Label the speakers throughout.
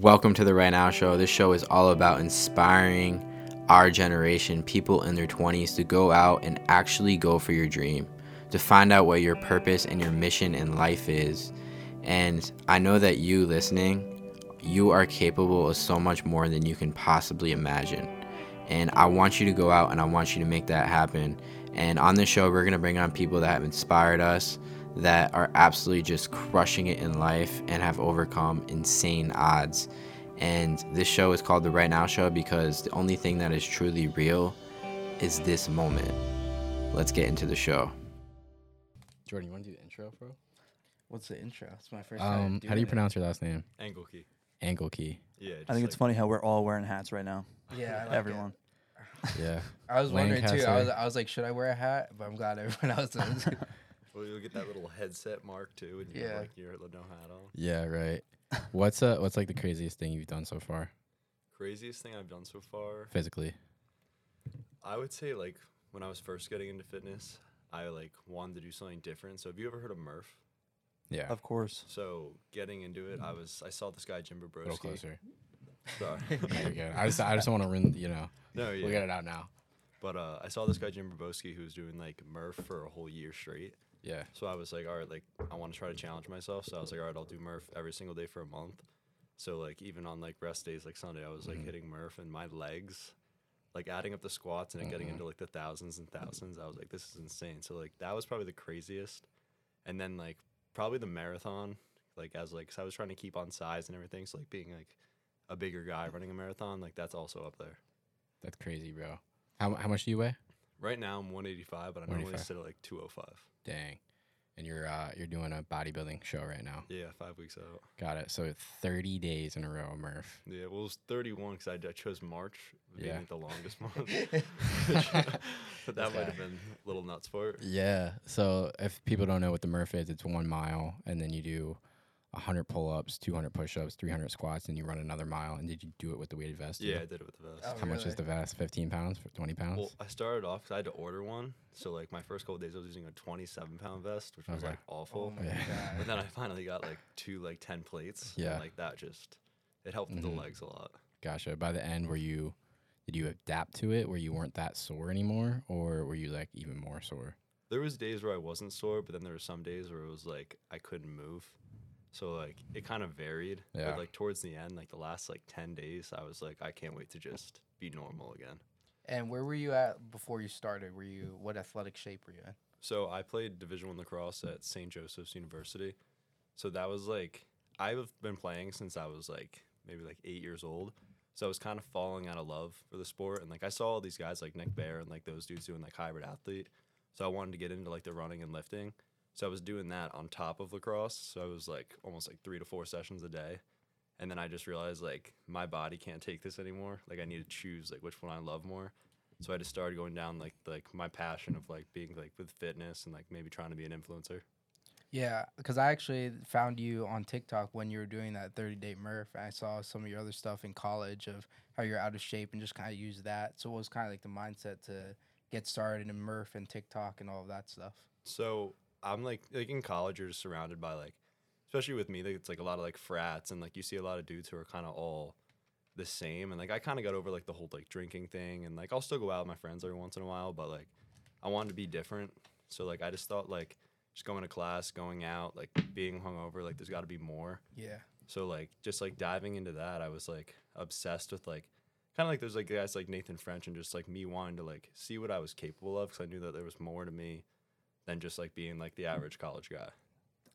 Speaker 1: Welcome to the Right Now Show. This show is all about inspiring our generation, people in their 20s, to go out and actually go for your dream, to find out what your purpose and your mission in life is. And I know that you listening, you are capable of so much more than you can possibly imagine. And I want you to go out and I want you to make that happen. And on this show, we're going to bring on people that have inspired us, that are absolutely just crushing it in life and have overcome insane odds. And this show is called The Right Now Show because the only thing that is truly real is this moment. Let's get into the show. Jordan, you want to do the intro, bro?
Speaker 2: What's the intro? It's my first time.
Speaker 1: Um, how do you pronounce your last name?
Speaker 3: Angle key.
Speaker 1: Engelke.
Speaker 3: Yeah.
Speaker 4: I think it's funny how we're all wearing hats right now.
Speaker 2: Yeah, I like
Speaker 4: Everyone.
Speaker 1: Yeah.
Speaker 2: I was wondering too. I was,
Speaker 1: Lancaster.
Speaker 2: I was like, should I wear a hat? But I'm glad everyone else does.
Speaker 3: Well, you'll get that little headset mark too, and you're
Speaker 2: Yeah.
Speaker 3: like you're no hat on.
Speaker 1: yeah, right. What's uh what's like the craziest thing you've done so far
Speaker 3: Craziest thing I've done so far,
Speaker 1: physically?
Speaker 3: I would say like when I was first getting into fitness, I like wanted to do something different. So have you ever heard of Murph?
Speaker 1: Yeah.
Speaker 4: Of course.
Speaker 3: So getting into it, I was I saw this guy Jim
Speaker 1: A little
Speaker 3: Bobrowski.
Speaker 1: closer.
Speaker 3: Sorry.
Speaker 1: There you go. I just I just want to ruin you know.
Speaker 3: no,
Speaker 1: We
Speaker 3: yeah.
Speaker 1: got it out now.
Speaker 3: But uh, I saw this guy Jim Bobrowski who was doing like Murph for a whole year straight.
Speaker 1: Yeah.
Speaker 3: So I was like, all right, like I want to try to challenge myself. So I was like, all right, I'll do Murph every single day for a month. So like even on like rest days, like Sunday, I was like hitting Murph and my legs, like adding up the squats and it getting into like the thousands and thousands. I was like, this is insane. So like that was probably the craziest. And then like probably the marathon, like as like 'cause I was trying to keep on size and everything. So like being like a bigger guy running a marathon, like that's also up there.
Speaker 1: That's crazy, bro. How mu- how much do you weigh?
Speaker 3: Right now I'm 185, but I normally
Speaker 1: 185.
Speaker 3: sit at like 205.
Speaker 1: Dang. And you're uh, you're doing a bodybuilding show right now.
Speaker 3: Yeah, five weeks out.
Speaker 1: Got it. So 30 days in a row, Murph.
Speaker 3: Yeah, well, it was 31 because I, d- I chose March being
Speaker 1: Yeah.
Speaker 3: like the longest month. but that might
Speaker 1: guy.
Speaker 3: have been a little nuts for it.
Speaker 1: Yeah. So if people don't know what the Murph is, it's one mile, and then you do 100 pull-ups, 200 push-ups, 300 squats, and you run another mile. And did you do it with the weighted vest? too?
Speaker 3: Yeah, I did it with the vest.
Speaker 2: Oh,
Speaker 1: How much is
Speaker 2: really?
Speaker 1: the vest? 15 pounds for 20
Speaker 2: Oh.
Speaker 1: pounds?
Speaker 3: Well, I started off because I had to order one. So, like, my first couple days, I was using a 27 pound vest, which was
Speaker 1: Okay.
Speaker 3: like
Speaker 2: Oh
Speaker 3: awful.
Speaker 2: my
Speaker 1: Yeah.
Speaker 2: god.
Speaker 3: but then I finally got like two, like 10 plates.
Speaker 1: Yeah.
Speaker 3: And, like, that just, it helped with
Speaker 1: Mhm.
Speaker 3: the legs a lot.
Speaker 1: Gotcha. By the end, were you did you adapt to it where you weren't that sore anymore, or were you like even more sore?
Speaker 3: There was days where I wasn't sore, but then there were some days where it was like I couldn't move. So like it kind of varied.
Speaker 1: Yeah.
Speaker 3: But like towards the end, like the last like ten days, I was like, I can't wait to just be normal again.
Speaker 2: And where were you at before you started? Were you what athletic shape were you in?
Speaker 3: So I played Division One lacrosse at St. Joseph's University. So that was like I've been playing since I was like maybe like eight years old. So I was kind of falling out of love for the sport, and like I saw all these guys like Nick Bear and like those dudes doing like hybrid athlete. So I wanted to get into like the running and lifting. So I was doing that on top of lacrosse. So I was like almost like three to four sessions a day. And then I just realized like my body can't take this anymore. Like I need to choose like which one I love more. So I just started going down like like my passion of like being like with fitness and like maybe trying to be an influencer.
Speaker 2: Yeah, because I actually found you on TikTok when you were doing that 30 day Murph. And I saw some of your other stuff in college of how you're out of shape and just kind of use that. So it was kind of like the mindset to get started in Murph and TikTok and all of that stuff.
Speaker 3: So I'm like like in college you're just surrounded by like especially with me like it's like a lot of like frats and like you see a lot of dudes who are kind of all the same and like I kind of got over like the whole like drinking thing and like I'll still go out with my friends every once in a while but like I wanted to be different. So like I just thought like just going to class, going out, like being hungover, like there's got to be more.
Speaker 2: Yeah.
Speaker 3: So like just like diving into that, I was like obsessed with like kind of like there's like guys like Nathan French and just like me wanting to like see what I was capable of because I knew that there was more to me than just like being like the
Speaker 4: Hmm.
Speaker 3: average college guy.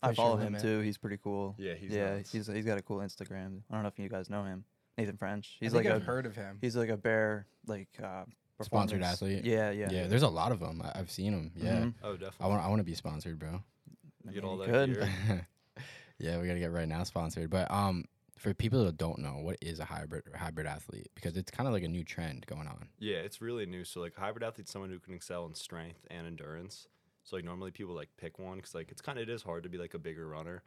Speaker 4: I
Speaker 2: Push your
Speaker 4: follow him
Speaker 2: limit.
Speaker 4: too. He's pretty cool.
Speaker 3: Yeah, he's
Speaker 4: yeah,
Speaker 3: nuts.
Speaker 4: he's he's got a cool Instagram. I don't know if you guys know him. Nathan French.
Speaker 2: He's
Speaker 4: He's
Speaker 2: I think
Speaker 4: like
Speaker 2: like
Speaker 4: a
Speaker 2: I've heard of him.
Speaker 4: he's like a bear like uh
Speaker 1: Sponsored
Speaker 4: performance.
Speaker 1: athlete.
Speaker 4: Yeah, yeah.
Speaker 1: Yeah. there's a lot of them. I, I've seen them. Yeah.
Speaker 2: Mm-hmm.
Speaker 4: Mhm.
Speaker 1: I
Speaker 3: Oh, definitely.
Speaker 1: want I want to be sponsored, bro.
Speaker 4: I
Speaker 3: Get
Speaker 4: mean,
Speaker 3: all that
Speaker 4: he could.
Speaker 3: gear.
Speaker 1: yeah, we gotta get right now sponsored. But um, for people that don't know, what is a hybrid hybrid athlete? Because it's kind of like a new trend going on.
Speaker 3: Yeah, it's really new. So like hybrid athlete's someone who can excel in strength and endurance. So like normally people like pick one because like it's kind of it is hard to be like a bigger runner,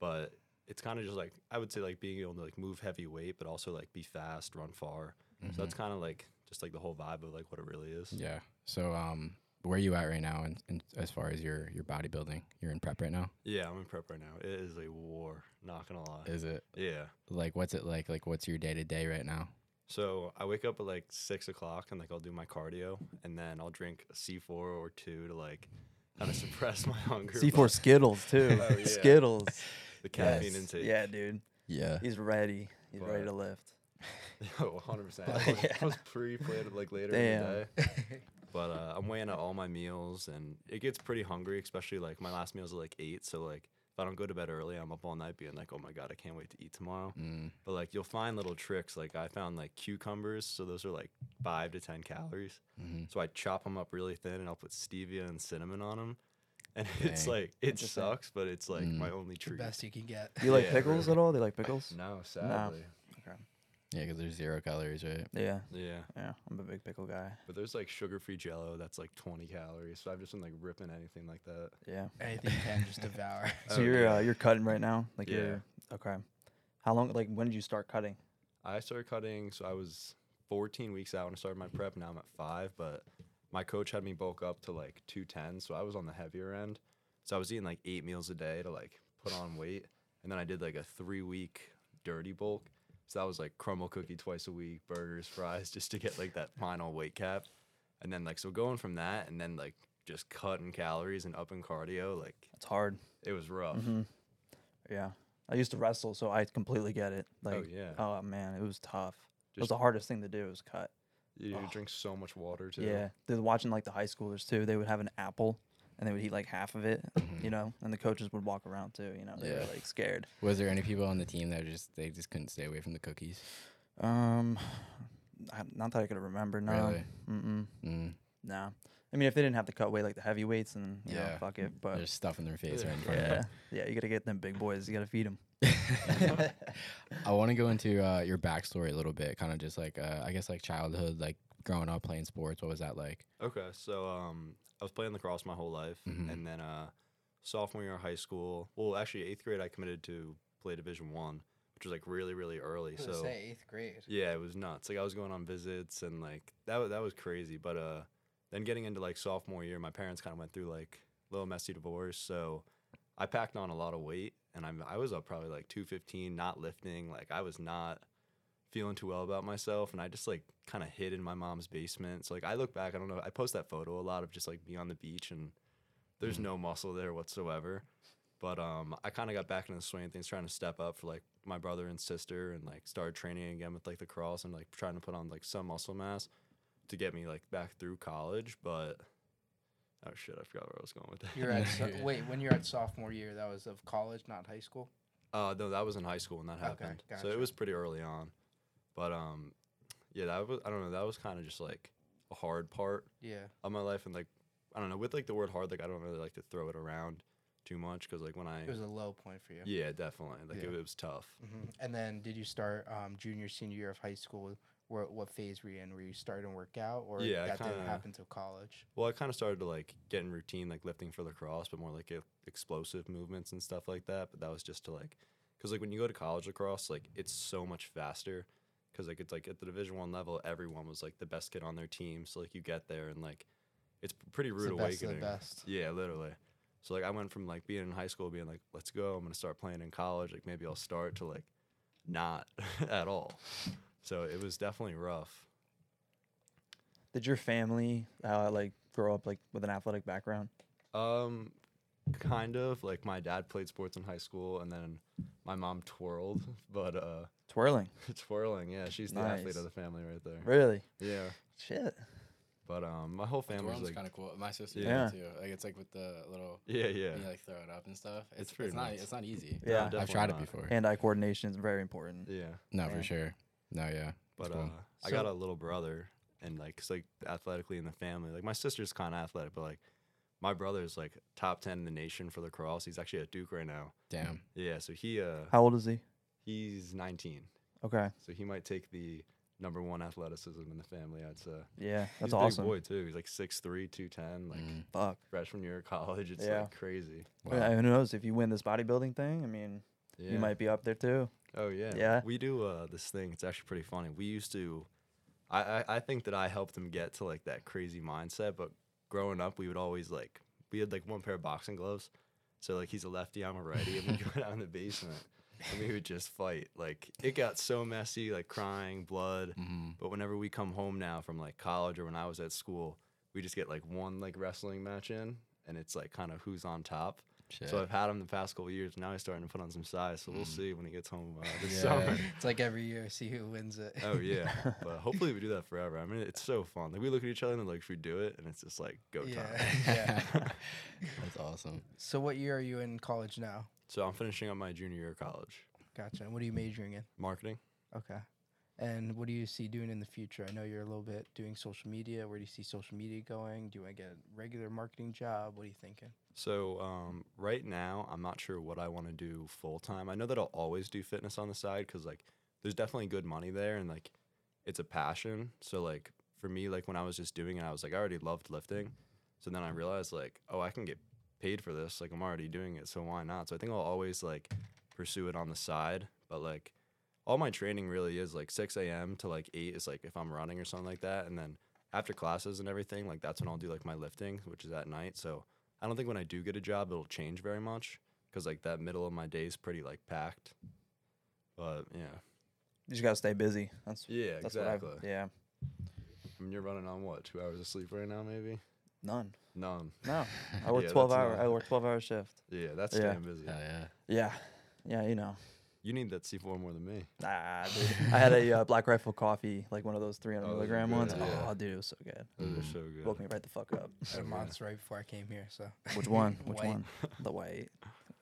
Speaker 3: but it's kind of just like I would say like being able to like move heavy weight, but also like be
Speaker 5: Mm-hmm.
Speaker 3: fast, run far. So that's kind of like just like the whole vibe of like what it really is.
Speaker 1: Yeah. So um,
Speaker 5: where are you at right now? And, and as far as your your bodybuilding, you're in prep right now.
Speaker 3: Yeah, I'm in prep right now. It is a war. Not gonna lie.
Speaker 5: Is it
Speaker 3: yeah.
Speaker 5: like what's it like? Like what's your day to day right now?
Speaker 3: So I wake up at like six o'clock and like I'll do my cardio and then I'll drink a C four or two to like kind of suppress my hunger.
Speaker 4: C4 Skittles too.
Speaker 3: Oh, yeah.
Speaker 4: Skittles.
Speaker 3: but the caffeine
Speaker 5: Yes.
Speaker 3: intake.
Speaker 4: Yeah, dude.
Speaker 5: Yeah.
Speaker 4: He's ready. He's ready
Speaker 3: But-
Speaker 4: to lift.
Speaker 3: Oh, 100%. I
Speaker 4: But,
Speaker 3: was- I was pre-planned like later in the
Speaker 4: Damn.
Speaker 3: day. But uh, I'm weighing out all my meals and it gets pretty hungry, especially like my last meal's at like 8, so like if I don't go to bed early, I'm up all night being like, "Oh my god, I can't wait to eat tomorrow."
Speaker 5: Mm.
Speaker 3: But like you'll find little tricks. Like I found like cucumbers, so those are like 5 to 10 calories.
Speaker 5: hmm
Speaker 3: So I chop them up really thin and I'll put stevia and cinnamon on them. And it's
Speaker 5: Dang.
Speaker 3: like, it
Speaker 4: Interesting.
Speaker 3: sucks, but it's like
Speaker 5: Mm.
Speaker 3: my only
Speaker 2: the
Speaker 3: treat.
Speaker 2: best you can get.
Speaker 4: You like
Speaker 3: Yeah,
Speaker 4: pickles
Speaker 3: really.
Speaker 4: at all? Do you like pickles?
Speaker 3: No, sadly.
Speaker 5: Yeah, because there's zero calories, right?
Speaker 4: Yeah.
Speaker 3: Yeah.
Speaker 4: Yeah. I'm a big pickle guy.
Speaker 3: But there's like sugar free jello that's like 20 calories. So I've just been like ripping anything like that.
Speaker 4: Yeah.
Speaker 2: Anything you can just devour.
Speaker 4: So
Speaker 3: Oh,
Speaker 4: you're
Speaker 3: yeah.
Speaker 4: uh, you're cutting right now? Like
Speaker 3: Yeah.
Speaker 4: you're okay. How long like when did you start cutting?
Speaker 3: I started cutting, so I was 14 weeks out when I started my prep. Now I'm at five, but my coach had me bulk up to like 210, so I was on the heavier end. So I was eating like eight meals a day to like put on weight, and then I did like a three week dirty bulk. So that was like crumble cookie twice a week, burgers, fries, just to get like that final weight cap. And then like so going from that, and then like just cutting calories and upping cardio, like
Speaker 4: It's hard.
Speaker 3: it was rough.
Speaker 4: Mhm. Yeah. I used to wrestle, so I completely get it. Like
Speaker 3: oh yeah,
Speaker 4: oh man, it was tough. it was
Speaker 3: Just-
Speaker 4: the hardest thing to do was cut.
Speaker 3: you
Speaker 4: oh.
Speaker 3: drink so much water too.
Speaker 4: Yeah, they're watching like the high schoolers too. They would have an apple and they would eat like half of it,
Speaker 5: Mm-hmm.
Speaker 1: Mm.
Speaker 4: you know. And the coaches would walk around too, you know. They
Speaker 5: Yeah.
Speaker 4: were like scared.
Speaker 5: Was there any people on the team that just they just couldn't stay away from the cookies?
Speaker 4: Um, I, not that I could remember. No,
Speaker 5: Really?
Speaker 4: mm-mm,
Speaker 5: Mm.
Speaker 4: nah. I mean, if they didn't have to cut weight like the heavyweights, and you know,
Speaker 5: Yeah.
Speaker 4: fuck it. But
Speaker 5: There's stuff in their face right in front
Speaker 4: yeah,
Speaker 5: of
Speaker 4: yeah, you gotta get them big boys. You gotta feed them.
Speaker 5: them. I want to go into uh, your backstory a little bit, kind of just like uh, I guess like childhood, like growing up playing sports. What was that like?
Speaker 3: Okay, so um, I was playing lacrosse my whole life,
Speaker 4: Mm-hmm.
Speaker 5: Mhm.
Speaker 3: and then uh, sophomore year of high school. Well, actually, eighth grade, I committed to play Division One, which was like really, really early.
Speaker 2: I was
Speaker 3: So
Speaker 2: gonna say eighth grade.
Speaker 3: yeah, it was nuts. Like I was going on visits, and like that wa- that was crazy. But uh, then getting into like sophomore year, my parents kind of went through like a little messy divorce, so I packed on a lot of weight, and I'm I was up probably like two fifteen, not lifting. Like I was not feeling too well about myself and I just like kind of hid in my mom's basement. So like I look back, I don't know, I post that photo a lot of just like me on the beach and there's
Speaker 2: Hmm.
Speaker 3: no muscle there whatsoever. But um I kind of got back into the swing of things trying to step up for like my brother and sister and like started training again with like the cross and like trying to put on like some muscle mass to get me like back through college, but oh shit, I forgot where I was going with that.
Speaker 2: You're at so-
Speaker 5: Yeah.
Speaker 2: wait when you're at sophomore year. That was of college, not high school.
Speaker 3: Uh, no, that was in high school when that
Speaker 2: Okay,
Speaker 3: happened. So
Speaker 2: gotcha.
Speaker 3: it was pretty early on, but um, yeah, that was I don't know. That was kind of just like a hard part
Speaker 2: Yeah.
Speaker 3: of my life, and like I don't know. With like the word hard, like I don't really like to throw it around too much because like when I
Speaker 2: It was a low point for you.
Speaker 3: yeah, definitely like It,
Speaker 5: Yeah.
Speaker 3: it was tough.
Speaker 2: hmm And then did you start um, junior, senior year of high school? Where, what phase were you in? Were you starting to work out or
Speaker 3: Yeah, I
Speaker 2: that didn't
Speaker 3: kinda-
Speaker 2: happen till college?
Speaker 3: Well, I kind of started to like get in routine, like lifting for lacrosse, but more like e- explosive movements and stuff like that. But that was just to like, because like when you go to college lacrosse, like it's so much faster. Because like it's like at the Division One level, everyone was like the best kid on their team. So like you get there and like it's p- pretty
Speaker 2: It's
Speaker 3: rude
Speaker 2: the best of the
Speaker 3: awakening.
Speaker 2: best.
Speaker 3: Yeah, literally. So like I went from like being in high school, being like, let's go, I'm gonna start playing in college. Like maybe I'll start to like not at all. So it was definitely rough.
Speaker 4: Did your family uh, like grow up like with an athletic background?
Speaker 3: Um, kind of like my dad played sports in high school, and then my mom twirled, but uh,
Speaker 4: Twirling,
Speaker 3: twirling, yeah, she's the athlete of
Speaker 4: Nice.
Speaker 3: the family right there.
Speaker 4: really?
Speaker 3: Yeah,
Speaker 4: Shit.
Speaker 3: but um, my whole family's like,
Speaker 5: kind of cool. My sister
Speaker 3: did
Speaker 4: Yeah.
Speaker 5: too. Like it's like with the little
Speaker 3: yeah, yeah,
Speaker 5: you like throw it up and stuff.
Speaker 3: It's It's- pretty it's not- nice. it's
Speaker 5: not easy.
Speaker 4: Yeah. I've
Speaker 5: I've
Speaker 3: definitely
Speaker 5: tried
Speaker 3: not.
Speaker 5: it before.
Speaker 4: Hand-eye coordination is very important.
Speaker 3: yeah.
Speaker 5: No,
Speaker 4: Yeah.
Speaker 5: for sure. No, yeah.
Speaker 3: But
Speaker 5: cool.
Speaker 3: uh, I got a little brother, and like, it's like athletically in the family. Like my sister's kind of athletic, but like my brother's like top ten in the nation for lacrosse. He's actually at Duke right now.
Speaker 5: Damn.
Speaker 3: Yeah, so he uh,
Speaker 4: How old is he?
Speaker 3: he's 19,
Speaker 4: Okay.
Speaker 3: so he might take the number one athleticism in the family. I'd say.
Speaker 4: Yeah,
Speaker 3: He's
Speaker 4: that's
Speaker 3: a
Speaker 4: awesome.
Speaker 3: Big boy too. He's like 6'3", 210, like
Speaker 5: Mm.
Speaker 4: Fuck.
Speaker 3: freshman year of college. It's
Speaker 4: Yeah.
Speaker 3: like crazy.
Speaker 5: Wow.
Speaker 4: Yeah, who knows if you win this bodybuilding thing? I mean,
Speaker 3: Yeah.
Speaker 4: you might be up there too.
Speaker 3: Oh yeah.
Speaker 4: Yeah.
Speaker 3: We do uh, this thing. It's actually pretty funny. We used to. I, I I think that I helped him get to like that crazy mindset, but growing up, we would always like we had like one pair of boxing gloves. So like he's a lefty, I'm a righty, and we go down in the basement and we would just fight. Like it got so messy, like crying, blood.
Speaker 1: Mhm.
Speaker 3: But whenever we come home now from like college or when I was at school, we just get like one like wrestling match in, and it's like kind of who's on top.
Speaker 5: Shit.
Speaker 3: So I've had him the past couple years. Now he's starting to put on some size. So we'll see when he gets home uh, this
Speaker 2: Mm. Yeah.
Speaker 3: summer.
Speaker 2: it's like every year, see who wins it.
Speaker 3: Oh yeah, but hopefully we do that forever. I mean, it's so fun. Like we look at each other and like, should we do it? And it's just like, go
Speaker 2: yeah.
Speaker 3: time.
Speaker 2: yeah.
Speaker 1: That's awesome.
Speaker 2: So what year are you in college now?
Speaker 3: So I'm finishing up my junior year of college,
Speaker 2: Gotcha. And what are you majoring in?
Speaker 3: marketing.
Speaker 2: Okay. And what do you see doing in the future? I know you're a little bit doing social media. Where do you see social media going? Do you want to get a regular marketing job? What are you thinking?
Speaker 3: So um, right now, I'm not sure what I want to do full time. I know that I'll always do fitness on the side because like there's definitely good money there and like it's a passion. So like for me, like when I was just doing it, I was like I already loved lifting. So then I realized like oh I can get paid for this. Like I'm already doing it, so why not? So I think I'll always like pursue it on the side. But like all my training really is like 6 a.m. to like 8 is like if I'm running or something like that, and then after classes and everything, like that's when I'll do like my lifting, which is at night. So I don't think when I do get a job it'll change very much because like that middle of my day is pretty like packed. But yeah,
Speaker 4: You just gotta stay busy. That's
Speaker 3: yeah,
Speaker 4: that's
Speaker 3: exactly.
Speaker 4: what I've yeah.
Speaker 3: I mean, you're running on what two hours of sleep right now, maybe?
Speaker 4: None.
Speaker 3: None.
Speaker 4: No. I
Speaker 3: Yeah,
Speaker 4: work
Speaker 3: that's
Speaker 4: twelve hour
Speaker 3: not-
Speaker 4: I work twelve hour shift.
Speaker 3: Yeah, that's
Speaker 4: Yeah.
Speaker 3: staying busy.
Speaker 1: Hell yeah.
Speaker 4: Yeah. Yeah, you know.
Speaker 3: You need that C4 more than me.
Speaker 4: Ah, dude. I had a uh, Black Rifle coffee, like one of those 300
Speaker 3: Oh, those are
Speaker 4: milligram
Speaker 3: good,
Speaker 4: ones.
Speaker 3: yeah.
Speaker 4: Oh, dude, it was so good.
Speaker 3: Those are
Speaker 1: Mm.
Speaker 3: so good.
Speaker 4: Woke me right the fuck up.
Speaker 2: I had a monster right before I came here, so
Speaker 4: Which one? Which
Speaker 2: White.
Speaker 4: one? The white.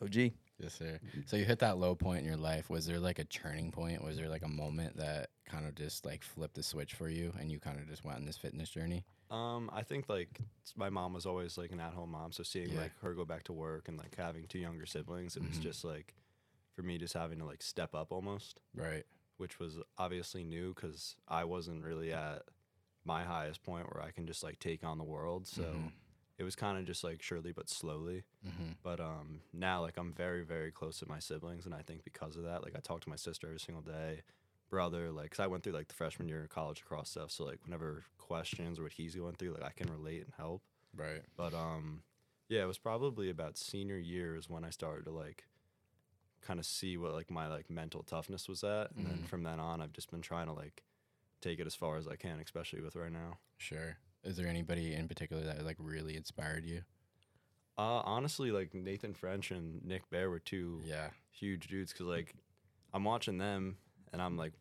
Speaker 4: OG.
Speaker 1: Yes, sir. So you hit that low point in your life. Was there like a turning point? Was there like a moment that kind of just like flipped the switch for you and you kind of just went on this fitness journey?
Speaker 3: Um, I think like s- my mom was always like an at-home mom, so seeing
Speaker 1: Yeah.
Speaker 3: like her go back to work and like having two younger siblings, it was
Speaker 1: Mhm.
Speaker 3: just like for me just having to like step up almost.
Speaker 1: Right.
Speaker 3: which was obviously new because I wasn't really at my highest point where I can just like take on the world. So
Speaker 1: Mhm.
Speaker 3: it was kind of just like surely but slowly.
Speaker 1: Mm-hmm.
Speaker 3: But um, now like I'm very very close to my siblings, and I think because of that, like I talk to my sister every single day, brother. Like 'cause I went through like the freshman year of college across stuff, so like whenever questions or what he's going through, like I can relate and help.
Speaker 1: Right.
Speaker 3: But um, yeah, it was probably about senior year is when I started to like kind of see what like my like mental toughness was at, and then
Speaker 1: Mhm.
Speaker 3: from then on, I've just been trying to like take it as far as I can, especially with right now.
Speaker 1: Sure. Is there anybody in particular that like really inspired you?
Speaker 3: Uh, honestly, like Nathan French and Nick Bear were two
Speaker 1: Yeah.
Speaker 3: huge dudes because like I'm watching them and I'm like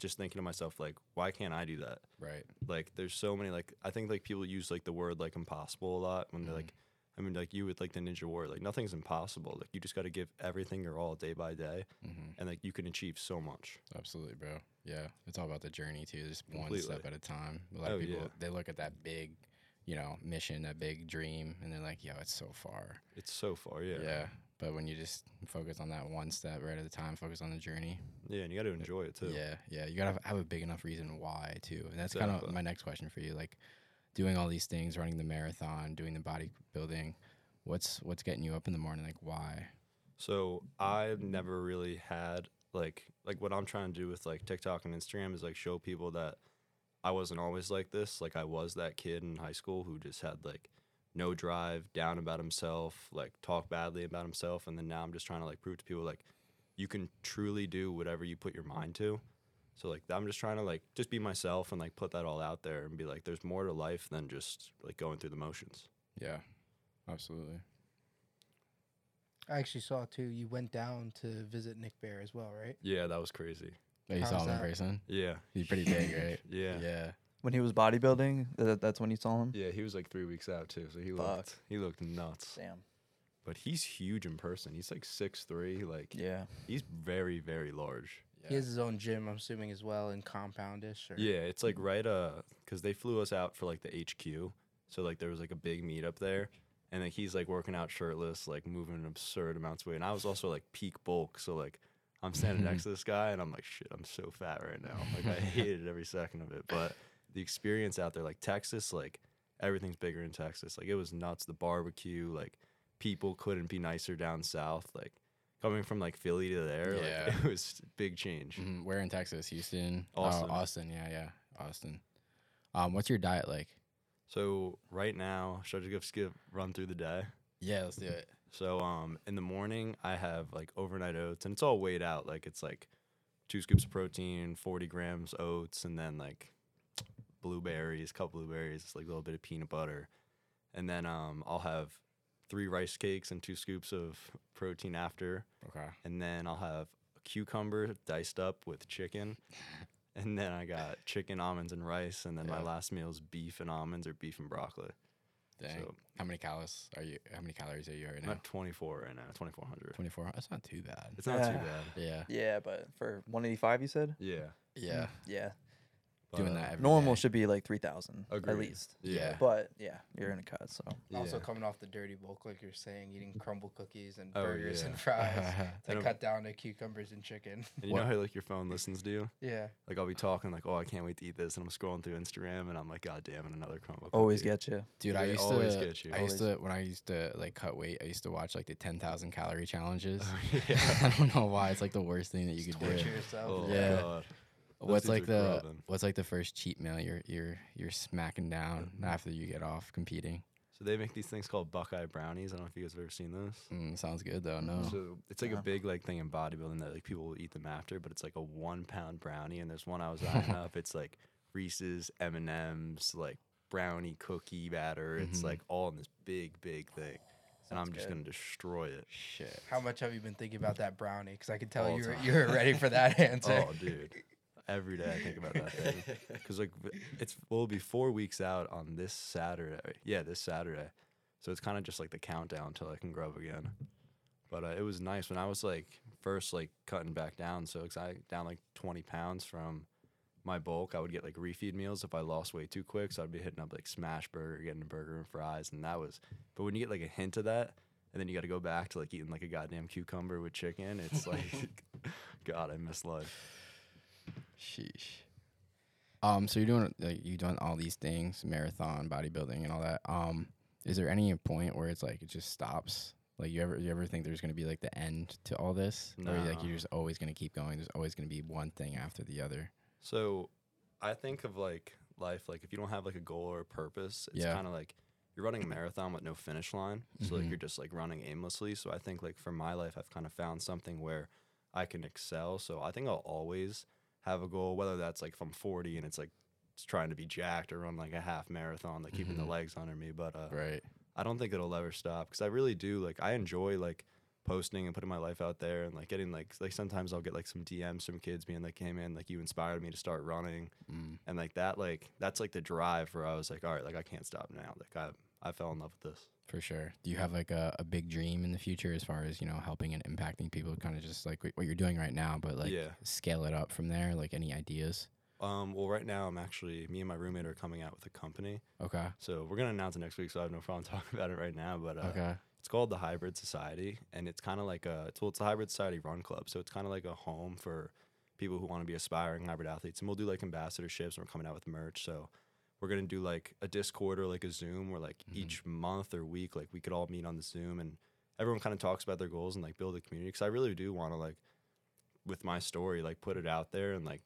Speaker 3: just thinking to myself like why can't I do that?
Speaker 1: Right.
Speaker 3: like there's so many like I think like people use like the word like impossible a lot when they're
Speaker 1: Mhm.
Speaker 3: like I mean like you with like the ninja warrior like nothing's impossible like you just got to give everything your all day by day
Speaker 1: Mm-hmm.
Speaker 3: and like you can achieve so much
Speaker 1: Absolutely, bro. Yeah, it's all about the journey too. Just one step
Speaker 3: Completely.
Speaker 1: at a time. A lot
Speaker 3: Oh,
Speaker 1: of people
Speaker 3: yeah.
Speaker 1: they look at that big, you know, mission, that big dream, and they're like, "Yo, it's so far."
Speaker 3: it's so far yeah
Speaker 1: Yeah. But when you just focus on that one step right at a time, focus on the journey.
Speaker 3: yeah and you got to enjoy it too
Speaker 1: Yeah, yeah. You gotta have a big enough reason why too, and that's kind of
Speaker 3: Exactly.
Speaker 1: my next question for you. Like, doing all these things, running the marathon, doing the bodybuilding. What's what's getting you up in the morning? Like, why?
Speaker 3: so I've never really had like like what I'm trying to do with like TikTok and Instagram is like show people that I wasn't always like this like I was that kid in high school who just had like no drive, down about himself, like talk badly about himself. And then now I'm just trying to like prove to people like you can truly do whatever you put your mind to. So like I'm just trying to like just be myself and like put that all out there and be like there's more to life than just like going through the motions.
Speaker 1: Yeah, absolutely.
Speaker 2: I actually saw too. You went down to visit Nick Bear as well, right?
Speaker 3: Yeah, that was crazy.
Speaker 1: Like, you
Speaker 2: How's
Speaker 1: saw him in
Speaker 2: that?
Speaker 1: person.
Speaker 3: Yeah.
Speaker 1: He's pretty big, right?
Speaker 3: Yeah.
Speaker 1: Yeah.
Speaker 4: When he was bodybuilding, th- that's when you saw him?
Speaker 3: Yeah, he was like three weeks out too, so he
Speaker 4: looked-
Speaker 3: looked he looked nuts.
Speaker 4: Damn.
Speaker 3: But he's huge in person. He's like six three. Like
Speaker 4: Yeah.
Speaker 3: he's very very large.
Speaker 1: yeah.
Speaker 2: He has his own gym, I'm assuming as well, in Compoundish. Or
Speaker 3: Yeah, it's like right uh, cause they flew us out for like the HQ, so like there was like a big meet up there, and like he's like working out shirtless, like moving absurd amounts of weight, and I was also like peak bulk, so like I'm standing next to this guy and I'm like shit, I'm so fat right now, like I hated every second of it, but the experience out there, like Texas, like everything's bigger in Texas, like it was nuts, the barbecue, like people couldn't be nicer down south, like coming from like Philly to there, like
Speaker 1: Yeah.
Speaker 3: it was big change.
Speaker 1: Mhm, Where in Texas? Houston? Oh,
Speaker 3: Austin.
Speaker 1: Austin. Yeah, yeah. Austin. Um, what's your diet like?
Speaker 3: So right now, should I just give skip run through the day?
Speaker 1: Yeah, let's do it.
Speaker 3: So um, in the morning, I have like overnight oats, and it's all weighed out. Like it's like two scoops of protein, forty grams oats, and then like blueberries, cup blueberries, like a little bit of peanut butter, and then um, I'll have three rice cakes and two scoops of protein after,
Speaker 1: Okay.
Speaker 3: and then I'll have a cucumber diced up with chicken. And then I got chicken, almonds, and rice. And then my
Speaker 1: Yeah.
Speaker 3: last meal is beef and almonds or beef and broccoli.
Speaker 1: Dang.
Speaker 3: So
Speaker 1: how many calories are you? How many calories are you right
Speaker 3: I'm
Speaker 1: now?
Speaker 3: at 24 right now, 2400.
Speaker 1: Twenty four. That's not too bad.
Speaker 3: It's not too
Speaker 4: Yeah.
Speaker 3: bad.
Speaker 1: Yeah.
Speaker 4: Yeah, but for 185, you said.
Speaker 3: Yeah.
Speaker 1: Yeah.
Speaker 4: Yeah.
Speaker 3: but,
Speaker 1: Doing
Speaker 3: uh,
Speaker 1: that every
Speaker 4: Normal
Speaker 1: day.
Speaker 4: should be like 3,000 at
Speaker 3: Agreed.
Speaker 4: least.
Speaker 1: Yeah.
Speaker 4: But yeah, you're in a cut. So
Speaker 2: Also
Speaker 3: Yeah.
Speaker 2: coming off the dirty bulk, like you're saying, eating crumble cookies and
Speaker 3: Oh,
Speaker 2: burgers
Speaker 3: yeah.
Speaker 2: and fries. to
Speaker 3: And I'm-
Speaker 2: cut down to cucumbers and chicken.
Speaker 3: And you know
Speaker 1: What-
Speaker 3: how like your phone listens to you?
Speaker 2: Yeah.
Speaker 3: Like I'll be talking like, oh, I can't wait to eat this, and I'm scrolling through Instagram, and I'm like, god damn, and another crumble.
Speaker 4: always
Speaker 3: cookie."
Speaker 4: get you.
Speaker 1: Dude, I
Speaker 3: They
Speaker 1: used
Speaker 3: always
Speaker 1: to.
Speaker 3: get you.
Speaker 1: I used to
Speaker 4: Always.
Speaker 1: when I used to like cut weight. I used to watch like the ten thousand calorie challenges.
Speaker 3: Oh,
Speaker 1: I
Speaker 3: yeah.
Speaker 1: don't know why it's like the worst thing that you
Speaker 2: Just
Speaker 1: could do.
Speaker 2: torture yourself.
Speaker 3: Oh
Speaker 1: Yeah.
Speaker 3: yeah. god. Those
Speaker 1: What's
Speaker 3: dudes
Speaker 1: like
Speaker 3: are
Speaker 1: the
Speaker 3: grubbing.
Speaker 1: What's like the first cheat meal you're you're you're smacking down
Speaker 3: Mm-hmm.
Speaker 1: after you get off competing?
Speaker 3: So they make these things called Buckeye brownies. I don't know if you guys have ever seen those.
Speaker 1: Mm, sounds good though. No.
Speaker 4: Oh,
Speaker 3: So it's like
Speaker 4: Yeah.
Speaker 3: a big like thing in bodybuilding that like people will eat them after, but it's like a one pound brownie. And there's one I was eyeing up. It's like Reese's, M and M's, like brownie cookie batter. It's
Speaker 1: Mhm.
Speaker 3: like all in this big, big thing, and
Speaker 4: Mm-hmm. Sounds
Speaker 3: I'm just
Speaker 4: good.
Speaker 3: gonna destroy it.
Speaker 1: Shit.
Speaker 2: How much have you been thinking about that brownie? Because I can tell
Speaker 3: All
Speaker 2: you were,
Speaker 3: time.
Speaker 2: you were ready for that answer.
Speaker 3: Oh, dude. Every day I think about that thing. Because, like, v- it's, we'll be four weeks out on this Saturday. Yeah, this Saturday. So it's kind of just like the countdown till I can grow up again. But uh, it was nice when I was like first like cutting back down. So 'cause I down like 20 pounds from my bulk. I would get like refeed meals if I lost weight too quick. So I'd be hitting up like smash burger, getting a burger and fries. And that was, but when you get like a hint of that, and then you got to go back to like eating like a goddamn cucumber with chicken. It's like, God, I miss life.
Speaker 1: Sheesh. Um, so you're doing like you doing all these things, marathon, bodybuilding, and all that. Um, is there any point where it's like it just stops? Like you ever you ever think there's gonna be like the end to all this, or like you're
Speaker 3: No.
Speaker 1: just always gonna keep going? There's always gonna be one thing after the other.
Speaker 3: So I think of like life, like if you don't have like a goal or a purpose, it's
Speaker 1: Yeah.
Speaker 3: kind of like you're running a marathon with no finish line. So like
Speaker 1: Mhm.
Speaker 3: you're just like running aimlessly. So I think like for my life, I've kind of found something where I can excel. So I think I'll always have a goal, whether that's like from 40 and it's like it's trying to be jacked or run like a half marathon, like keeping the
Speaker 1: Mhm.
Speaker 3: legs under me. But uh,
Speaker 1: Right.
Speaker 3: I don't think it'll ever stop because I really do like I enjoy like posting and putting my life out there and like getting like like sometimes I'll get like some DMs from kids being like, "Hey man, like you inspired me to start running,"
Speaker 1: Mm.
Speaker 3: and like that like that's like the drive where I was like, "All right, like I can't stop now." Like I I fell in love with this.
Speaker 1: For sure. Do you have like a, a big dream in the future as far as you know helping and impacting people? Kind of just like what what you're doing right now, but like
Speaker 3: Yeah.
Speaker 1: scale it up from there. Like any ideas?
Speaker 3: Um, well, right now I'm actually me and my roommate are coming out with a company,
Speaker 1: Okay.
Speaker 3: so we're gonna announce it next week. So I have no problem talking about it right now, but uh,
Speaker 1: okay.
Speaker 3: it's called the Hybrid Society, and it's kind of like a it's, well, it's a Hybrid Society Run Club, so it's kind of like a home for people who want to be aspiring hybrid athletes. And we'll do like ambassadorships, and we're coming out with merch. So we're gonna do like a Discord or like a Zoom, where like
Speaker 1: Mhm.
Speaker 3: each month or week, like we could all meet on the Zoom, and everyone kind of talks about their goals and like build a community. Because I really do want to like with my story, like put it out there and like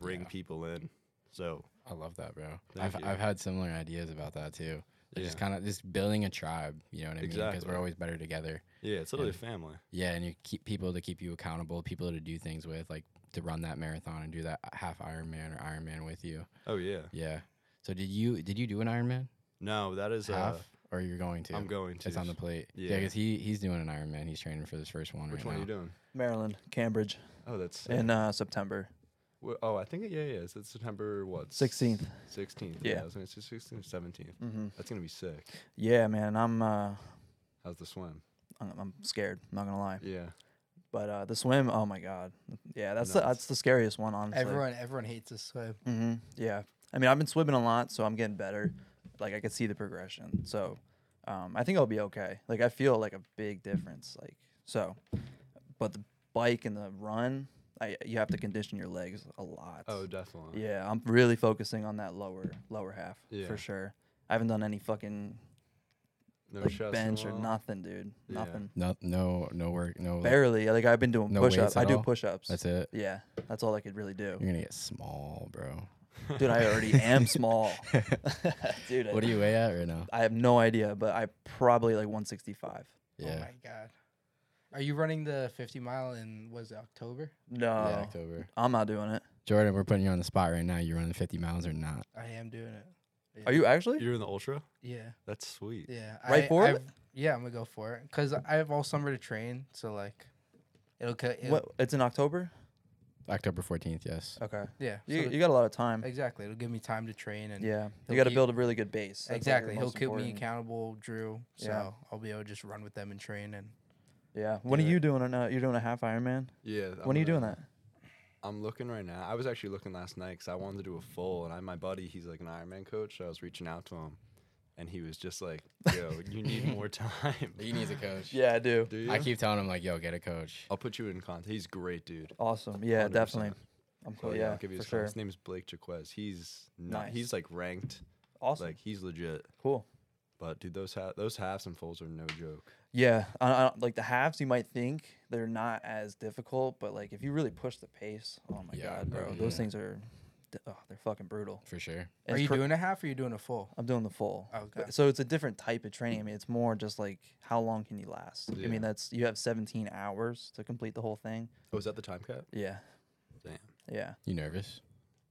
Speaker 3: bring
Speaker 1: Yeah.
Speaker 3: people in. So
Speaker 1: I love that, bro.
Speaker 3: Thank
Speaker 1: I've
Speaker 3: you.
Speaker 1: I've had similar ideas about that too. Like, Just
Speaker 3: Yeah.
Speaker 1: kind of just building a tribe, you know what I mean? Because
Speaker 3: Exactly.
Speaker 1: we're always better together.
Speaker 3: yeah, it's literally
Speaker 1: Yeah.
Speaker 3: family.
Speaker 1: Yeah, and you keep people to keep you accountable, people to do things with, like to run that marathon and do that half Ironman or Ironman with you.
Speaker 3: Oh yeah,
Speaker 1: Yeah. So did you did you do an Ironman
Speaker 3: no, that is uh,
Speaker 1: half or you're going to?
Speaker 3: I'm going to.
Speaker 1: It's on the plate. Yeah,
Speaker 3: Yeah.
Speaker 1: because he he's doing an Ironman. He's training for this first one.
Speaker 3: Which
Speaker 1: right
Speaker 3: one
Speaker 1: now.
Speaker 3: are you doing?
Speaker 4: Maryland, Cambridge
Speaker 3: Oh, that's sick.
Speaker 4: in uh, September
Speaker 3: Wh- Oh, I think it- yeah, yeah. It's it's September what?
Speaker 4: 16th.
Speaker 3: Sixteenth.
Speaker 4: Yeah.
Speaker 3: Yeah. I was gonna say sixteenth, seventeenth.
Speaker 1: Mm-hmm.
Speaker 4: hmm
Speaker 3: That's gonna be sick.
Speaker 4: Yeah, man, I'm uh,
Speaker 3: How's the swim?
Speaker 4: I'm, I'm scared. I'm not gonna lie.
Speaker 3: Yeah.
Speaker 4: But uh, the swim, oh my god, yeah, that's the,
Speaker 3: Nuts.
Speaker 4: that's the scariest one, honestly.
Speaker 2: everyone everyone hates to swim. Oh
Speaker 1: Mm-hmm.
Speaker 4: hmm Yeah. I mean, I've been swimming a lot, so I'm getting better. Like I could see the progression. So um, I think I'll be okay. Like I feel like a big difference. Like so, but the bike and the run, I you have to condition your legs a lot.
Speaker 3: Oh, definitely.
Speaker 4: yeah. I'm really focusing on that lower lower half
Speaker 3: Yeah.
Speaker 4: for sure. I haven't done any fucking
Speaker 3: No
Speaker 4: like,
Speaker 3: chest
Speaker 4: bench or
Speaker 3: wall.
Speaker 4: nothing, dude.
Speaker 3: Yeah.
Speaker 4: Nothing.
Speaker 1: No no no work no. like-
Speaker 4: Barely. Like I've been doing
Speaker 1: No
Speaker 4: push
Speaker 1: weights
Speaker 4: ups. I
Speaker 1: at
Speaker 4: do
Speaker 1: all?
Speaker 4: push ups.
Speaker 1: that's it.
Speaker 4: Yeah, that's all I could really do.
Speaker 1: You're gonna get small, bro.
Speaker 4: Dude, I already am small. Dude, I-
Speaker 1: what do you weigh at right
Speaker 3: Oh
Speaker 1: now?
Speaker 4: I have no idea, but I probably like 165.
Speaker 2: Oh
Speaker 1: Yeah.
Speaker 2: my god. Are you running the 50 mile in was it October?
Speaker 4: No,
Speaker 1: yeah, October.
Speaker 4: I'm not doing it.
Speaker 1: Jordan, we're putting you on the spot right now. You're running 50 miles or not?
Speaker 2: I am doing it.
Speaker 4: Are
Speaker 2: Yeah.
Speaker 4: you actually?
Speaker 3: You're in the ultra.
Speaker 2: Yeah.
Speaker 3: That's sweet.
Speaker 2: Yeah.
Speaker 4: Right
Speaker 2: I,
Speaker 4: for it?
Speaker 2: I've- Yeah, I'm gonna go for it because I have all summer to train. So like, it'll cut.
Speaker 4: what? It's in October.
Speaker 1: October 14th, yes.
Speaker 4: Okay.
Speaker 2: Yeah. so
Speaker 4: You,
Speaker 2: it-
Speaker 4: you got a lot of time.
Speaker 2: exactly. It'll give me time to train and
Speaker 4: Yeah.
Speaker 2: he'll
Speaker 4: You got to
Speaker 2: keep-
Speaker 4: build a really good base. That's, like, the
Speaker 2: exactly. He'll
Speaker 4: most
Speaker 2: keep me
Speaker 4: important.
Speaker 2: accountable, Drew. So
Speaker 4: Yeah.
Speaker 2: I'll be able to just run with them and train. And
Speaker 4: Yeah. When
Speaker 3: Do
Speaker 4: are
Speaker 3: it.
Speaker 4: you doing it? now? You're doing a half Ironman.
Speaker 3: Yeah. I'm
Speaker 4: When are you
Speaker 3: gonna-
Speaker 4: doing that?
Speaker 3: I'm looking right now. I was actually looking last night because I wanted to do a full, and I my buddy, he's like an Ironman coach, so I was reaching out to him, and he was just like, "Yo, you need more time."
Speaker 1: He needs a coach.
Speaker 4: Yeah, I do.
Speaker 3: Do you?
Speaker 1: I keep telling him, like, yo, get a coach.
Speaker 3: I'll put you in contact. He's great, dude.
Speaker 4: Awesome. Yeah,
Speaker 3: 100%.
Speaker 4: definitely. I'm
Speaker 3: So
Speaker 4: cool. Oh, Yeah,
Speaker 3: I'll give you
Speaker 4: for
Speaker 3: his, phone.
Speaker 4: sure.
Speaker 3: his name is Blake Jaquez. He's not.
Speaker 4: Nice.
Speaker 3: He's like ranked.
Speaker 4: Awesome.
Speaker 3: Like he's legit.
Speaker 4: cool.
Speaker 3: But dude, those ha- those halves and fulls are no joke.
Speaker 4: Yeah, I, I, like the halves, you might think they're not as difficult, but like if you really push the pace, oh my
Speaker 1: Yeah,
Speaker 4: god, bro,
Speaker 1: oh
Speaker 4: those
Speaker 1: yeah.
Speaker 4: things are, d- oh, they're fucking brutal.
Speaker 1: For sure.
Speaker 4: And
Speaker 2: are
Speaker 4: it's
Speaker 2: you
Speaker 4: cr-
Speaker 2: doing a half or are you doing a full? Oh,
Speaker 4: I'm doing the full.
Speaker 2: Okay.
Speaker 4: But- So it's a different type of training. I mean, it's more just like how long can you last? I
Speaker 3: Yeah.
Speaker 4: mean, that's you have 17 hours to complete the whole thing.
Speaker 3: Oh, is that the time cap?
Speaker 4: Yeah.
Speaker 3: Damn.
Speaker 4: Yeah.
Speaker 1: You nervous?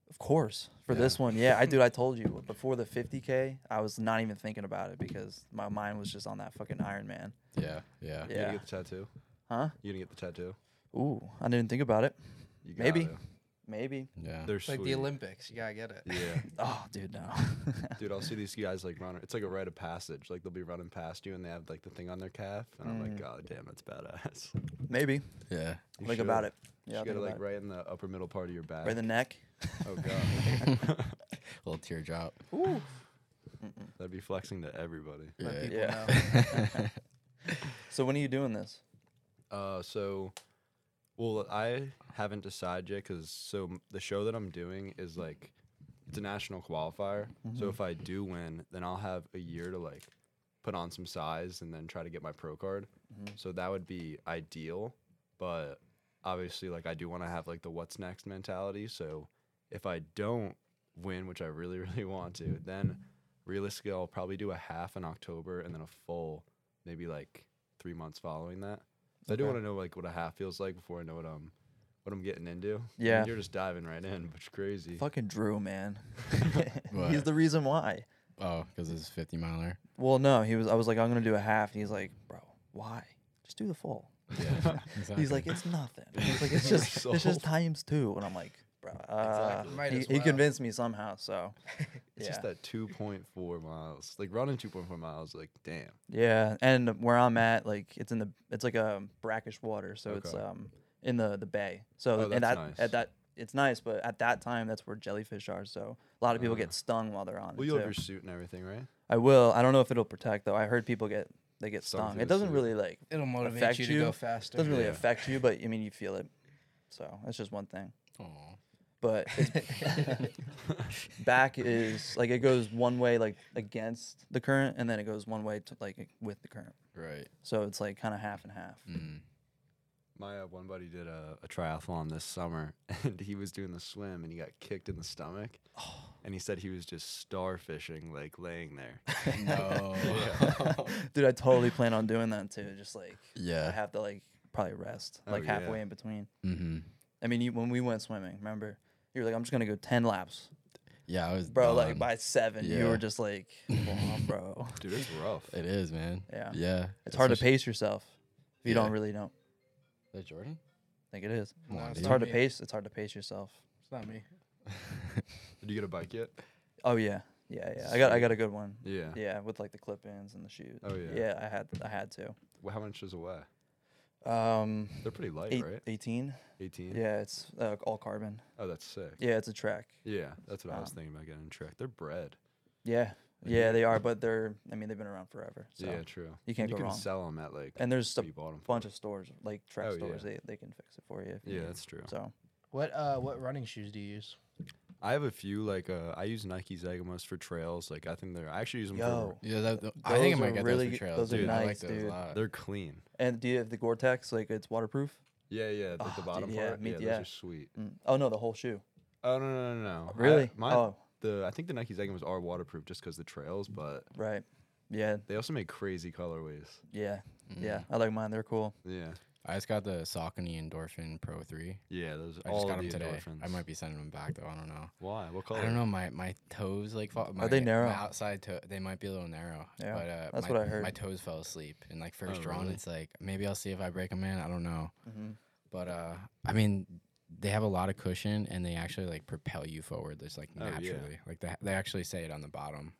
Speaker 4: Of course, for this one, yeah, I dude, I told you before the 50k, I was not even thinking about it because my mind was just on that fucking Iron Man.
Speaker 1: Yeah. Yeah.
Speaker 3: You gonna
Speaker 4: Yeah,
Speaker 3: get the tattoo?
Speaker 4: huh?
Speaker 3: You gonna get the tattoo?
Speaker 4: Ooh, I didn't think about it.
Speaker 3: You
Speaker 4: Maybe.
Speaker 3: gotta.
Speaker 4: Maybe.
Speaker 1: Yeah.
Speaker 3: They're
Speaker 2: It's like
Speaker 3: sweet.
Speaker 2: the Olympics. You gotta get it.
Speaker 3: Yeah.
Speaker 4: Oh, dude, no.
Speaker 3: Dude, I'll see these guys like run. It's like a rite of passage. Like they'll be running past you and they have like the thing on their calf, and I'm
Speaker 4: Mm.
Speaker 3: like, God damn, that's badass. You
Speaker 4: Maybe.
Speaker 1: Yeah.
Speaker 4: think
Speaker 3: should.
Speaker 4: about it.
Speaker 3: You
Speaker 4: Yeah, I'll
Speaker 3: should get
Speaker 4: think
Speaker 3: it
Speaker 4: about
Speaker 3: like
Speaker 4: it.
Speaker 3: right in the upper middle part of your back.
Speaker 4: Right in the neck.
Speaker 3: oh god,
Speaker 1: little teardrop.
Speaker 4: Ooh.
Speaker 3: that'd be flexing to everybody.
Speaker 2: Let people
Speaker 4: Yeah.
Speaker 2: know.
Speaker 4: So when are you doing this?
Speaker 3: Uh, so, well, I haven't decided yet because so m- the show that I'm doing is like it's a national qualifier.
Speaker 4: Mm-hmm.
Speaker 3: So if I do win, then I'll have a year to like put on some size and then try to get my pro card. So that would be ideal, but obviously, like I do want to have like the what's next mentality. So if I don't win, which I really really want to, then realistically, I'll probably do a half in October and then a full, maybe like three months following that. So I do
Speaker 4: Okay.
Speaker 3: want to know like what a half feels like before I know what I'm what I'm getting into. I mean,
Speaker 4: Yeah.
Speaker 3: you're just diving right in, which is crazy.
Speaker 4: Fucking Drew, man. He's
Speaker 1: What?
Speaker 4: the reason why.
Speaker 1: Oh, because it's 50 miler.
Speaker 4: Well, no, he was. I was like, I'm gonna do a half, and he's like, bro, why? Just do the full.
Speaker 1: Exactly.
Speaker 4: He's like, it's nothing. He's like, it's just it's just times two, and I'm like, bro, uh,
Speaker 2: Might
Speaker 4: he,
Speaker 2: as
Speaker 4: he
Speaker 2: well.
Speaker 4: convinced me somehow. So,
Speaker 3: It's
Speaker 4: yeah,
Speaker 3: just that 2.4 miles, like running 2.4 miles, like damn.
Speaker 4: yeah. And where I'm at, like, it's in the it's like a brackish water, so it's
Speaker 3: Okay.
Speaker 4: um in the the bay. So
Speaker 3: Oh, that's
Speaker 4: and that
Speaker 3: nice.
Speaker 4: at that it's nice, but at that time that's where jellyfish are. So a lot of
Speaker 3: Uh.
Speaker 4: people get stung while they're on.
Speaker 3: Well,
Speaker 4: it
Speaker 3: you have
Speaker 4: too.
Speaker 3: your suit and everything, right?
Speaker 4: I will. I don't know if it'll protect though. I heard people get they get
Speaker 3: Stung
Speaker 4: stung.
Speaker 3: through
Speaker 4: It
Speaker 3: the
Speaker 4: doesn't
Speaker 3: suit.
Speaker 4: really like
Speaker 2: It'll motivate
Speaker 4: affect
Speaker 2: you to go
Speaker 4: you.
Speaker 2: faster.
Speaker 4: doesn't really
Speaker 3: Yeah.
Speaker 4: affect you, but I mean you feel it. So that's just one thing.
Speaker 1: Aw.
Speaker 4: But it's- back is like it goes one way like against the current, and then it goes one way to like with the current.
Speaker 1: Right.
Speaker 4: So it's like kind of half and half.
Speaker 1: Mm.
Speaker 3: My uh, one buddy did a, a triathlon this summer, and he was doing the swim, and he got kicked in the stomach, and he said he was just starfishing, like laying there.
Speaker 1: No.
Speaker 4: Dude, I totally plan on doing that too. Just like I
Speaker 1: yeah.
Speaker 4: have to like probably rest
Speaker 3: Oh,
Speaker 4: like
Speaker 3: yeah.
Speaker 4: halfway in between.
Speaker 1: Mm-hmm.
Speaker 4: I mean, you, when we went swimming, remember you were like, "I'm just gonna go ten laps."
Speaker 1: Yeah, I was.
Speaker 4: bro. Like
Speaker 1: done.
Speaker 4: by seven, you
Speaker 1: Yeah.
Speaker 4: were just like, "Wow, bro."
Speaker 3: Dude, it's rough.
Speaker 1: It is, man.
Speaker 4: Yeah.
Speaker 1: Yeah.
Speaker 4: It's hard to
Speaker 1: Especially-
Speaker 4: pace yourself if you
Speaker 1: Yeah.
Speaker 4: don't really know.
Speaker 1: Is that Jordan?
Speaker 4: Think it is.
Speaker 1: Come on,
Speaker 2: it's
Speaker 1: dude.
Speaker 4: It's hard to
Speaker 2: me.
Speaker 4: pace. It's hard to pace yourself.
Speaker 2: It's not me.
Speaker 3: Did you get a bike yet?
Speaker 4: Oh yeah, yeah, yeah. I got I
Speaker 3: Sweet.
Speaker 4: got a good one.
Speaker 3: Yeah.
Speaker 4: Yeah, with like the clip-ins and the shoes.
Speaker 3: Oh, yeah.
Speaker 4: Yeah, I had I had to.
Speaker 3: Well, how much does it weigh?
Speaker 4: Um,
Speaker 3: They're pretty light,
Speaker 4: eight,
Speaker 3: Oh, right?
Speaker 4: 18.
Speaker 3: 18.
Speaker 4: Yeah, it's uh, all carbon.
Speaker 3: Oh, that's sick.
Speaker 4: Yeah, it's a track.
Speaker 3: Yeah, that's what I was
Speaker 4: Um,
Speaker 3: thinking about getting tricked. They're bred.
Speaker 4: Yeah,
Speaker 3: Like,
Speaker 4: yeah, they are, but they're I mean they've been around forever. So.
Speaker 3: yeah, true.
Speaker 4: you can't
Speaker 3: you
Speaker 4: go
Speaker 3: can
Speaker 4: wrong.
Speaker 3: sell them at like
Speaker 4: And there's just
Speaker 3: what
Speaker 4: a
Speaker 3: you bought 'em for.
Speaker 4: bunch of stores like track
Speaker 3: Oh,
Speaker 4: stores.
Speaker 3: yeah.
Speaker 4: They they can fix it for you. If you
Speaker 3: Yeah,
Speaker 4: need.
Speaker 3: that's true.
Speaker 4: So
Speaker 2: What uh what running shoes do you use?
Speaker 3: I have a few like uh, I use Nike Zagamos for trails. Like I think they're I actually use them
Speaker 4: yo,
Speaker 1: Yeah, that, I think I
Speaker 4: Those
Speaker 1: might
Speaker 4: are
Speaker 1: get
Speaker 4: really
Speaker 1: those
Speaker 4: g-
Speaker 1: for trails.
Speaker 4: those are
Speaker 1: dude. I like
Speaker 4: nice,
Speaker 1: those
Speaker 4: dude.
Speaker 1: a lot.
Speaker 3: for uh, they're clean.
Speaker 4: and do you have the Gore-Tex? Like it's waterproof.
Speaker 3: Yeah, yeah, like the
Speaker 4: Ah,
Speaker 3: bottom
Speaker 4: dude, yeah,
Speaker 3: part.
Speaker 4: me-
Speaker 3: yeah,
Speaker 4: yeah.
Speaker 3: those are sweet.
Speaker 4: Mm. Oh no, the whole shoe.
Speaker 3: Oh no no no. no. I-
Speaker 4: Really?
Speaker 3: mine,
Speaker 4: oh,
Speaker 3: the I think the Nike Zegans are waterproof just because the trails, but
Speaker 4: right. Yeah,
Speaker 3: they also make crazy colorways.
Speaker 4: yeah,
Speaker 1: Mm.
Speaker 4: yeah. I like mine. They're cool.
Speaker 3: Yeah.
Speaker 1: I just got the Saucony Endorphin Pro 3.
Speaker 3: Yeah, those
Speaker 1: I
Speaker 3: all
Speaker 1: just got
Speaker 3: of
Speaker 1: them
Speaker 3: the
Speaker 1: today.
Speaker 3: endorphins.
Speaker 1: I might be sending them back though. I don't know.
Speaker 3: Why? What color?
Speaker 1: I don't know. My my toes like fall. My,
Speaker 4: they
Speaker 1: my
Speaker 4: narrow?
Speaker 1: outside toe. They might be a little narrow.
Speaker 4: Yeah,
Speaker 1: But, uh,
Speaker 4: that's
Speaker 1: my,
Speaker 4: what I heard.
Speaker 1: My toes fell asleep, and like first
Speaker 3: Oh,
Speaker 1: drawn,
Speaker 3: really?
Speaker 1: it's like maybe I'll see if I break them in. I don't know.
Speaker 4: Mm-hmm.
Speaker 1: But uh, I mean, they have a lot of cushion, and they actually like propel you forward. Just like
Speaker 3: Oh, yeah.
Speaker 1: naturally. Like they they actually say it on the bottom.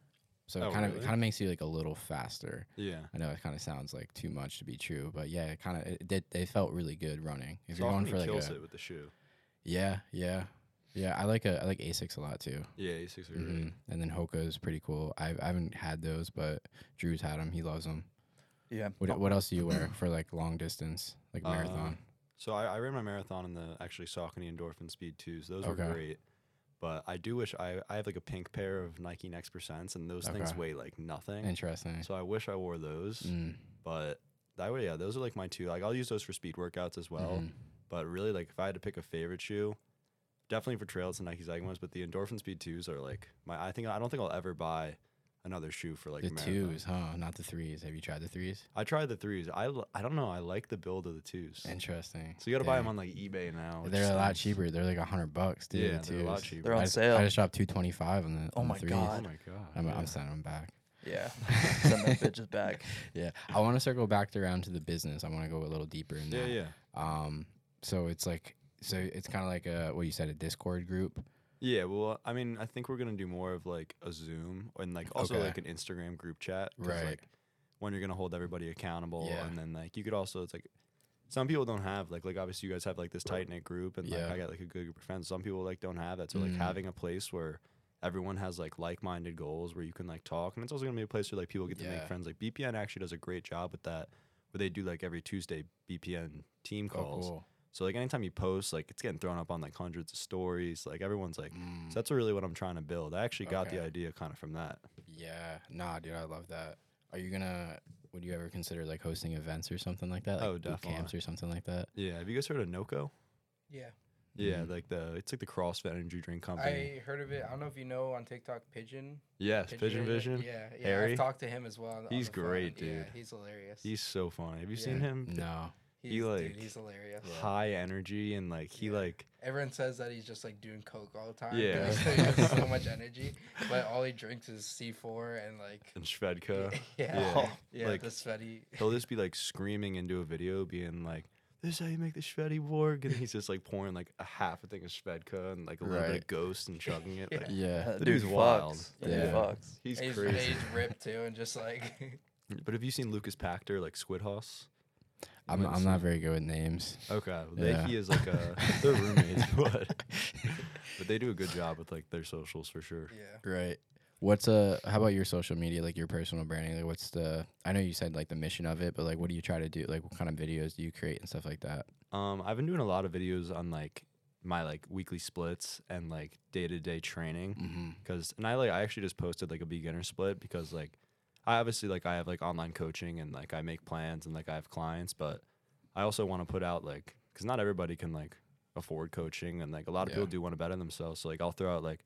Speaker 1: So
Speaker 3: Oh,
Speaker 1: it kind of
Speaker 3: really?
Speaker 1: kind of makes you like a little faster.
Speaker 3: Yeah.
Speaker 1: I know it kind of sounds like too much to be true, but yeah, it kind of it, they, they felt really good running. If you're going
Speaker 3: Saucony
Speaker 1: for like
Speaker 3: kills
Speaker 1: a,
Speaker 3: it with the shoe.
Speaker 1: yeah, yeah, yeah, I like a I like Asics a lot too.
Speaker 3: Yeah, Asics are
Speaker 1: hmm
Speaker 3: great.
Speaker 1: And then Hoka is pretty cool. I, I haven't had those, but Drew's had them. He loves them.
Speaker 4: Yeah.
Speaker 1: What, what else do you wear for like long distance, like
Speaker 3: Uh,
Speaker 1: marathon?
Speaker 3: So I, I ran my marathon in the actually Saucony Endorphin Speed 2s. Those
Speaker 1: Okay.
Speaker 3: were great. But I do wish I, I have like a pink pair of Nike Next Percents, and those things
Speaker 1: Okay.
Speaker 3: weigh like nothing.
Speaker 1: Interesting.
Speaker 3: So I wish I wore those.
Speaker 1: Mm,
Speaker 3: But that way, yeah, those are like my two. Like I'll use those for speed workouts as well.
Speaker 1: mhm.
Speaker 3: But really, like if I had to pick a favorite shoe, definitely for trails the Nike Zag ones. But the Endorphin Speed 2s are like my. I think I don't think I'll ever buy another shoe for like
Speaker 1: the
Speaker 3: marathon.
Speaker 1: twos, huh? Not the threes. Have you tried the threes?
Speaker 3: I tried the threes. I, l- I don't know. I like the build of the twos.
Speaker 1: Interesting.
Speaker 3: So you got to buy them
Speaker 1: Dang.
Speaker 3: on like eBay now. which
Speaker 1: They're a lot
Speaker 3: sucks.
Speaker 1: cheaper. They're like a hundred bucks, dude.
Speaker 3: Yeah,
Speaker 1: the
Speaker 3: they're a lot
Speaker 1: twos.
Speaker 3: cheaper.
Speaker 4: They're on
Speaker 1: I just,
Speaker 4: sale.
Speaker 1: I just dropped two twenty five on the.
Speaker 4: Oh
Speaker 1: on the
Speaker 4: my
Speaker 1: threes.
Speaker 3: Oh
Speaker 4: God.
Speaker 3: my god.
Speaker 1: I'm,
Speaker 3: yeah.
Speaker 1: I'm sending them back.
Speaker 4: Yeah. Send them bitches back.
Speaker 1: Yeah, I want to circle back around to the business. I want to go a little deeper in
Speaker 3: Yeah,
Speaker 1: that.
Speaker 3: yeah.
Speaker 1: Um, so it's like, so it's kind of like a what you said, a Discord group.
Speaker 3: Yeah, well, I mean, I think we're going to do more of like a Zoom and like also
Speaker 1: Okay.
Speaker 3: like an Instagram group chat. 'cause,
Speaker 1: Right.
Speaker 3: Like when you're going to hold everybody accountable.
Speaker 1: Yeah.
Speaker 3: And then like you could also, it's like some people don't have, like, like obviously you guys have like this tight knit group and like
Speaker 1: Yeah.
Speaker 3: I got like a good group of friends. Some people like don't have that. So like
Speaker 1: Mhm.
Speaker 3: having a place where everyone has like like minded goals where you can like talk. And it's also going to be a place where like people get to make
Speaker 1: Yeah.
Speaker 3: friends. Like BPN actually does a great job with that where they do like every Tuesday BPN team
Speaker 1: Oh,
Speaker 3: calls. So like anytime you post, like it's getting thrown up on like hundreds of stories. Like everyone's like,
Speaker 2: Mm-hmm.
Speaker 1: Mm.
Speaker 3: so that's really what I'm trying to build. I actually got the
Speaker 1: Okay.
Speaker 3: idea kind of from that.
Speaker 1: Yeah. Nah, dude, I love that. Are you gonna? Would you ever consider like hosting events or something like that? Like
Speaker 3: Oh,
Speaker 1: boot Camps
Speaker 3: definitely.
Speaker 1: or something like that.
Speaker 3: Yeah. Have you guys heard of Noco?
Speaker 2: Yeah.
Speaker 3: Yeah,
Speaker 1: Mhm.
Speaker 3: like the it's like the CrossFit energy drink company.
Speaker 2: Mm-hmm. I heard of it. I don't know if you know on TikTok Pigeon.
Speaker 3: yes, Pigeon Vision.
Speaker 2: Yeah, yeah.
Speaker 3: Harry.
Speaker 2: I've talked to him as well. on
Speaker 3: He's
Speaker 2: the phone.
Speaker 3: great,
Speaker 2: Yeah,
Speaker 3: dude.
Speaker 2: he's hilarious.
Speaker 3: He's so funny. Have you
Speaker 2: Yeah.
Speaker 3: seen him?
Speaker 1: No.
Speaker 2: he's
Speaker 3: he, like,
Speaker 2: dude, he's hilarious.
Speaker 3: High energy and like he
Speaker 2: Yeah.
Speaker 3: like
Speaker 2: Everyone says that he's just like doing coke all the time.
Speaker 3: Yeah.
Speaker 2: because he has so much energy, but all he drinks is C4 and like
Speaker 3: and Shvedka.
Speaker 2: yeah, yeah,
Speaker 3: yeah, like-
Speaker 2: the sweaty.
Speaker 3: He'll just be like screaming into a video, being like, "This is how you make the Shveddy work," and he's just like pouring like a half a thing of Shvedka and like a little bit
Speaker 1: Right.
Speaker 3: of Ghost and chugging it. Like,
Speaker 1: Yeah.
Speaker 4: That
Speaker 3: The
Speaker 4: Uh, dude
Speaker 3: dude's wild.
Speaker 4: fucks. That dude
Speaker 1: Yeah.
Speaker 4: fucks.
Speaker 3: He's
Speaker 2: and he's, and
Speaker 3: crazy.
Speaker 2: he's ripped too, and just like
Speaker 3: But have you seen Lucas Pachter like Squid Hoss? You
Speaker 1: I'm,
Speaker 3: might have
Speaker 1: I'm
Speaker 3: seen
Speaker 1: not
Speaker 3: him.
Speaker 1: very good with names.
Speaker 3: Okay, well, they,
Speaker 1: Yeah.
Speaker 3: he is like a they're roommates, but but they do a good job with like their socials for sure.
Speaker 2: yeah.
Speaker 1: Right. What's uh how about your social media, like your personal branding? Like what's the I know you said like the mission of it, but like what do you try to do? Like what kind of videos do you create and stuff like that?
Speaker 3: Um, I've been doing a lot of videos on like my like weekly splits and like day to day training
Speaker 1: Mm-hmm.
Speaker 3: because and I like I actually just posted like a beginner split because like I obviously like I have like online coaching and like I make plans and like I have clients, but I also want to put out like because not everybody can like afford coaching and like a lot of
Speaker 1: Yeah.
Speaker 3: people do want to better themselves. So like I'll throw out like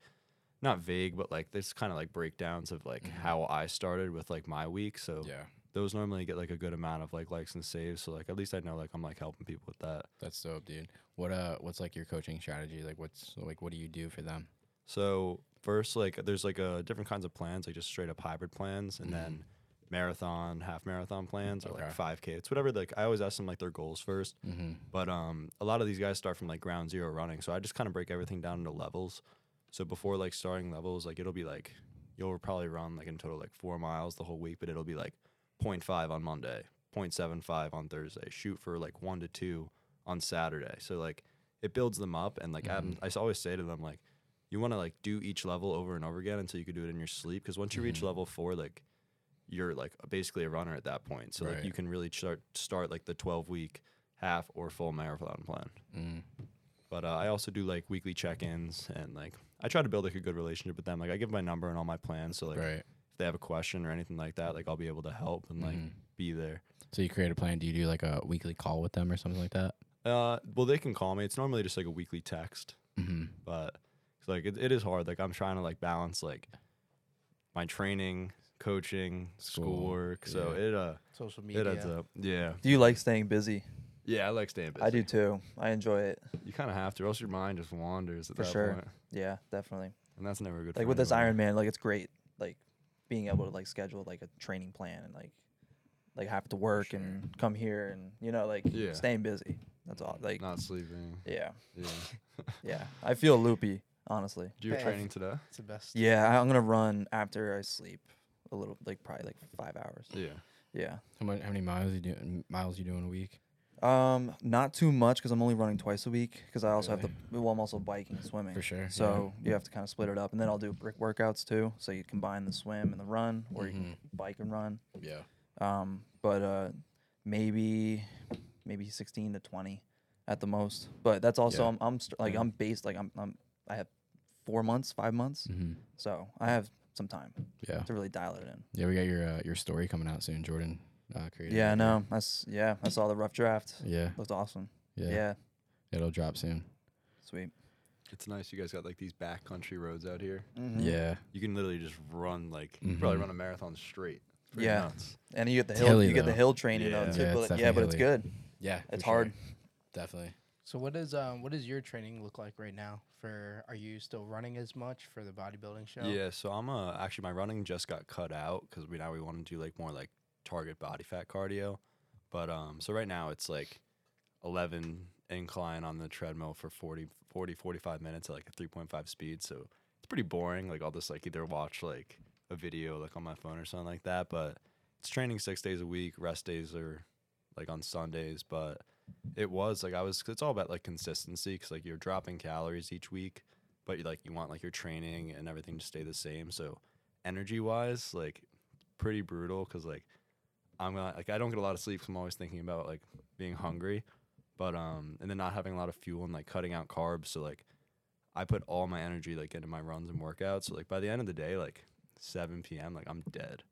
Speaker 3: not vague, but like this kind of like breakdowns of like
Speaker 1: Mhm.
Speaker 3: how I started with like my week. So
Speaker 1: Yeah.
Speaker 3: those normally get like a good amount of like likes and saves. So like at least I know like I'm like helping people with that.
Speaker 1: That's dope, dude. What uh what's like your coaching strategy? Like what's like what do you do for them?
Speaker 3: So first, like there's like uh, different kinds of plans, like just straight up hybrid plans, and
Speaker 1: Mhm.
Speaker 3: then marathon, half marathon plans, or
Speaker 1: Okay.
Speaker 3: like 5K. It's whatever. Like I always ask them like their goals first,
Speaker 1: Mm-hmm.
Speaker 3: but um, a lot of these guys start from like ground zero running. So I just kind of break everything down into levels. So before like starting levels, like it'll be like you'll probably run like in total like four miles the whole week, but it'll be like 0.5 on Monday, 0.75 on Thursday. Shoot for like one to two on Saturday. So like it builds them up, and like I'm- I s- always say to them like you want to like do each level over and over again until you can do it in your sleep because once you reach
Speaker 1: Mhm.
Speaker 3: level four, like you're like basically a runner at that point. So like
Speaker 1: Right.
Speaker 3: you can really start start like the 12 week half or full marathon plan.
Speaker 1: Mm.
Speaker 3: But uh, I also do like weekly check-ins and like I try to build like a good relationship with them. Like I give my number and all my plans, so like
Speaker 1: right.
Speaker 3: if they have a question or anything like that, like I'll be able to help and like
Speaker 1: Mhm.
Speaker 3: be there.
Speaker 1: So you create a plan, do you do like a weekly call with them or something like that?
Speaker 3: Uh, well, they can call me. It's normally just like a weekly text,
Speaker 1: Mm-hmm.
Speaker 3: but like it, it is hard. Like I'm trying to like balance like my training, coaching,
Speaker 1: School,
Speaker 3: schoolwork. So
Speaker 1: yeah.
Speaker 3: it uh
Speaker 2: social media.
Speaker 3: it adds up. Yeah.
Speaker 4: Do you like staying busy?
Speaker 3: Yeah, I like staying busy.
Speaker 4: I do too. I enjoy it.
Speaker 3: You kind of have to, or else your mind just wanders at
Speaker 4: For
Speaker 3: that
Speaker 4: sure.
Speaker 3: point,
Speaker 4: Yeah, definitely.
Speaker 3: and that's never good.
Speaker 4: Like
Speaker 3: for
Speaker 4: with this
Speaker 3: anybody.
Speaker 4: Iron Man, like it's great. Like being able to like schedule like a training plan and like like have to work
Speaker 1: sure.
Speaker 4: and come here and you know like
Speaker 3: Yeah.
Speaker 4: staying busy. That's all. Like
Speaker 3: not sleeping.
Speaker 4: yeah,
Speaker 3: Yeah.
Speaker 4: yeah. I feel loopy honestly.
Speaker 3: Do your
Speaker 2: Hey.
Speaker 3: training today?
Speaker 2: It's the best.
Speaker 4: Yeah, I- I'm gonna run after I sleep a little, like probably like five hours.
Speaker 3: Yeah.
Speaker 4: Yeah.
Speaker 1: How much? How many miles you doing? Miles you doing a week?
Speaker 4: Um, not too much because I'm only running twice a week because I also have
Speaker 1: Really?
Speaker 4: to. Well, I'm also biking and swimming.
Speaker 1: For sure, yeah.
Speaker 4: So you have to kind of split it up, and then I'll do brick workouts too. So you combine the swim and the run, or
Speaker 1: Mm-hmm.
Speaker 4: you can bike and run.
Speaker 1: Yeah.
Speaker 4: Um, but uh, maybe maybe 16 to 20 at the most. But that's also
Speaker 1: Yeah.
Speaker 4: I'm, I'm st- like
Speaker 1: Yeah.
Speaker 4: I'm based like I'm, I'm I have four months, five months,
Speaker 1: Mm-hmm.
Speaker 4: so I have some time
Speaker 1: Yeah.
Speaker 4: to really dial it in.
Speaker 1: Yeah. We got your uh, your story coming out soon, Jordan. Uh, created.
Speaker 4: Yeah, I know. I s- yeah, I saw the rough draft.
Speaker 1: Yeah.
Speaker 4: Looked awesome.
Speaker 1: Yeah.
Speaker 4: Yeah,
Speaker 1: It'll drop soon.
Speaker 4: sweet.
Speaker 3: It's nice. You guys got like these backcountry roads out here.
Speaker 4: Mm-hmm.
Speaker 1: Yeah.
Speaker 3: You can literally just run like you can probably
Speaker 1: Mhm.
Speaker 3: run a marathon straight. Pretty
Speaker 4: Yeah.
Speaker 3: nuts.
Speaker 4: And you get the
Speaker 1: It's
Speaker 4: hill.
Speaker 1: hilly,
Speaker 4: you get the
Speaker 1: though.
Speaker 4: hill training
Speaker 3: Yeah.
Speaker 4: though too.
Speaker 1: Yeah,
Speaker 4: but
Speaker 1: it's
Speaker 4: yeah, but
Speaker 1: definitely
Speaker 4: it's good.
Speaker 1: Yeah.
Speaker 4: It's
Speaker 1: for sure.
Speaker 4: hard.
Speaker 1: Definitely.
Speaker 2: So what is um what does your training look like right now? For are you still running as much for the bodybuilding show?
Speaker 3: Yeah. So I'm uh actually my running just got cut out because we now we want to do like more like target body fat cardio, but um so right now it's like 11 incline on the treadmill for 40 40 45 minutes at like a 3.5 speed. So it's pretty boring. Like I'll just like either watch like a video like on my phone or something like that. But it's training six days a week. Rest days are like on Sundays, but it was like I was. 'cause it's all about like consistency because like you're dropping calories each week, but you like you want like your training and everything to stay the same. So energy wise, like pretty brutal because like I'm not like I don't get a lot of sleep. i I'm always thinking about like being hungry, but um and then not having a lot of fuel and like cutting out carbs. So like I put all my energy like into my runs and workouts. So like by the end of the day, like 7 p.m., like I'm dead.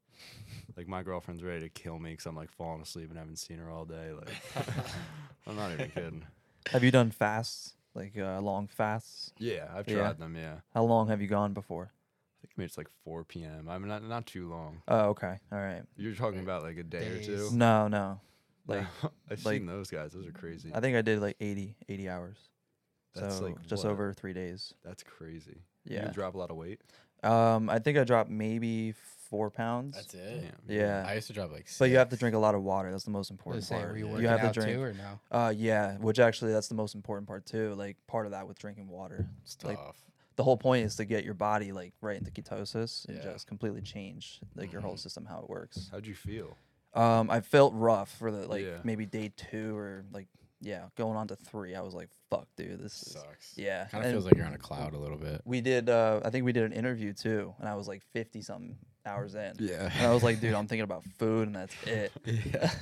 Speaker 3: Like my girlfriend's ready to kill me because I'm like falling asleep and haven't seen her all day. Like I'm not even kidding.
Speaker 4: Have you done fasts? Like uh, long fasts?
Speaker 3: Yeah, I've tried
Speaker 4: Yeah.
Speaker 3: them. Yeah, I
Speaker 4: How long have you gone before?
Speaker 3: think maybe it's like 4 p.m. I mean, not not too long.
Speaker 4: Oh, okay. All right.
Speaker 3: You're talking about like a day or
Speaker 2: Days.
Speaker 3: two.
Speaker 4: No, no.
Speaker 3: Like
Speaker 4: Like
Speaker 3: I've
Speaker 4: like-
Speaker 3: seen those guys. Those are crazy.
Speaker 4: I think I did like 80, 80 hours.
Speaker 3: That's
Speaker 4: so
Speaker 3: like
Speaker 4: just
Speaker 3: what?
Speaker 4: over three days.
Speaker 3: That's crazy.
Speaker 4: Yeah.
Speaker 3: You drop a lot of weight.
Speaker 4: Um, I think I dropped maybe four pounds.
Speaker 1: That's it.
Speaker 3: Damn.
Speaker 4: yeah.
Speaker 1: I used to drop like.
Speaker 4: but you have to drink a lot of water. That's the
Speaker 2: Let's
Speaker 4: most important
Speaker 2: Say,
Speaker 4: part.
Speaker 2: were you
Speaker 3: Yeah.
Speaker 2: working
Speaker 4: You have to
Speaker 2: out
Speaker 4: drink.
Speaker 2: too or no?
Speaker 4: Uh, yeah, which actually that's the most important part too. Like part of that with drinking water. Like
Speaker 1: Stuff.
Speaker 4: the whole point is to get your body like right into ketosis and
Speaker 1: Yeah. Mm-hmm.
Speaker 4: just completely change like your whole system how it works.
Speaker 3: How'd you feel?
Speaker 4: Um, I felt rough for the like
Speaker 3: Yeah.
Speaker 4: maybe day two or like yeah going on to three. I was like, fuck, dude, this is
Speaker 1: Sucks.
Speaker 4: yeah.
Speaker 1: Kind of
Speaker 4: and
Speaker 1: feels like you're on a cloud a little bit.
Speaker 4: we did. Uh, I think we did an interview too, and I was like fifty something hours in.
Speaker 1: Yeah.
Speaker 4: And I was like, dude, I'm thinking about food and that's it. Yeah.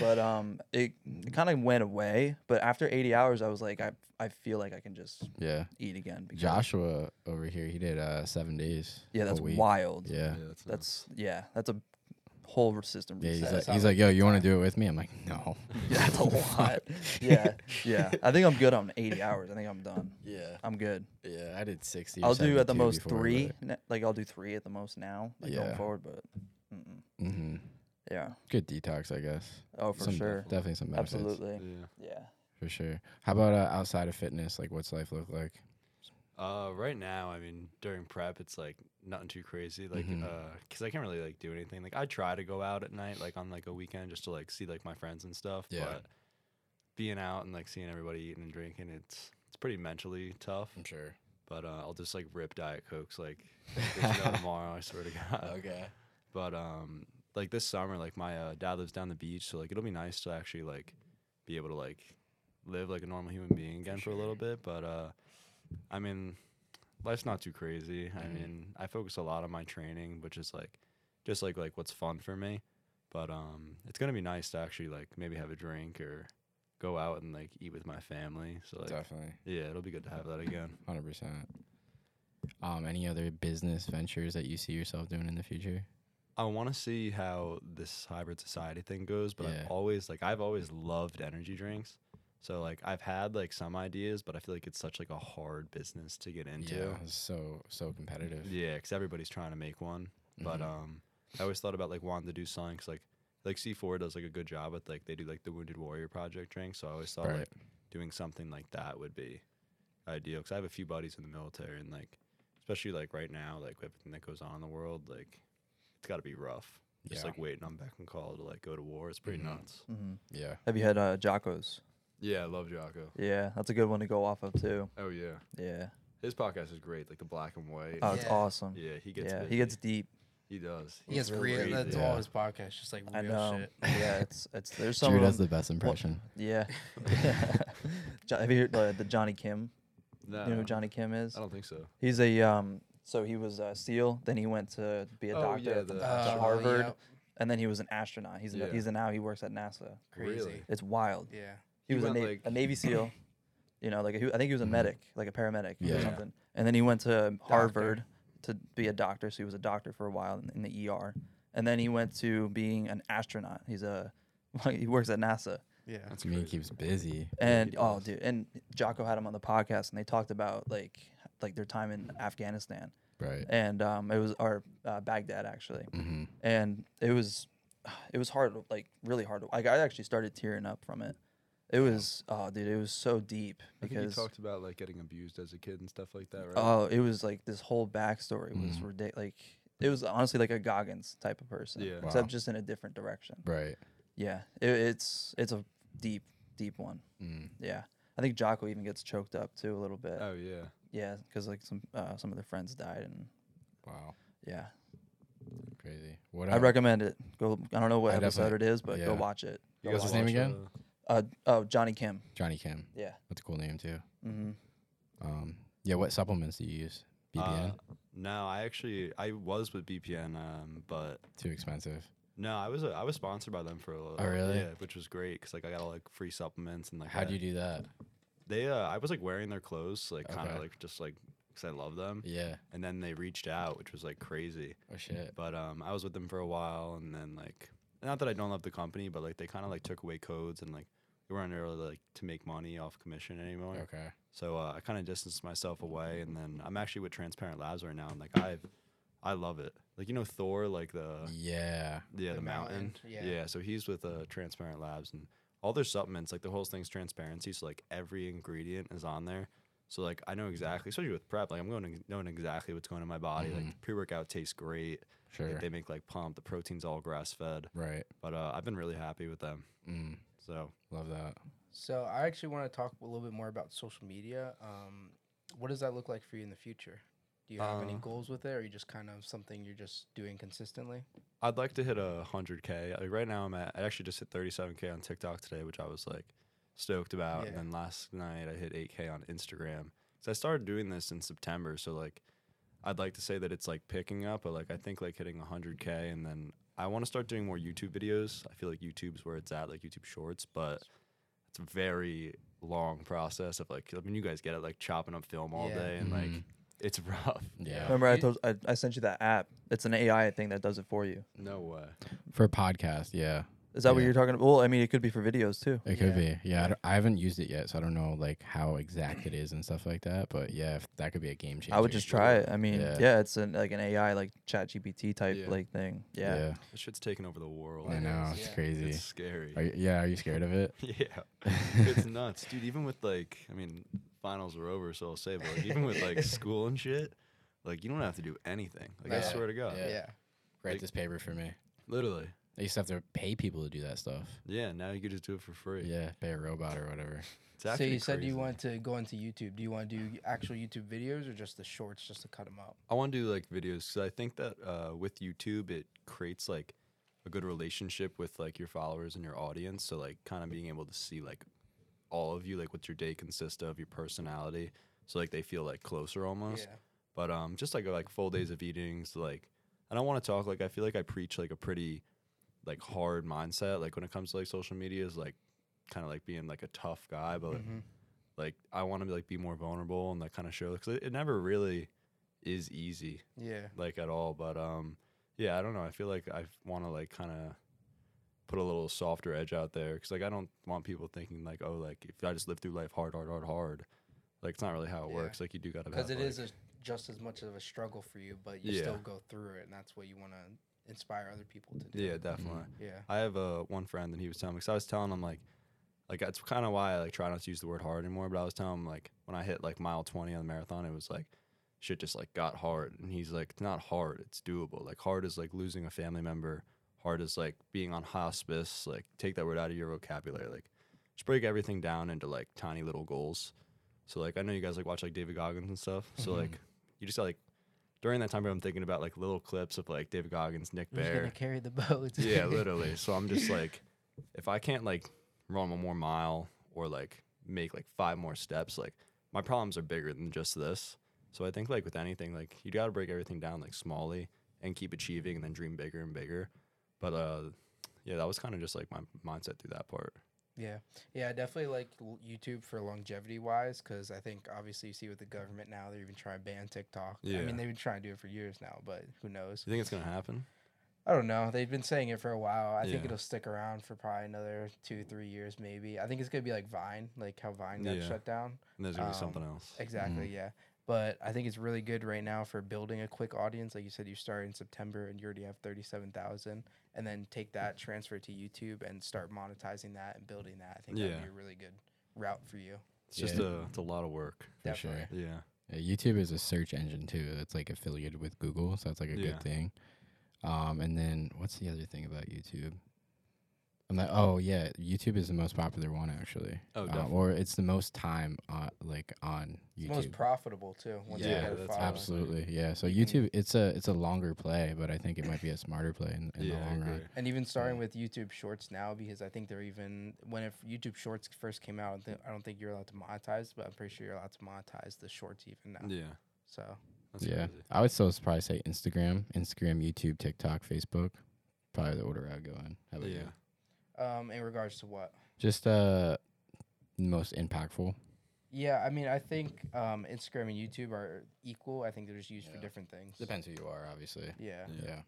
Speaker 4: But um it, it kind of went away, but after 80 hours I was like I I feel like I can just
Speaker 1: Yeah.
Speaker 4: eat again because
Speaker 1: Joshua over here, he did uh seven days.
Speaker 4: Yeah,
Speaker 1: a
Speaker 4: that's
Speaker 1: week.
Speaker 4: wild.
Speaker 1: Yeah.
Speaker 3: that's
Speaker 4: That's yeah, that's a whole system
Speaker 1: Yeah,
Speaker 4: reset.
Speaker 1: he's
Speaker 2: That
Speaker 1: like,
Speaker 2: sounds
Speaker 1: he's like, yo, you want to do it with me? I'm like, no.
Speaker 4: Yeah, that's a lot. yeah. Yeah. I think I'm good on 80 hours. I think I'm done.
Speaker 1: Yeah,
Speaker 4: I'm good.
Speaker 1: yeah. I did sixty.
Speaker 4: I'll do at the most 3. ne- like I'll do 3 at the most now, like
Speaker 1: Yeah.
Speaker 4: going forward, but mm-mm.
Speaker 1: Mm-hmm.
Speaker 4: yeah.
Speaker 1: Good detox, I guess.
Speaker 4: Oh, for
Speaker 1: Some-
Speaker 4: sure.
Speaker 1: Definitely some benefits.
Speaker 4: Absolutely.
Speaker 3: yeah.
Speaker 4: Yeah.
Speaker 1: For sure. How about uh, outside of fitness? Like, what's life look like?
Speaker 3: Uh, right now, I mean, during prep, it's like nothing too crazy. Like,
Speaker 1: Mhm.
Speaker 3: uh, cause I can't really like do anything. Like, I try to go out at night, like on like a weekend, just to like see like my friends and stuff.
Speaker 1: Yeah.
Speaker 3: But being out and like seeing everybody eating and drinking, it's it's pretty mentally tough.
Speaker 1: sure.
Speaker 3: But uh, I'll just like rip diet cokes like there's no tomorrow. I swear to God.
Speaker 1: Okay.
Speaker 3: But um, like this summer, like my uh, dad lives down the beach, so like it'll be nice to actually like be able to like live like a normal human being again for a little bit. But uh, I mean, life's not too crazy. I
Speaker 1: Mhm.
Speaker 3: mean, I focus a lot on my training, which is like just like like what's fun for me. But um, it's gonna be nice to actually like maybe have a drink or go out and like eat with my family. So like,
Speaker 1: Definitely,
Speaker 3: yeah, it'll be good to have that again.
Speaker 1: hundred percent. Um, any other business ventures that you see yourself doing in the future?
Speaker 3: I want to see how this hybrid society thing goes, but
Speaker 1: Yeah.
Speaker 3: I've always like I've always loved energy drinks. So like I've had like some ideas, but I feel like it's such like a hard business to get into.
Speaker 1: Yeah, it's so so competitive.
Speaker 3: Yeah, because everybody's trying to make one. But
Speaker 1: Mhm.
Speaker 3: um, I always thought about like wanting to do something 'cause, like like C4 does like a good job with like they do like the Wounded Warrior Project drink. So I always thought
Speaker 1: Right.
Speaker 3: like doing something like that would be ideal because I have a few buddies in the military and like especially like right now like with everything that goes on in the world like it's got to be rough. Just
Speaker 1: Yeah.
Speaker 3: like waiting on beck and call to like go to war. It's pretty
Speaker 1: Mhm.
Speaker 3: nuts.
Speaker 4: Mm-hmm.
Speaker 1: yeah.
Speaker 4: Have you had uh, Jocko's?
Speaker 3: Yeah, I love Jocko.
Speaker 4: Yeah, that's a good one to go off of too.
Speaker 3: Oh yeah,
Speaker 4: Yeah.
Speaker 3: his podcast is great. Like the black and white.
Speaker 4: Oh, it's
Speaker 2: Yeah.
Speaker 4: awesome.
Speaker 3: yeah, he gets.
Speaker 4: Yeah,
Speaker 3: busy.
Speaker 4: he gets deep.
Speaker 3: He does.
Speaker 2: He gets
Speaker 4: really
Speaker 2: real.
Speaker 3: crazy.
Speaker 2: That's
Speaker 1: Yeah.
Speaker 2: all his podcast, just like
Speaker 4: I
Speaker 2: real
Speaker 4: know.
Speaker 2: shit.
Speaker 4: yeah, it's it's there's some
Speaker 1: Drew
Speaker 4: of
Speaker 1: does
Speaker 4: them.
Speaker 1: the best impression.
Speaker 4: Yeah. Jo- Have you heard uh, the Johnny Kim?
Speaker 3: No,
Speaker 4: You know who Johnny Kim is?
Speaker 3: Uh, I don't think so.
Speaker 4: He's a um. So he was a SEAL. Then he went to be a
Speaker 3: Oh,
Speaker 4: doctor
Speaker 3: yeah,
Speaker 4: at
Speaker 3: the
Speaker 4: the-
Speaker 3: astronaut.
Speaker 4: to
Speaker 2: Oh,
Speaker 4: Harvard,
Speaker 2: yep.
Speaker 4: and then he was an astronaut. He's
Speaker 3: Yeah.
Speaker 4: a, he's a, now he works at NASA.
Speaker 2: Crazy.
Speaker 3: Really?
Speaker 4: It's wild.
Speaker 2: Yeah.
Speaker 4: He,
Speaker 3: He
Speaker 4: was a,
Speaker 3: went,
Speaker 4: na-
Speaker 3: like- Mm-hmm.
Speaker 4: a Navy SEAL. You know, like he, I think he was a
Speaker 1: Mhm.
Speaker 4: medic, like a paramedic
Speaker 1: Yeah.
Speaker 4: or something. And then he went to Harvard to be a doctor. So he was a doctor for a while in, in the ER. And then he went to being an astronaut. He's a he works at NASA.
Speaker 2: Yeah.
Speaker 3: That's
Speaker 1: I mean, he
Speaker 3: crazy.
Speaker 1: keeps busy.
Speaker 3: Yeah, he
Speaker 4: And oh,
Speaker 3: does.
Speaker 4: dude, and Jocko had him on the podcast, and they talked about like like their time in Afghanistan,
Speaker 1: Right.
Speaker 4: and um, it was our uh, Baghdad actually,
Speaker 1: Mm-hmm.
Speaker 4: and it was it was hard, like really hard. Like I actually started tearing up from it. It was oh, dude, it was so deep
Speaker 3: I think you
Speaker 4: because
Speaker 3: talked about like getting abused as a kid and stuff like that, right?
Speaker 4: oh, it was like this whole backstory was
Speaker 1: Mm.
Speaker 4: ridiculous. Like it was honestly like a Goggins type of person,
Speaker 3: Yeah.
Speaker 1: Wow.
Speaker 4: except just in a different direction.
Speaker 1: Right.
Speaker 4: Yeah, it, it's it's a deep deep one.
Speaker 1: Mm.
Speaker 4: Yeah. I think Jocko even gets choked up too a little bit.
Speaker 3: oh yeah.
Speaker 4: Yeah, because like some uh, some of their friends died, and
Speaker 1: Wow.
Speaker 4: yeah,
Speaker 1: Crazy. What
Speaker 4: I
Speaker 1: uh,
Speaker 4: recommend it. Go, I don't know what
Speaker 1: I
Speaker 4: episode it
Speaker 1: definitely-
Speaker 4: is, but
Speaker 1: yeah.
Speaker 4: go watch it.
Speaker 3: You
Speaker 1: What's his
Speaker 3: guys
Speaker 1: name
Speaker 3: watch,
Speaker 1: again?
Speaker 3: uh,
Speaker 4: Uh, oh, Johnny Kim.
Speaker 1: Johnny Kim.
Speaker 4: Yeah.
Speaker 1: That's a cool name too.
Speaker 4: Mm-hmm.
Speaker 1: Um. Yeah. What supplements do you use? BPN.
Speaker 3: uh, no, I actually I was with BPN, um, but
Speaker 1: Too expensive.
Speaker 3: no, I was uh, I was sponsored by them for a little.
Speaker 1: really?
Speaker 3: Yeah, which was great because like I got all like free supplements and like
Speaker 1: How
Speaker 3: that.
Speaker 1: do you do that?
Speaker 3: They uh, I was like wearing their clothes, like kind of
Speaker 1: Okay.
Speaker 3: like just like because I love them,
Speaker 1: Yeah.
Speaker 3: and then they reached out, which was like crazy.
Speaker 1: Oh shit.
Speaker 3: But um, I was with them for a while, and then like not that I don't love the company, but like they kind of like took away codes and like we weren't really like to make money off commission anymore.
Speaker 1: Okay.
Speaker 3: So uh, I kind of distanced myself away, and then I'm actually with Transparent Labs right now, and like I, I love it. Like you know Thor, like the
Speaker 1: Yeah.
Speaker 3: yeah the,
Speaker 2: The
Speaker 3: mountain,
Speaker 2: mountain, yeah.
Speaker 3: So he's with uh, Transparent Labs, and all their supplements, like the whole thing's transparency. So like every ingredient is on there. So like I know exactly, especially with prep, like I'm going to knowing exactly what's going in my body. Like the pre workout tastes great.
Speaker 1: Sure.
Speaker 3: Like, they make like pump. The protein's all grass fed.
Speaker 1: right.
Speaker 3: But uh, I've been really happy with them.
Speaker 1: Mm.
Speaker 3: So
Speaker 1: Love that.
Speaker 2: So I actually want to talk a little bit more about social media. Um, what does that look like for you in the future? Do you have any
Speaker 3: Uh,
Speaker 2: goals with it, or are you just kind of something you're just doing consistently?
Speaker 3: I'd like to hit a hundred k. Like right now, I'm at. I actually just hit thirty seven k on TikTok today, which I was like stoked about. And
Speaker 2: Yeah.
Speaker 3: then last night, I hit eight k on Instagram. So I started doing this in September. So like, I'd like to say that it's like picking up, but like I think like hitting hundred k, and then I want to start doing more YouTube videos. I feel like YouTube's where it's at, like YouTube Shorts, but it's a very long process of like. I mean, you guys get it, like chopping up film all
Speaker 2: Yeah.
Speaker 3: day, and like
Speaker 1: Mhm.
Speaker 3: it's rough.
Speaker 1: Yeah.
Speaker 4: Remember, I
Speaker 2: You-
Speaker 4: told I, I sent you that app. It's an AI thing that does it for you.
Speaker 3: No way.
Speaker 1: For a podcast, yeah.
Speaker 4: Is that what
Speaker 1: Yeah.
Speaker 4: you're talking about? Well, I mean, it could be for videos too.
Speaker 1: It could
Speaker 2: Yeah.
Speaker 1: be. Yeah, I, don't- I haven't used it yet, so I don't know like how exact it is and stuff like that. But yeah, if that could be a game changer.
Speaker 4: I would just try it. I mean,
Speaker 1: Yeah.
Speaker 4: yeah, it's an, like an AI, like Chat GPT type
Speaker 3: Yeah.
Speaker 4: like thing. Yeah.
Speaker 3: This shit's taking over the world.
Speaker 1: I
Speaker 2: It
Speaker 1: know
Speaker 2: is,
Speaker 1: it's
Speaker 2: yeah.
Speaker 1: crazy.
Speaker 3: It's scary.
Speaker 1: Are you, yeah, are you scared of it?
Speaker 3: Yeah. it's nuts, dude. Even with like, I mean, finals are over, so I'll say, but like, even with like school and shit, like you don't have to do anything. Like I
Speaker 2: Yeah.
Speaker 3: swear to God,
Speaker 1: Yeah.
Speaker 2: yeah.
Speaker 1: Write
Speaker 3: Like-
Speaker 1: this paper for me.
Speaker 3: literally.
Speaker 1: They used to have to pay people to do that stuff.
Speaker 3: Yeah. Now you could just do it for free.
Speaker 1: Yeah, pay a robot or whatever.
Speaker 3: It's
Speaker 2: so
Speaker 3: actually
Speaker 2: you said
Speaker 3: crazy.
Speaker 2: you want to go into YouTube. Do you want to do actual YouTube videos or just the shorts, just to cut them up?
Speaker 3: I want to do like videos because I think that uh, with YouTube, it creates like a good relationship with like your followers and your audience. So like, kind of being able to see like all of you, like what your day consists of, your personality. So like they feel like closer almost.
Speaker 2: Yeah.
Speaker 3: but um just like like full days of eatings like i don't want to talk like i feel like i preach like a pretty like hard mindset like when it comes to like social media is like kind of like being like a tough guy but
Speaker 2: Mhm.
Speaker 3: like i want to like be more vulnerable and like kind of show because it, it never really is easy
Speaker 2: Yeah.
Speaker 3: like at all but um yeah i don't know i feel like i want to like kind of put a little softer edge out there because like I don't want people thinking like oh like if I just live through life hard hard hard hard, like it's not really how it
Speaker 2: Yeah.
Speaker 3: works. Like you do gotta
Speaker 2: because
Speaker 3: have,
Speaker 2: it
Speaker 3: like-
Speaker 2: is a, just as much of a struggle for you, but you
Speaker 3: Yeah.
Speaker 2: still go through it, and that's what you want to inspire other people to do.
Speaker 3: yeah definitely.
Speaker 2: yeah.
Speaker 3: I have uh, one friend and he was telling me because I was telling him like, like that's kind of why I like try not to use the word hard anymore. But I was telling him like when I hit like mile twenty on the marathon, it was like shit just like got hard. And he's like, it's not hard, it's doable. Like hard is like losing a family member. Hard is like being on hospice. Like take that word out of your vocabulary. Like just break everything down into like tiny little goals. So like I know you guys like watch like David Goggins and stuff. So like you just like during that time period, I'm thinking about like little clips of like David Goggins, Nick
Speaker 2: Who's
Speaker 3: Bear.
Speaker 2: gonna carry the boat?
Speaker 3: Yeah, literally. So I'm just like, if I can't like run one more mile or like make like five more steps, like my problems are bigger than just this. So I think like with anything, like you gotta break everything down like smallly and keep achieving and then dream bigger and bigger. But uh yeah, that was kind of just like my mindset through that part.
Speaker 2: Yeah, yeah, I definitely like l- YouTube for longevity wise because I think obviously you see with the government now they're even trying to ban TikTok. I
Speaker 3: Yeah.
Speaker 2: mean they've been trying to do it for years now, but who knows?
Speaker 3: Do you think it's gonna happen?
Speaker 2: I don't know. They've been saying it for a while. I think
Speaker 3: Yeah.
Speaker 2: it'll stick around for probably another two, three years maybe. I think it's gonna be like Vine, like how Vine got
Speaker 3: Yeah.
Speaker 2: shut down.
Speaker 3: And there's gonna be
Speaker 2: Um,
Speaker 3: something else.
Speaker 2: Exactly. Yeah. But I think it's really good right now for building a quick audience. Like you said, you start in September and you already have 37,000. And then take that, transfer it to YouTube, and start monetizing that and building that. I think that
Speaker 3: Yeah.
Speaker 2: would be a really good route for you.
Speaker 3: It's just
Speaker 1: Yeah.
Speaker 3: a it's a lot of work.
Speaker 1: For sure.
Speaker 2: Definitely.
Speaker 3: Yeah.
Speaker 1: Yeah, YouTube is a search engine too. It's like affiliated with Google, so that's like a
Speaker 3: Yeah.
Speaker 1: good thing. Um, and then what's the other thing about YouTube? I'm like, oh yeah, YouTube is the most popular one actually,
Speaker 3: Oh,
Speaker 1: Uh,
Speaker 3: definitely.
Speaker 1: or it's the most time on like on
Speaker 2: It's
Speaker 1: YouTube.
Speaker 2: most profitable too. Once
Speaker 1: Yeah,
Speaker 2: you get a
Speaker 3: that's
Speaker 2: following.
Speaker 1: Absolutely, yeah. So
Speaker 2: You
Speaker 1: YouTube,
Speaker 2: can-
Speaker 1: it's a it's a longer play, but I think it might be a smarter play in, in
Speaker 3: yeah,
Speaker 1: the
Speaker 3: I
Speaker 1: long
Speaker 3: agree.
Speaker 1: run.
Speaker 2: And even starting with YouTube Shorts now, because I think they're even when if YouTube Shorts first came out, I don't, think, I don't think you're allowed to monetize, but I'm pretty sure you're allowed to monetize the Shorts even now.
Speaker 3: Yeah.
Speaker 2: So
Speaker 3: That's
Speaker 1: yeah,
Speaker 3: crazy.
Speaker 1: I would still s- probably say Instagram, Instagram, YouTube, TikTok, Facebook, probably the order I'd go in. How about you?
Speaker 3: Yeah.
Speaker 2: um, in regards to what?
Speaker 1: Just uh, most impactful.
Speaker 2: Yeah, I mean, I think um, Instagram and YouTube are equal. I think they're just used for
Speaker 1: Yeah.
Speaker 2: different things.
Speaker 1: Depends who you are, obviously.
Speaker 2: Yeah.
Speaker 3: Yeah.
Speaker 1: Yeah.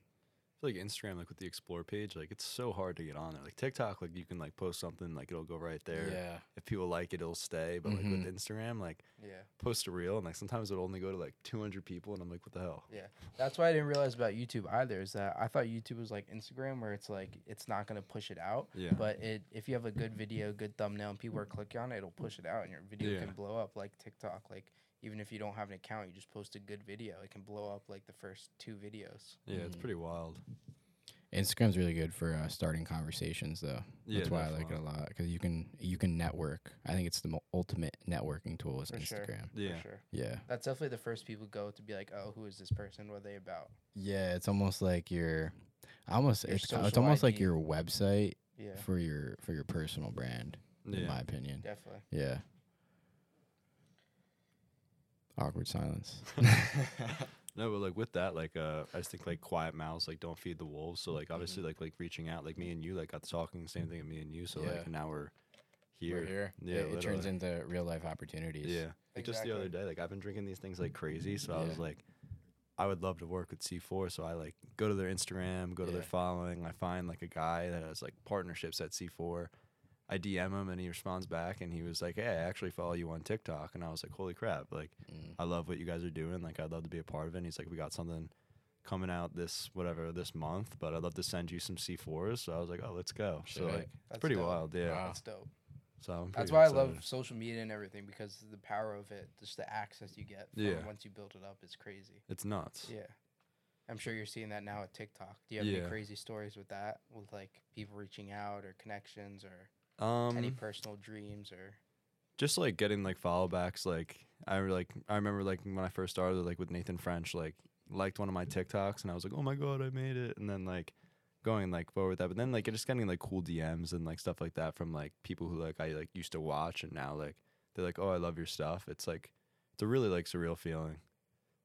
Speaker 3: I feel like Instagram, like with the explore page, like it's so hard to get on there. Like TikTok, like you can like post something, like it'll go right there.
Speaker 1: Yeah. Mm-hmm.
Speaker 3: If people like it, it'll stay. But like with Instagram, like
Speaker 2: Yeah.
Speaker 3: post a reel, and like sometimes it'll only go to like 200 people, and I'm like, what the hell?
Speaker 2: That's why I didn't realize about YouTube either is that I thought YouTube was like Instagram where it's like it's not going to push it out,
Speaker 3: Yeah.
Speaker 2: but it if you have a good video, good thumbnail and people are clicking on it, it'll push it out and your video
Speaker 3: Yeah.
Speaker 2: can blow up like TikTok like even if you don't have an account, you just post a good video, it can blow up like the first two videos.
Speaker 3: yeah, it's
Speaker 1: Mhm.
Speaker 3: pretty wild.
Speaker 1: Instagram's really good for uh, starting conversations, though.
Speaker 3: Yeah,
Speaker 1: That's why I like it a
Speaker 3: definitely.
Speaker 1: lot because you can you can network. I think it's the mo- ultimate networking tool is
Speaker 2: For sure.
Speaker 1: Instagram.
Speaker 3: Yeah.
Speaker 2: For sure.
Speaker 1: Yeah,
Speaker 2: That's definitely the first people go to be like, "Oh, who is this person? What are they about?"
Speaker 1: yeah. It's almost like your, I almost
Speaker 2: Your
Speaker 1: it's, ki- it's
Speaker 2: social
Speaker 1: almost like
Speaker 2: ID.
Speaker 1: your website
Speaker 2: Yeah.
Speaker 1: for your for your personal brand, in
Speaker 3: Yeah.
Speaker 1: my opinion.
Speaker 2: Definitely.
Speaker 1: Yeah. Awkward silence.
Speaker 3: No, but like with that, like uh, I just think like quiet mouths, like don't feed the wolves. So like obviously,
Speaker 1: Mm-hmm.
Speaker 3: like like reaching out, like me and you, like got to talking, same thing at me and you. So
Speaker 1: Yeah.
Speaker 3: like now we're here.
Speaker 1: We're here.
Speaker 3: Yeah,
Speaker 1: it, it turns
Speaker 3: literally.
Speaker 1: into real life opportunities.
Speaker 3: Yeah. Like just the other day, like I've been drinking these things like crazy. So I was
Speaker 1: Yeah.
Speaker 3: like, I would love to work with C4. So I like go to their Instagram, go to their
Speaker 1: Yeah.
Speaker 3: following. I find like a guy that has like partnerships at C4. I DM him and he responds back and he was like, Hey, I actually follow you on TikTok. And I was like, Holy crap. Like,
Speaker 1: Mm.
Speaker 3: I love what you guys are doing. Like, I'd love to be a part of it. And he's like, We got something coming out this whatever this month, but I'd love to send you some C4s. So I was like, Oh, let's go. So,
Speaker 1: Shit.
Speaker 3: like,
Speaker 2: That's
Speaker 3: pretty
Speaker 2: dope.
Speaker 3: wild. Yeah.
Speaker 1: Wow.
Speaker 2: That's dope.
Speaker 3: So I'm
Speaker 2: That's
Speaker 3: pretty
Speaker 2: why I
Speaker 3: excited.
Speaker 2: love social media and everything because the power of it, just the access you get from
Speaker 3: Yeah.
Speaker 2: once you build it up, is crazy.
Speaker 3: It's nuts.
Speaker 2: Yeah, I'm sure you're seeing that now at TikTok. Do you have any
Speaker 3: Yeah.
Speaker 2: crazy stories with that, with like people reaching out or connections or
Speaker 3: Um,
Speaker 2: any personal dreams or?
Speaker 3: just like getting like follow backs like i re- like i remember like when i first started like with nathan french like liked one of my tiktoks and i was like oh my god i made it and then like going like forward with that but then like just getting like cool dms and like stuff like that from like people who like i like used to watch and now like they're like oh i love your stuff it's like it's a really like surreal feeling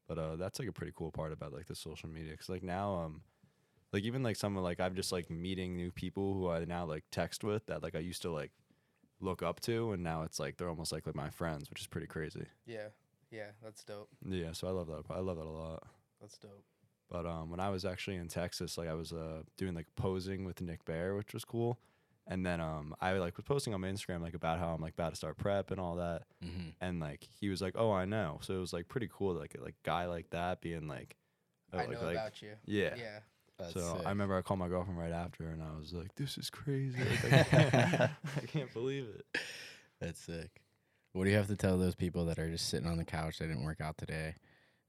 Speaker 3: but uh that's like a pretty cool part about like the social media because like now um like even like some of like i'm just like meeting new people who i now like text with that like i used to like look up to and now it's like they're almost like, like my friends which is pretty crazy
Speaker 2: Yeah, yeah, that's dope.
Speaker 3: yeah so i love that i love that a lot
Speaker 2: That's dope.
Speaker 3: But um, when I was actually in Texas, like I was uh, doing like posing with Nick Bear, which was cool. And then um, I like was posting on my Instagram like about how I'm like about to start prep and all that.
Speaker 5: Mm-hmm.
Speaker 3: And like he was like, "Oh, I know." So it was like pretty cool, like like guy like that being like,
Speaker 2: I
Speaker 3: uh, like,
Speaker 2: know
Speaker 3: like-
Speaker 2: about you.
Speaker 3: yeah.
Speaker 2: Yeah.
Speaker 1: That's
Speaker 3: so
Speaker 1: sick.
Speaker 3: I remember I called my girlfriend right after, and I was like, "This is crazy! Like, I, can't, I can't believe it."
Speaker 1: That's sick. What do you have to tell those people that are just sitting on the couch? They didn't work out today,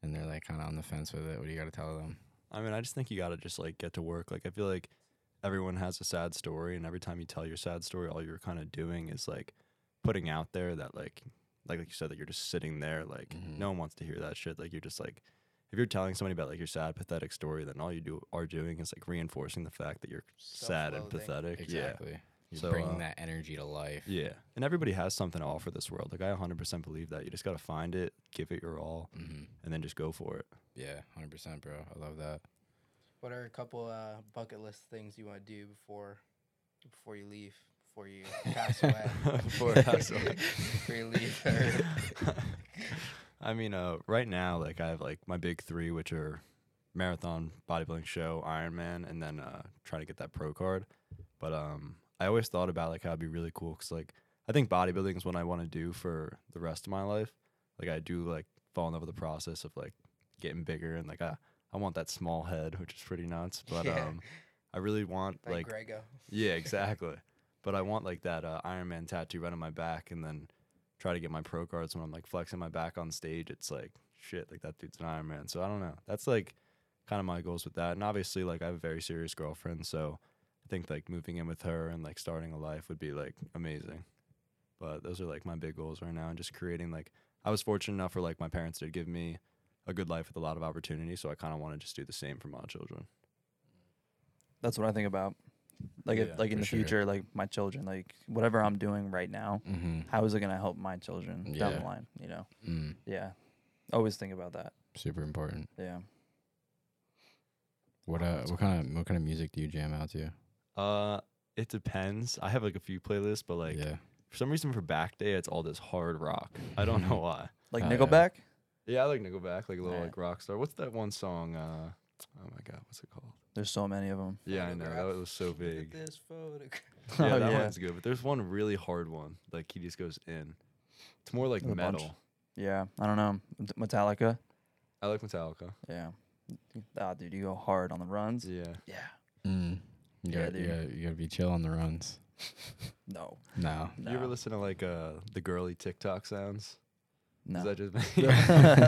Speaker 1: and they're like kind of on the fence with it. What do you got to tell them?
Speaker 3: I mean, I just think you gotta just like get to work. Like, I feel like everyone has a sad story, and every time you tell your sad story, all you're kind of doing is like putting out there that like, like like you said, that you're just sitting there. Like,
Speaker 1: Mhm.
Speaker 3: no one wants to hear that shit. Like, you're just like, if you're telling somebody about like your sad, pathetic story, then all you do are doing is like reinforcing the fact that you're sad and
Speaker 2: Self-loathing.
Speaker 3: pathetic. Yeah.
Speaker 1: Exactly. You're
Speaker 3: So,
Speaker 1: bringing
Speaker 3: uh,
Speaker 1: that energy to life.
Speaker 3: Yeah. And everybody has something to offer this world. Like I 100% believe that. You just got to find it, give it your all,
Speaker 1: hmm
Speaker 3: and then just go for it.
Speaker 1: Yeah, hundred percent, bro. I love that.
Speaker 2: What are a couple uh, bucket list things you want to do before before you leave? Before you pass away?
Speaker 3: Before I pass away.
Speaker 2: before you leave Earth?
Speaker 3: I mean, uh, right now, like I have like my big three, which are marathon, bodybuilding show, Ironman, and then uh, trying to get that pro card. But um, I always thought about like how it'd be really cool because like I think bodybuilding is what I want to do for the rest of my life. Like I do like fall in love with the process of like getting bigger and like I I want that small head, which is pretty nuts. But
Speaker 2: Yeah.
Speaker 3: um, I really want
Speaker 2: Like,
Speaker 3: like
Speaker 2: Grego.
Speaker 3: yeah, exactly. but I want like that uh, Iron Man tattoo right on my back, and then try to get my pro cards when I'm like flexing my back on stage. It's like shit, like that dude's an Iron Man. So I don't know. That's like kind of my goals with that. And obviously, like I have a very serious girlfriend, so I think like moving in with her and like starting a life would be like amazing. But those are like my big goals right now, and just creating like I was fortunate enough where like my parents did give me a good life with a lot of opportunity, so I kind of want to just do the same for my children.
Speaker 4: That's what I think about. Like, if-
Speaker 3: Yeah,
Speaker 4: like in
Speaker 1: for
Speaker 4: the
Speaker 1: sure.
Speaker 4: future, like my children, like whatever I'm doing right now,
Speaker 1: Mm-hmm.
Speaker 4: how is it gonna help my children down
Speaker 1: Yeah.
Speaker 4: the line? You know?
Speaker 1: Mm,
Speaker 4: Yeah. Always think about that.
Speaker 1: super important.
Speaker 4: Yeah.
Speaker 1: What
Speaker 3: Oh,
Speaker 1: uh,
Speaker 3: that's
Speaker 1: what
Speaker 3: cool.
Speaker 1: kind of what kind of music do you jam out to?
Speaker 3: Uh, it depends. I have like a few playlists, but like
Speaker 1: yeah,
Speaker 3: for some reason for back day, it's all this hard rock. I uh, don't know why.
Speaker 4: Like
Speaker 1: Oh, yeah.
Speaker 4: Nickelback.
Speaker 3: Yeah, I like Nickelback, like a little
Speaker 4: Yeah.
Speaker 3: like rock star. What's that one song? Uh, oh my god, what's it called?
Speaker 4: There's so many of them.
Speaker 3: Yeah, I know that
Speaker 2: Photograph.
Speaker 3: was so
Speaker 2: Look at
Speaker 3: big.
Speaker 2: This photo.
Speaker 3: Yeah,
Speaker 4: Oh,
Speaker 3: that
Speaker 4: yeah.
Speaker 3: one's good. But there's one really hard one. Like he just goes in. It's more like
Speaker 4: There's a bunch.
Speaker 3: metal.
Speaker 4: Yeah. I don't know. Met- Metallica.
Speaker 3: I like Metallica.
Speaker 4: Yeah. Ah, dude, you go hard on the runs.
Speaker 3: Yeah,
Speaker 4: Yeah.
Speaker 1: mm. you,
Speaker 4: Yeah,
Speaker 1: gotta, you,
Speaker 4: dude.
Speaker 1: gotta, you gotta be chill on the runs.
Speaker 4: No.
Speaker 1: No,
Speaker 4: no.
Speaker 3: you ever listen to like uh the girly TikTok sounds?
Speaker 4: No.
Speaker 3: Is that just me?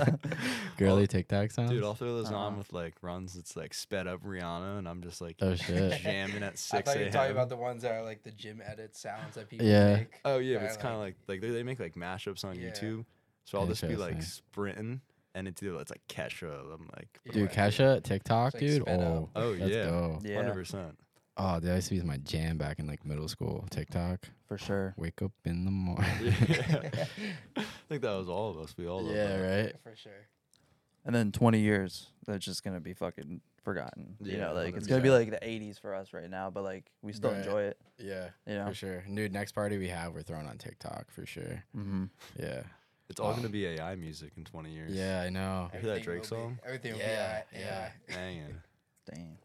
Speaker 1: girly
Speaker 3: I'll-
Speaker 1: TikTok sounds.
Speaker 3: Dude, I'll throw those on
Speaker 4: Uh-uh.
Speaker 3: with like runs. It's like sped up Rihanna, and I'm just like
Speaker 1: oh shit.
Speaker 3: jamming at
Speaker 2: I
Speaker 3: six
Speaker 2: thought you were talking
Speaker 3: a.m.
Speaker 2: about the ones that are like the gym edit sounds that people
Speaker 1: Yeah.
Speaker 2: make.
Speaker 3: Oh yeah, but
Speaker 2: Right,
Speaker 3: it's kind of like like they, they make like mashups on
Speaker 2: Yeah.
Speaker 3: YouTube. So I'll just be like
Speaker 1: Interesting.
Speaker 3: sprinting, and it's either it's like Kesha. I'm like,
Speaker 1: Dude,
Speaker 2: Yeah.
Speaker 1: Kesha, TikTok,
Speaker 2: It's like
Speaker 1: dude.
Speaker 2: sped
Speaker 1: oh,
Speaker 2: up.
Speaker 3: Oh,
Speaker 1: let's
Speaker 3: yeah.
Speaker 1: go.
Speaker 4: Yeah.
Speaker 3: hundred percent.
Speaker 1: Oh, dude, I used to be my jam back in like middle school. TikTok.
Speaker 4: For sure.
Speaker 1: Wake up in the morning.
Speaker 3: I think that was all of us. We all loved
Speaker 1: yeah,
Speaker 3: that.
Speaker 1: right.
Speaker 2: For sure.
Speaker 4: And then 20 years, that's just gonna be fucking forgotten. you
Speaker 3: Yeah,
Speaker 4: know, like it's gonna be
Speaker 3: 100%.
Speaker 4: like the 80s for us right now, but like we still
Speaker 1: Right.
Speaker 4: enjoy it.
Speaker 1: Yeah,
Speaker 4: You know.
Speaker 1: for sure. Dude, next party we have, we're throwing on TikTok for sure.
Speaker 4: Mm-hmm.
Speaker 1: Yeah.
Speaker 3: It's all gonna
Speaker 1: Um,
Speaker 3: be AI music in twenty years.
Speaker 1: Yeah, I know.
Speaker 3: You hear that
Speaker 2: Everything will
Speaker 3: Drake
Speaker 2: be-
Speaker 3: song?
Speaker 2: Everything will
Speaker 1: Yeah,
Speaker 2: be AI.
Speaker 1: yeah.
Speaker 3: Dang
Speaker 4: Damn.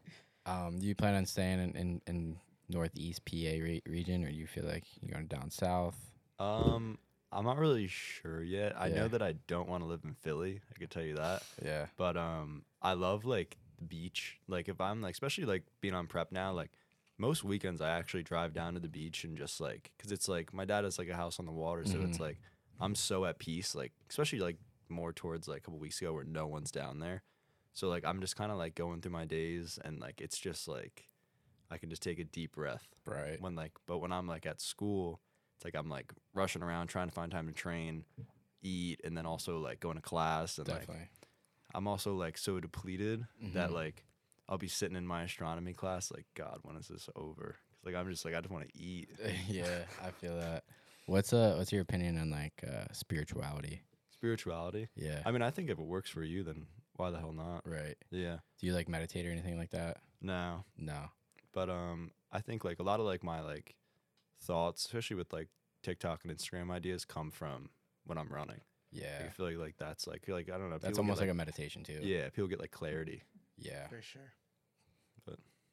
Speaker 1: Um, do you plan on staying in, in, in Northeast PA re- region, or do you feel like you're going down south?
Speaker 3: it. Um, I'm not really sure yet. I
Speaker 1: Yeah.
Speaker 3: know that I don't want to live in Philly. I could tell you that.
Speaker 1: Yeah.
Speaker 3: But um, I love like the beach. Like if I'm like, especially like being on prep now, like most weekends I actually drive down to the beach and just like, cause it's like my dad has like a house on the water, so
Speaker 1: Mhm.
Speaker 3: it's like I'm so at peace. Like especially like more towards like a couple weeks ago where no one's down there, so like I'm just kind of like going through my days and like it's just like I can just take a deep breath
Speaker 1: Right.
Speaker 3: when like but when i'm like at school it's like i'm like rushing around trying to find time to train eat and then also like going to class and like
Speaker 1: Definitely.
Speaker 3: i'm also like so depleted that
Speaker 1: Mhm.
Speaker 3: like i'll be sitting in my astronomy class like god when is this over 'Cause, like i'm just like i just want to eat
Speaker 1: yeah, I feel that. What's uh What's your opinion on like uh, spirituality?
Speaker 3: spirituality
Speaker 1: Yeah.
Speaker 3: i mean i think if it works for you then why the hell not
Speaker 1: right.
Speaker 3: yeah
Speaker 1: Do you like meditate or anything like that?
Speaker 3: no
Speaker 1: No.
Speaker 3: but um i think like a lot of like my like thoughts especially with like tiktok and instagram ideas come from when i'm running
Speaker 1: Yeah.
Speaker 3: Like, i feel like, like that's like I feel like i don't know
Speaker 1: That's
Speaker 3: people get,
Speaker 1: almost
Speaker 3: like
Speaker 1: like, a meditation too.
Speaker 3: Yeah, people get like clarity.
Speaker 1: Yeah.
Speaker 2: for sure.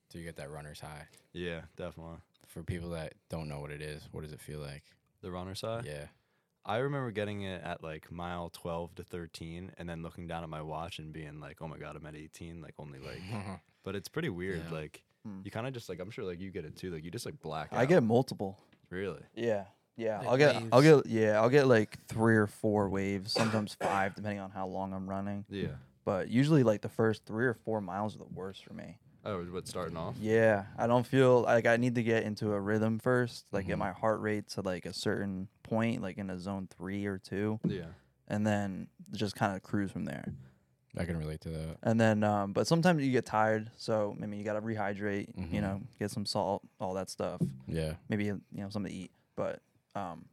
Speaker 1: So you get that runner's high.
Speaker 3: Yeah, definitely.
Speaker 1: For people that don't know what it is, what does it feel like?
Speaker 3: The runner's high.
Speaker 1: yeah.
Speaker 3: I remember getting it at like mile 12 to 13 and then looking down at my watch and being like, oh my God, I'm at 18. Like, only like, but it's pretty weird.
Speaker 1: Yeah.
Speaker 3: Like,
Speaker 4: Hmm.
Speaker 3: you kind of just like, I'm sure like you get it too. Like, you just like black out.
Speaker 4: I get multiple.
Speaker 3: Really?
Speaker 4: Yeah. Yeah.
Speaker 2: Like
Speaker 4: I'll get I'll
Speaker 2: waves.
Speaker 4: get yeah, I'll get like 3 or 4 waves, sometimes 5 depending on how long I'm running.
Speaker 3: Yeah.
Speaker 4: But usually like the first 3 or 4 miles are the worst for me.
Speaker 3: Oh, what, starting off?
Speaker 4: Yeah, I don't feel like I need to get into a rhythm first, like
Speaker 1: Mhm.
Speaker 4: get my heart rate to like a certain point, like in a zone 3 or 2,
Speaker 3: Yeah.
Speaker 4: and then just kind of cruise from there.
Speaker 1: I can relate to that.
Speaker 4: And then, um, but sometimes you get tired, so I mean, you gotta rehydrate.
Speaker 1: Mhm.
Speaker 4: You know, get some salt, all that stuff.
Speaker 1: Yeah.
Speaker 4: Maybe you know something to eat, but um,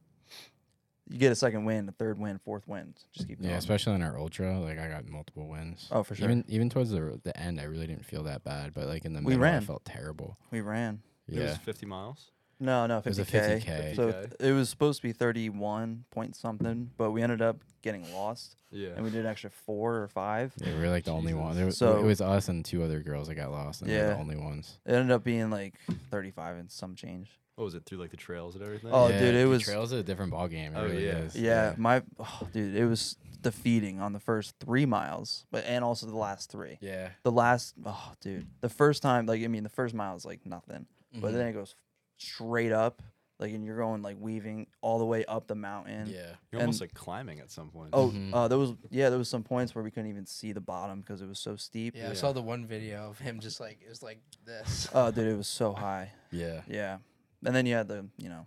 Speaker 4: you get a second win, a third win, fourth win. Just keep going.
Speaker 3: um,
Speaker 1: Yeah, especially in our ultra, like I got multiple wins.
Speaker 4: oh, for sure.
Speaker 1: Even even towards the the end, I really didn't feel that bad, but like in the
Speaker 4: We
Speaker 1: middle,
Speaker 4: ran.
Speaker 1: I felt terrible.
Speaker 4: we ran.
Speaker 1: Yeah,
Speaker 3: It was 50 miles.
Speaker 4: No, no,
Speaker 1: It was a
Speaker 4: 50 k.
Speaker 1: 50K.
Speaker 4: So
Speaker 3: 50K.
Speaker 4: it was supposed to be 31 point something, but we ended up getting lost,
Speaker 3: Yeah.
Speaker 4: and we did an extra four or five.
Speaker 1: Yeah, we were like the only one. There, so
Speaker 4: So-
Speaker 1: it was us and two other girls that got lost, and we were the
Speaker 4: Yeah.
Speaker 1: only ones.
Speaker 4: It ended up being like 35 and some change.
Speaker 3: what was it? Through like the trails and everything?
Speaker 4: Oh, dude, it
Speaker 1: the
Speaker 4: was-
Speaker 1: trails is a different ball game. It
Speaker 3: Oh,
Speaker 1: really
Speaker 3: yeah.
Speaker 1: is.
Speaker 4: Yeah, my oh, dude, it was defeating on the first three miles, but and also the last three.
Speaker 1: yeah.
Speaker 4: The last, oh, dude, the first time, like I mean, the first mile is like nothing, but
Speaker 1: Mhm.
Speaker 3: Mm-hmm.
Speaker 4: then it goes straight up, like and you're going like weaving all the way up the mountain.
Speaker 1: yeah.
Speaker 3: You're almost like climbing at some point.
Speaker 4: Oh,
Speaker 1: Mhm.
Speaker 4: uh, there was yeah, there was some points where we couldn't even see the bottom because it was so steep.
Speaker 2: Yeah,
Speaker 3: Yeah.
Speaker 2: I saw the one video of him just like it was like this.
Speaker 4: Oh, dude, it was so high.
Speaker 1: Yeah.
Speaker 4: Yeah, and then you had to, you know,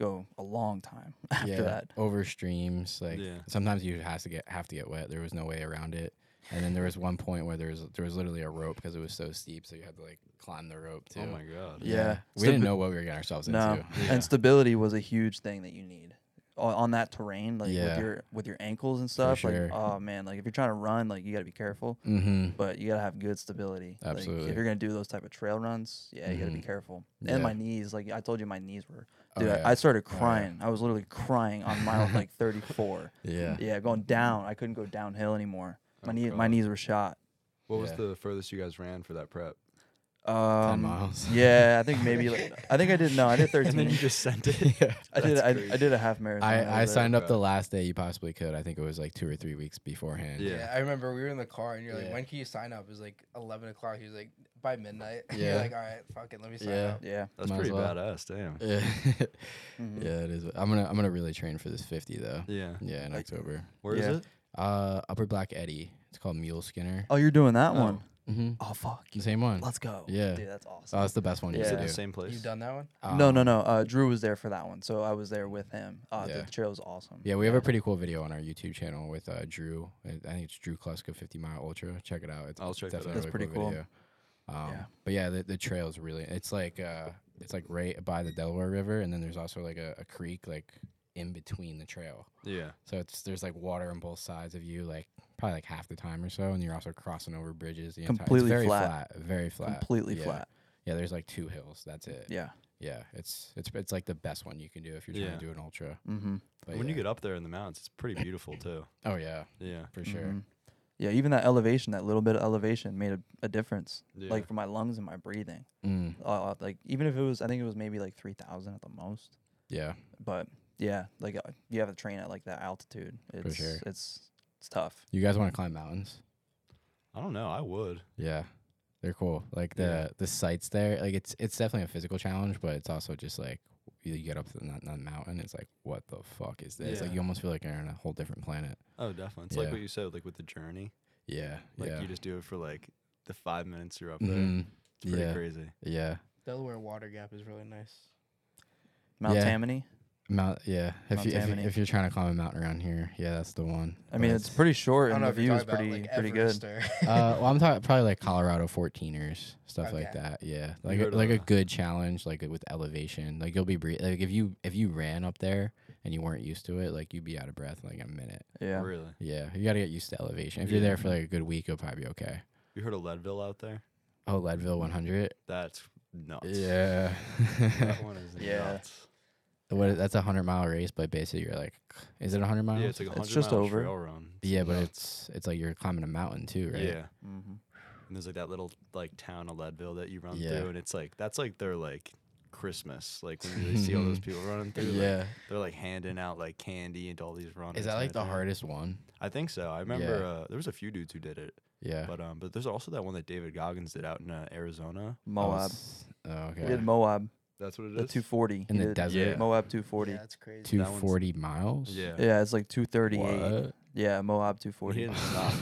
Speaker 4: go a long time after
Speaker 1: yeah.
Speaker 4: that.
Speaker 1: Over streams, like
Speaker 3: Yeah.
Speaker 1: sometimes you has to get have to get wet. There was no way around it. And then there was one point where there was there was literally a rope because it was so steep, so you had to like climb the rope too.
Speaker 3: Oh my God.
Speaker 4: Yeah.
Speaker 1: We didn't
Speaker 4: Stabi-
Speaker 1: know what we were getting ourselves
Speaker 4: No,
Speaker 1: into.
Speaker 3: Yeah.
Speaker 4: and stability was a huge thing that you need on, on that terrain, like
Speaker 1: Yeah.
Speaker 4: with your with your ankles and stuff.
Speaker 1: sure.
Speaker 4: Like, oh man, like if you're trying to run, like you got to be careful,
Speaker 1: Mm-hmm.
Speaker 4: but you got to have good stability. Like,
Speaker 1: Absolutely. Mm-hmm.
Speaker 4: if you're gonna do those type of trail runs, yeah, you got to be careful.
Speaker 1: Yeah.
Speaker 4: And my knees, like I told you, my knees were.
Speaker 1: Oh,
Speaker 4: Dude,
Speaker 1: yeah.
Speaker 4: I, I started
Speaker 1: yeah.
Speaker 4: crying. I was literally crying on mile like 34.
Speaker 1: Yeah.
Speaker 4: Yeah, going down. I couldn't go downhill anymore. My
Speaker 3: Oh,
Speaker 4: knee, my
Speaker 3: God.
Speaker 4: knees were shot.
Speaker 3: What was
Speaker 1: Yeah.
Speaker 3: the furthest you guys ran for that prep?
Speaker 4: Um,
Speaker 1: Ten miles.
Speaker 4: Yeah, I think maybe. Like, I think I did. No, I did 13.
Speaker 3: just sent it.
Speaker 1: yeah.
Speaker 4: I did.
Speaker 3: That's
Speaker 4: I,
Speaker 3: crazy.
Speaker 4: I did a half marathon. that
Speaker 1: I, I
Speaker 4: was it.
Speaker 1: signed up
Speaker 3: Okay.
Speaker 1: the last day you possibly could. I think it was like two or three weeks beforehand.
Speaker 2: yeah.
Speaker 3: Yeah.
Speaker 2: I remember we were in the car and you're like,
Speaker 1: Yeah.
Speaker 2: "When can you sign up?" It was like eleven o'clock. He was like, "By midnight."
Speaker 1: Yeah.
Speaker 2: you're like, "All right, fuck it, let me sign
Speaker 1: Yeah.
Speaker 2: up."
Speaker 4: Yeah.
Speaker 3: That's
Speaker 1: Might as
Speaker 3: pretty
Speaker 1: well.
Speaker 3: badass. Damn.
Speaker 1: Yeah.
Speaker 2: Mm-hmm.
Speaker 4: Mhm.
Speaker 1: yeah, it is. I'm gonna I'm gonna really train for this 50 though.
Speaker 3: Yeah.
Speaker 1: Yeah, in
Speaker 4: Like-
Speaker 1: October.
Speaker 3: Where is
Speaker 4: Yeah.
Speaker 3: it?
Speaker 1: Uh, Upper Black Eddy. It's called Mule Skinner.
Speaker 4: Oh, you're doing that
Speaker 3: Oh.
Speaker 4: one.
Speaker 1: Mm-hmm.
Speaker 4: Oh fuck.
Speaker 1: The same one.
Speaker 4: Let's go.
Speaker 1: Yeah.
Speaker 4: Dude, that's awesome.
Speaker 1: Oh, it's the best one you
Speaker 3: Is
Speaker 1: can
Speaker 3: it
Speaker 4: Yeah.
Speaker 3: the
Speaker 1: do.
Speaker 3: same place?
Speaker 2: You've done that one?
Speaker 4: no, no,
Speaker 1: Um,
Speaker 4: no. Uh, Drew was there for that one, so I was there with him. Uh,
Speaker 1: Yeah.
Speaker 4: dude, the trail was awesome.
Speaker 1: Yeah, we have a pretty cool video on our YouTube channel with uh, Drew. I I think it's Drew Kluska, 50 Mile Ultra. Check it out. It's
Speaker 3: I'll check that
Speaker 1: definitely
Speaker 3: out.
Speaker 1: a
Speaker 4: That's pretty cool.
Speaker 1: video. Um,
Speaker 4: Yeah.
Speaker 1: But yeah, the, the trail is really. It's like uh, it's like right by the Delaware River, and then there's also like a, a creek like in between the trail.
Speaker 3: Yeah.
Speaker 1: So it's there's like water on both sides of you, like probably like half the time or so, and you're also crossing over bridges. The entire- it's
Speaker 4: Completely
Speaker 1: very
Speaker 4: flat.
Speaker 1: very flat,
Speaker 4: Completely
Speaker 1: yeah.
Speaker 4: flat.
Speaker 1: Yeah, there's like two hills. That's it. Yeah,
Speaker 4: Yeah.
Speaker 1: it's it's it's like the best one you can do if you're trying
Speaker 3: Yeah.
Speaker 1: to do an ultra.
Speaker 4: Mm-hmm.
Speaker 1: But
Speaker 3: when
Speaker 1: yeah.
Speaker 3: you get up there in the mountains, it's pretty beautiful too.
Speaker 1: oh yeah,
Speaker 3: Yeah.
Speaker 1: for sure.
Speaker 4: Mm-hmm. Yeah. Even that elevation, that little bit of elevation, made a, a difference.
Speaker 3: Yeah.
Speaker 4: Like for my lungs and my breathing.
Speaker 1: Mm,
Speaker 4: Uh, like even if it was, I think it was maybe like three thousand at the most.
Speaker 1: yeah,
Speaker 4: But yeah, like uh, you have to train at like that altitude. It's
Speaker 1: sure.
Speaker 4: it's it's tough.
Speaker 1: you guys want to climb mountains?
Speaker 3: I don't know. I would.
Speaker 1: Yeah, they're cool. Like the
Speaker 3: Yeah.
Speaker 1: the sights there, like it's it's definitely a physical challenge, but it's also just like you get up to the, the mountain, it's like what the fuck is this? Like
Speaker 3: Yeah.
Speaker 1: you almost feel like you're on a whole different planet.
Speaker 3: Oh, definitely. It's
Speaker 1: Yeah.
Speaker 3: like what you said, like with the journey.
Speaker 1: Yeah,
Speaker 3: Like
Speaker 1: yeah.
Speaker 3: you just do it for like the five minutes you're up there.
Speaker 1: Mhm,
Speaker 3: It's pretty
Speaker 1: yeah.
Speaker 3: crazy.
Speaker 1: Yeah.
Speaker 2: Delaware Water Gap is really nice.
Speaker 4: Mount
Speaker 1: Yeah.
Speaker 4: Tammany.
Speaker 1: Mount, yeah. If
Speaker 4: Mount
Speaker 1: you, if, you,
Speaker 4: Tammany.
Speaker 1: if you're trying to climb a mountain around here, yeah, that's the one.
Speaker 4: I mean,
Speaker 1: But
Speaker 4: it's pretty
Speaker 2: I
Speaker 4: short
Speaker 2: don't
Speaker 4: and
Speaker 2: know
Speaker 4: the
Speaker 2: if you're talking
Speaker 4: view is
Speaker 2: about
Speaker 4: pretty
Speaker 2: like
Speaker 4: pretty
Speaker 2: Everest
Speaker 4: good.
Speaker 2: or
Speaker 1: uh, well, I'm talking probably like Colorado 14ers, stuff like
Speaker 2: Okay.
Speaker 1: that. Yeah, like
Speaker 3: heard
Speaker 1: a, like a
Speaker 3: of-
Speaker 1: good challenge, like with elevation. Like you'll be bre- like if you if you ran up there and you weren't used to it, like you'd be out of breath in like a minute.
Speaker 4: Yeah.
Speaker 3: Really.
Speaker 1: Yeah, you got to get used to elevation. If you're
Speaker 3: Yeah.
Speaker 1: there for like a good week, you'll probably be okay.
Speaker 3: You heard of Leadville out there?
Speaker 1: Oh, Leadville 100.
Speaker 3: That's nuts.
Speaker 1: Yeah,
Speaker 3: That one is
Speaker 4: Yeah.
Speaker 3: nuts.
Speaker 1: what? is- That's a hundred mile race, but basically you're like, is it 100 miles?
Speaker 3: Yeah, it's like a
Speaker 4: It's
Speaker 3: hundred
Speaker 4: just
Speaker 3: mile
Speaker 4: over.
Speaker 3: trail run.
Speaker 1: yeah, but
Speaker 3: nuts.
Speaker 1: it's it's like you're climbing a mountain too, right?
Speaker 3: yeah.
Speaker 4: Mm-hmm.
Speaker 3: And And there's like that little like town of Leadville that you run
Speaker 1: Yeah.
Speaker 3: through, and it's like that's like their like Christmas. Like when you really see all those people running through, like,
Speaker 1: yeah.
Speaker 3: they're like handing out like candy and all these runners.
Speaker 1: Is that
Speaker 3: and
Speaker 1: like the
Speaker 3: everything.
Speaker 1: hardest one?
Speaker 3: I think so. I remember
Speaker 1: Yeah.
Speaker 3: uh, there was a few dudes who did it,
Speaker 1: Yeah.
Speaker 3: but um, but there's also that one that David Goggins did out in uh,
Speaker 1: Oh,
Speaker 3: Arizona.
Speaker 4: Moab.
Speaker 1: it's- Oh,
Speaker 4: We
Speaker 1: okay.
Speaker 4: did Moab,
Speaker 3: That's what it is.
Speaker 4: the 240.
Speaker 1: In
Speaker 4: He
Speaker 1: the
Speaker 4: did
Speaker 1: desert.
Speaker 4: Moab 240.
Speaker 2: Yeah,
Speaker 4: Yeah,
Speaker 2: that's crazy.
Speaker 1: Two
Speaker 3: That one's-
Speaker 1: forty miles.
Speaker 3: Yeah.
Speaker 4: it's like 238.
Speaker 1: What?
Speaker 4: Yeah, Moab
Speaker 3: He
Speaker 4: 240.
Speaker 3: didn't stop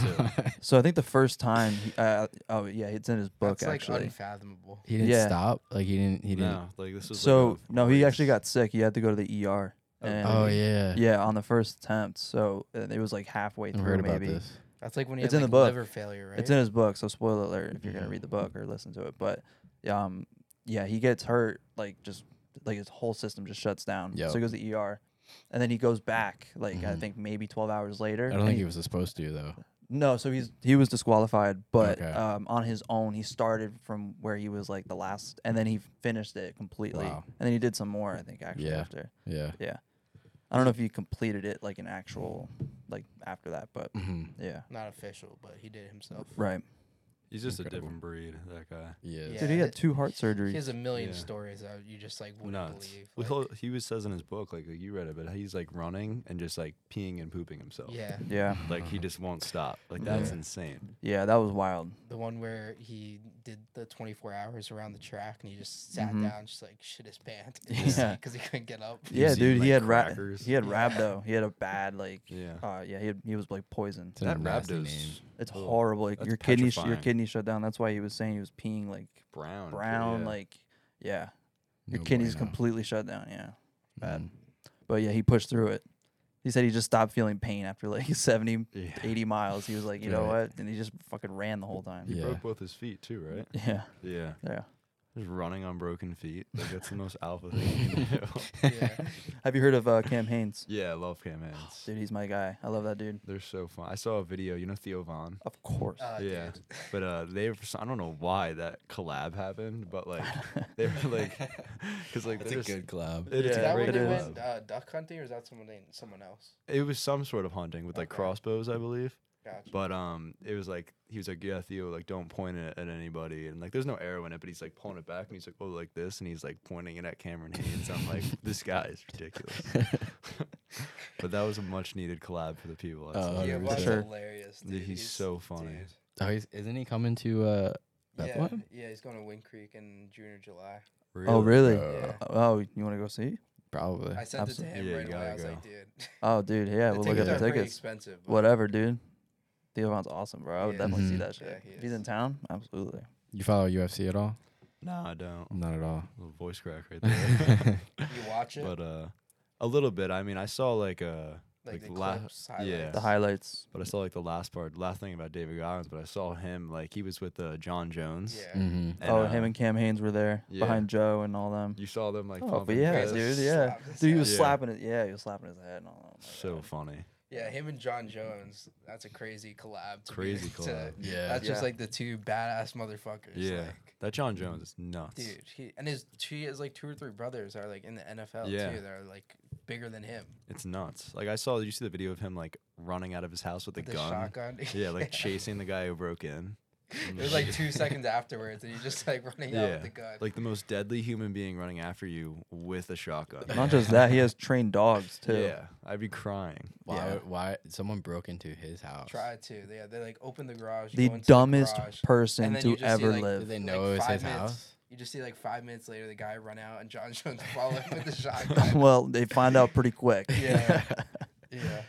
Speaker 3: too.
Speaker 4: So I think the first time, he, uh, oh yeah, it's in his book
Speaker 2: That's like
Speaker 4: actually.
Speaker 2: unfathomable.
Speaker 1: He didn't
Speaker 4: Yeah.
Speaker 1: stop. Like he didn't. He didn't.
Speaker 3: no, like this was.
Speaker 4: so
Speaker 3: like a
Speaker 4: no, he actually
Speaker 3: race.
Speaker 4: got sick. He had to go to the ER.
Speaker 3: Oh,
Speaker 4: And
Speaker 1: Oh yeah.
Speaker 4: Yeah, on the first attempt. So uh, it was like halfway
Speaker 1: I've
Speaker 4: through.
Speaker 1: heard about
Speaker 4: maybe
Speaker 1: this.
Speaker 2: That's like when he
Speaker 4: It's
Speaker 2: had
Speaker 4: in the
Speaker 2: like,
Speaker 4: book.
Speaker 2: liver failure, right?
Speaker 4: it's in his book. So spoiler alert if you're gonna
Speaker 1: Mhm.
Speaker 4: read the book or listen to it. But um, yeah, he gets hurt. Like just like his whole system just shuts down.
Speaker 1: Yep.
Speaker 4: So he goes to the ER, and then he goes back. Like I
Speaker 1: Mhm.
Speaker 4: think maybe 12 hours later.
Speaker 1: I don't
Speaker 4: and
Speaker 1: think
Speaker 4: he-
Speaker 1: he was supposed to though.
Speaker 4: No, so he's he was disqualified, but
Speaker 1: Okay.
Speaker 4: um, on his own, he started from where he was like the last, and then he finished it completely,
Speaker 1: Wow.
Speaker 4: and then he did some more, I think, actually
Speaker 1: Yeah.
Speaker 4: after.
Speaker 1: Yeah.
Speaker 4: Yeah, I don't know if he completed it like an actual, like after that, but
Speaker 1: Mhm.
Speaker 4: yeah,
Speaker 2: Not official, but he did it himself.
Speaker 4: right.
Speaker 3: He's just
Speaker 1: Incredible.
Speaker 3: a different breed. That guy.
Speaker 1: Yeah.
Speaker 2: Yeah.
Speaker 4: Dude, he had
Speaker 2: that-
Speaker 4: two heart
Speaker 2: He
Speaker 4: surgeries.
Speaker 2: has a million
Speaker 3: Yeah.
Speaker 2: stories that you just like wouldn't
Speaker 3: Nuts.
Speaker 2: believe.
Speaker 3: Well,
Speaker 2: like-
Speaker 3: he'll- he was says in his book, like, you read it, but he's like running and just like peeing and pooping himself.
Speaker 2: yeah,
Speaker 4: Yeah,
Speaker 3: Like he just won't stop. Like that's
Speaker 1: Yeah.
Speaker 3: insane.
Speaker 4: yeah, that was wild.
Speaker 2: the one where he did the 24 hours around the track and he just sat
Speaker 4: Mhm.
Speaker 2: down, just like shit his pants, because
Speaker 4: Yeah.
Speaker 2: he couldn't get up.
Speaker 3: He
Speaker 4: yeah,
Speaker 3: was
Speaker 4: dude,
Speaker 3: eating,
Speaker 4: he
Speaker 3: like,
Speaker 4: had rab,
Speaker 3: crackers.
Speaker 4: he had
Speaker 2: Yeah.
Speaker 4: rhabdo. He had a bad like,
Speaker 3: Yeah.
Speaker 4: uh, yeah, he had, he was like poisoned.
Speaker 1: It's a
Speaker 3: That
Speaker 1: nasty
Speaker 3: Rabdo's
Speaker 1: name.
Speaker 4: It's
Speaker 3: Ugh.
Speaker 4: horrible. Like
Speaker 3: oh, That's
Speaker 4: your kidney, sh- your
Speaker 3: petrifying.
Speaker 4: kidney shut down. That's why he was saying he was peeing like
Speaker 3: brown. too,
Speaker 4: brown,
Speaker 3: yeah.
Speaker 4: like yeah. Your
Speaker 1: No
Speaker 4: kidneys
Speaker 1: bueno.
Speaker 4: completely shut down, yeah. Bad.
Speaker 1: Mhm.
Speaker 4: But yeah, he pushed through it. He said he just stopped feeling pain after like 70,
Speaker 3: Yeah.
Speaker 4: 80 miles. He was like, you know
Speaker 1: Right.
Speaker 4: what? And he just fucking ran the whole time.
Speaker 3: He
Speaker 1: Yeah.
Speaker 3: broke both his feet too, right?
Speaker 4: Yeah.
Speaker 3: Yeah.
Speaker 4: Yeah.
Speaker 3: Just running on broken feet. Like that's the most alpha thing you can do.
Speaker 2: Yeah.
Speaker 4: Have you heard of uh, Cam Haynes?
Speaker 3: Yeah, I love Cam Hands.
Speaker 4: Dude, he's my guy. I love that dude.
Speaker 3: They're so fun. I saw a video, you know Theo Vaughn?
Speaker 4: Of course.
Speaker 2: Uh,
Speaker 3: yeah.
Speaker 2: dude.
Speaker 3: But uh, they were, I don't know why that collab happened, but like they were like, because like
Speaker 1: That's
Speaker 3: they're
Speaker 1: a
Speaker 3: just-
Speaker 1: good club.
Speaker 3: It is
Speaker 4: Yeah,
Speaker 2: Is
Speaker 3: a
Speaker 2: that
Speaker 3: great
Speaker 2: when they
Speaker 4: it
Speaker 3: collab.
Speaker 2: went uh, duck hunting, or is that someone named someone else?
Speaker 3: It was some sort of hunting with like
Speaker 2: Okay.
Speaker 3: crossbows, I believe.
Speaker 2: Gotcha.
Speaker 3: But um, it was like he was like, "Yeah, Theo, like don't point it at anybody." And like, there's no arrow in it, but he's like pulling it back, and he's like, "Oh, like this," and he's like pointing it at Cameron Haynes. I'm like, "This guy is ridiculous." but that was a much needed collab for the people. That's
Speaker 1: Oh,
Speaker 3: all.
Speaker 2: yeah,
Speaker 1: 100%.
Speaker 2: well, that's
Speaker 4: Sure.
Speaker 2: hilarious.
Speaker 3: Dude,
Speaker 2: Dude.
Speaker 3: he's so funny.
Speaker 2: dude.
Speaker 1: Oh, he's, isn't he coming to uh, that
Speaker 2: yeah,
Speaker 1: one?
Speaker 2: yeah, he's going to Wind Creek in June or July.
Speaker 4: Oh, really?
Speaker 1: Uh,
Speaker 4: oh, you want to go see?
Speaker 1: Probably.
Speaker 2: I sent it
Speaker 4: absolute-
Speaker 2: to him
Speaker 3: Yeah, you
Speaker 2: right away.
Speaker 3: gotta
Speaker 2: I was like,
Speaker 3: go.
Speaker 2: dude,
Speaker 4: Oh, dude. Yeah.
Speaker 2: the
Speaker 4: we'll look at
Speaker 2: are
Speaker 4: the
Speaker 2: pretty
Speaker 4: tickets.
Speaker 2: expensive. but
Speaker 4: Whatever, dude. Theo Von's awesome, bro. I would
Speaker 2: Yeah.
Speaker 4: definitely see
Speaker 3: Mm-hmm.
Speaker 1: Mhm.
Speaker 4: that shit.
Speaker 2: Yeah, he
Speaker 4: if he's
Speaker 2: is.
Speaker 4: in town, absolutely.
Speaker 1: You follow UFC at all?
Speaker 3: No, I don't.
Speaker 1: Not at all.
Speaker 3: Little voice crack right there.
Speaker 2: You watch it,
Speaker 3: but uh, a little bit. I mean, I saw like uh,
Speaker 2: like, the
Speaker 3: like la-
Speaker 2: clips,
Speaker 3: yeah.
Speaker 2: highlights.
Speaker 4: The highlights.
Speaker 3: but I saw like the last part, last thing about David Goggins. But I saw him like he was with uh, John Jones.
Speaker 2: Yeah.
Speaker 1: Mm-hmm.
Speaker 4: oh,
Speaker 3: uh,
Speaker 4: him and Cam Haynes were there
Speaker 3: yeah.
Speaker 4: behind Joe and all them.
Speaker 3: You saw them like.
Speaker 4: Oh, but
Speaker 3: pumping
Speaker 4: yeah,
Speaker 2: Just
Speaker 3: fists.
Speaker 4: dude, yeah.
Speaker 2: slapped his
Speaker 4: Dude, he
Speaker 2: head.
Speaker 4: was
Speaker 3: Yeah.
Speaker 4: slapping his yeah, he was slapping his head and all that.
Speaker 3: So funny.
Speaker 2: Yeah, him and John Jones. That's a crazy collab. To be-
Speaker 3: Crazy
Speaker 2: to-
Speaker 3: collab.
Speaker 1: Yeah.
Speaker 2: that's just
Speaker 4: Yeah.
Speaker 2: like the two badass motherfuckers.
Speaker 3: Yeah.
Speaker 2: like,
Speaker 3: That John Jones is nuts.
Speaker 2: dude, he and his two he has like two or three brothers are like in the NFL
Speaker 3: Yeah.
Speaker 2: too. They're like bigger than him.
Speaker 3: It's nuts. Like I saw did you see the video of him like running out of his house with a
Speaker 2: The
Speaker 3: gun.
Speaker 2: shotgun.
Speaker 3: Yeah, like chasing the guy who broke in.
Speaker 2: it was like two seconds afterwards, and he's just like running out with the gun.
Speaker 3: Like the most deadly human being running after you with a shotgun.
Speaker 4: Not just that, he has trained dogs too.
Speaker 3: Yeah. I'd be crying.
Speaker 1: Why?
Speaker 4: Yeah.
Speaker 1: would- Why? Someone broke into his house.
Speaker 2: Try to. Yeah, they like open the garage. you
Speaker 4: The
Speaker 2: go into
Speaker 4: dumbest
Speaker 2: the garage,
Speaker 4: person
Speaker 2: and then
Speaker 4: to
Speaker 2: you just see,
Speaker 4: ever
Speaker 2: like,
Speaker 1: Did
Speaker 4: live.
Speaker 1: they
Speaker 2: Like
Speaker 1: know it was
Speaker 2: five
Speaker 1: his
Speaker 2: minutes.
Speaker 1: house?
Speaker 2: You just see like five minutes later the guy run out and John Jones follow him with the shotgun.
Speaker 4: well, they find out pretty quick.
Speaker 2: Yeah. yeah.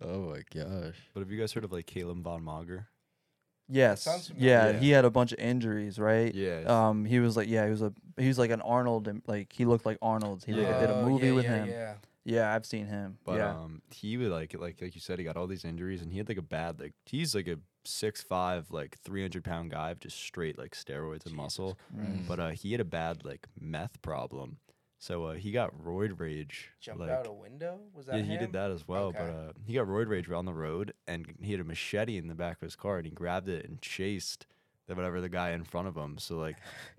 Speaker 1: Oh my gosh.
Speaker 3: But have you guys heard of like Caleb von Mager?
Speaker 4: yes.
Speaker 2: sounds
Speaker 4: Yeah,
Speaker 3: familiar.
Speaker 4: he had a bunch of injuries, right?
Speaker 3: Yeah.
Speaker 4: Um, he was like, yeah, he was a, he was like an Arnold, and like he looked like Arnold. He did,
Speaker 3: Yeah.
Speaker 4: did a
Speaker 2: Oh,
Speaker 4: movie
Speaker 2: yeah,
Speaker 4: with
Speaker 2: yeah,
Speaker 4: him. Yeah.
Speaker 2: Yeah.
Speaker 4: I've seen him.
Speaker 3: but
Speaker 4: yeah,
Speaker 3: um he would like like like you said, he got all these injuries and he had like a bad like he's like a six five, like three hundred pound guy of just straight like steroids and muscle.
Speaker 1: Mm.
Speaker 3: but uh, he had a bad like meth problem, so uh, he got roid rage.
Speaker 2: Jumped
Speaker 3: like,
Speaker 2: out a window? Was that
Speaker 3: yeah, he
Speaker 2: him?
Speaker 3: did that as well. But
Speaker 2: Okay.
Speaker 3: uh, he got roid rage on the road, and he had a machete in the back of his car, and he grabbed it and chased the whatever the guy in front of him. So like,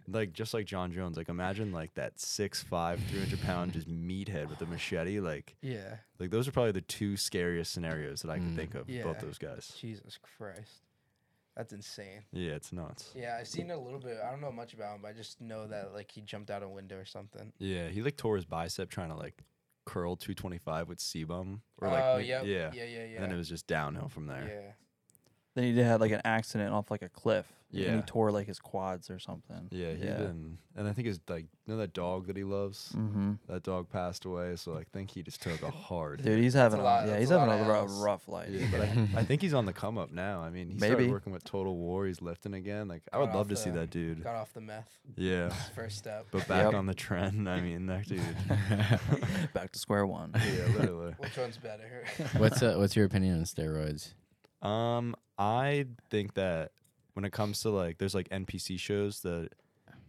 Speaker 3: like just like John Jones, like imagine like that 6'5", 300 pound just meathead with a machete. Like,
Speaker 2: Yeah.
Speaker 3: like those are probably the two scariest scenarios that I can
Speaker 1: Mm.
Speaker 3: think of.
Speaker 2: Yeah.
Speaker 3: Both those guys.
Speaker 2: Jesus Christ. That's insane.
Speaker 3: Yeah, it's nuts.
Speaker 2: Yeah, I've seen a little bit. I don't know much about him, but I just know that like he jumped out a window or something.
Speaker 3: Yeah, he like tore his bicep trying to like curl 225 with sebum or like
Speaker 2: oh
Speaker 3: ma-
Speaker 2: yep.
Speaker 3: yeah.
Speaker 2: yeah, yeah, yeah.
Speaker 3: And then it was just downhill from there.
Speaker 2: yeah.
Speaker 4: Then he did had like an accident off like a cliff. And
Speaker 3: Yeah.
Speaker 4: he tore like his quads or something.
Speaker 3: Yeah, he
Speaker 4: Yeah.
Speaker 3: didn't. And I think his like, you know that dog that he loves.
Speaker 2: Mm.
Speaker 4: Mm-hmm.
Speaker 3: That dog passed away, so I think he just took a hard.
Speaker 4: Dude, he's having a,
Speaker 2: lot-
Speaker 4: yeah,
Speaker 2: that's
Speaker 4: he's
Speaker 2: a
Speaker 4: having
Speaker 2: lot
Speaker 4: a
Speaker 2: of
Speaker 4: rough,
Speaker 2: L's.
Speaker 4: rough life.
Speaker 3: Yeah, but I, I think he's on the come up now. I mean, he started
Speaker 4: Maybe.
Speaker 3: working with Total War. He's lifting again. Like I
Speaker 2: Got
Speaker 3: would love
Speaker 2: off
Speaker 3: to see
Speaker 2: the-
Speaker 3: that dude.
Speaker 2: Got off the meth.
Speaker 3: Yeah,
Speaker 2: That's the first step.
Speaker 3: but back
Speaker 4: Yep.
Speaker 3: on the trend. I mean, that dude.
Speaker 4: Back to square one.
Speaker 3: Yeah, literally.
Speaker 2: Which one's better?
Speaker 1: what's uh, what's your opinion on steroids?
Speaker 3: Um, I think that when it comes to like, there's like NPC shows that,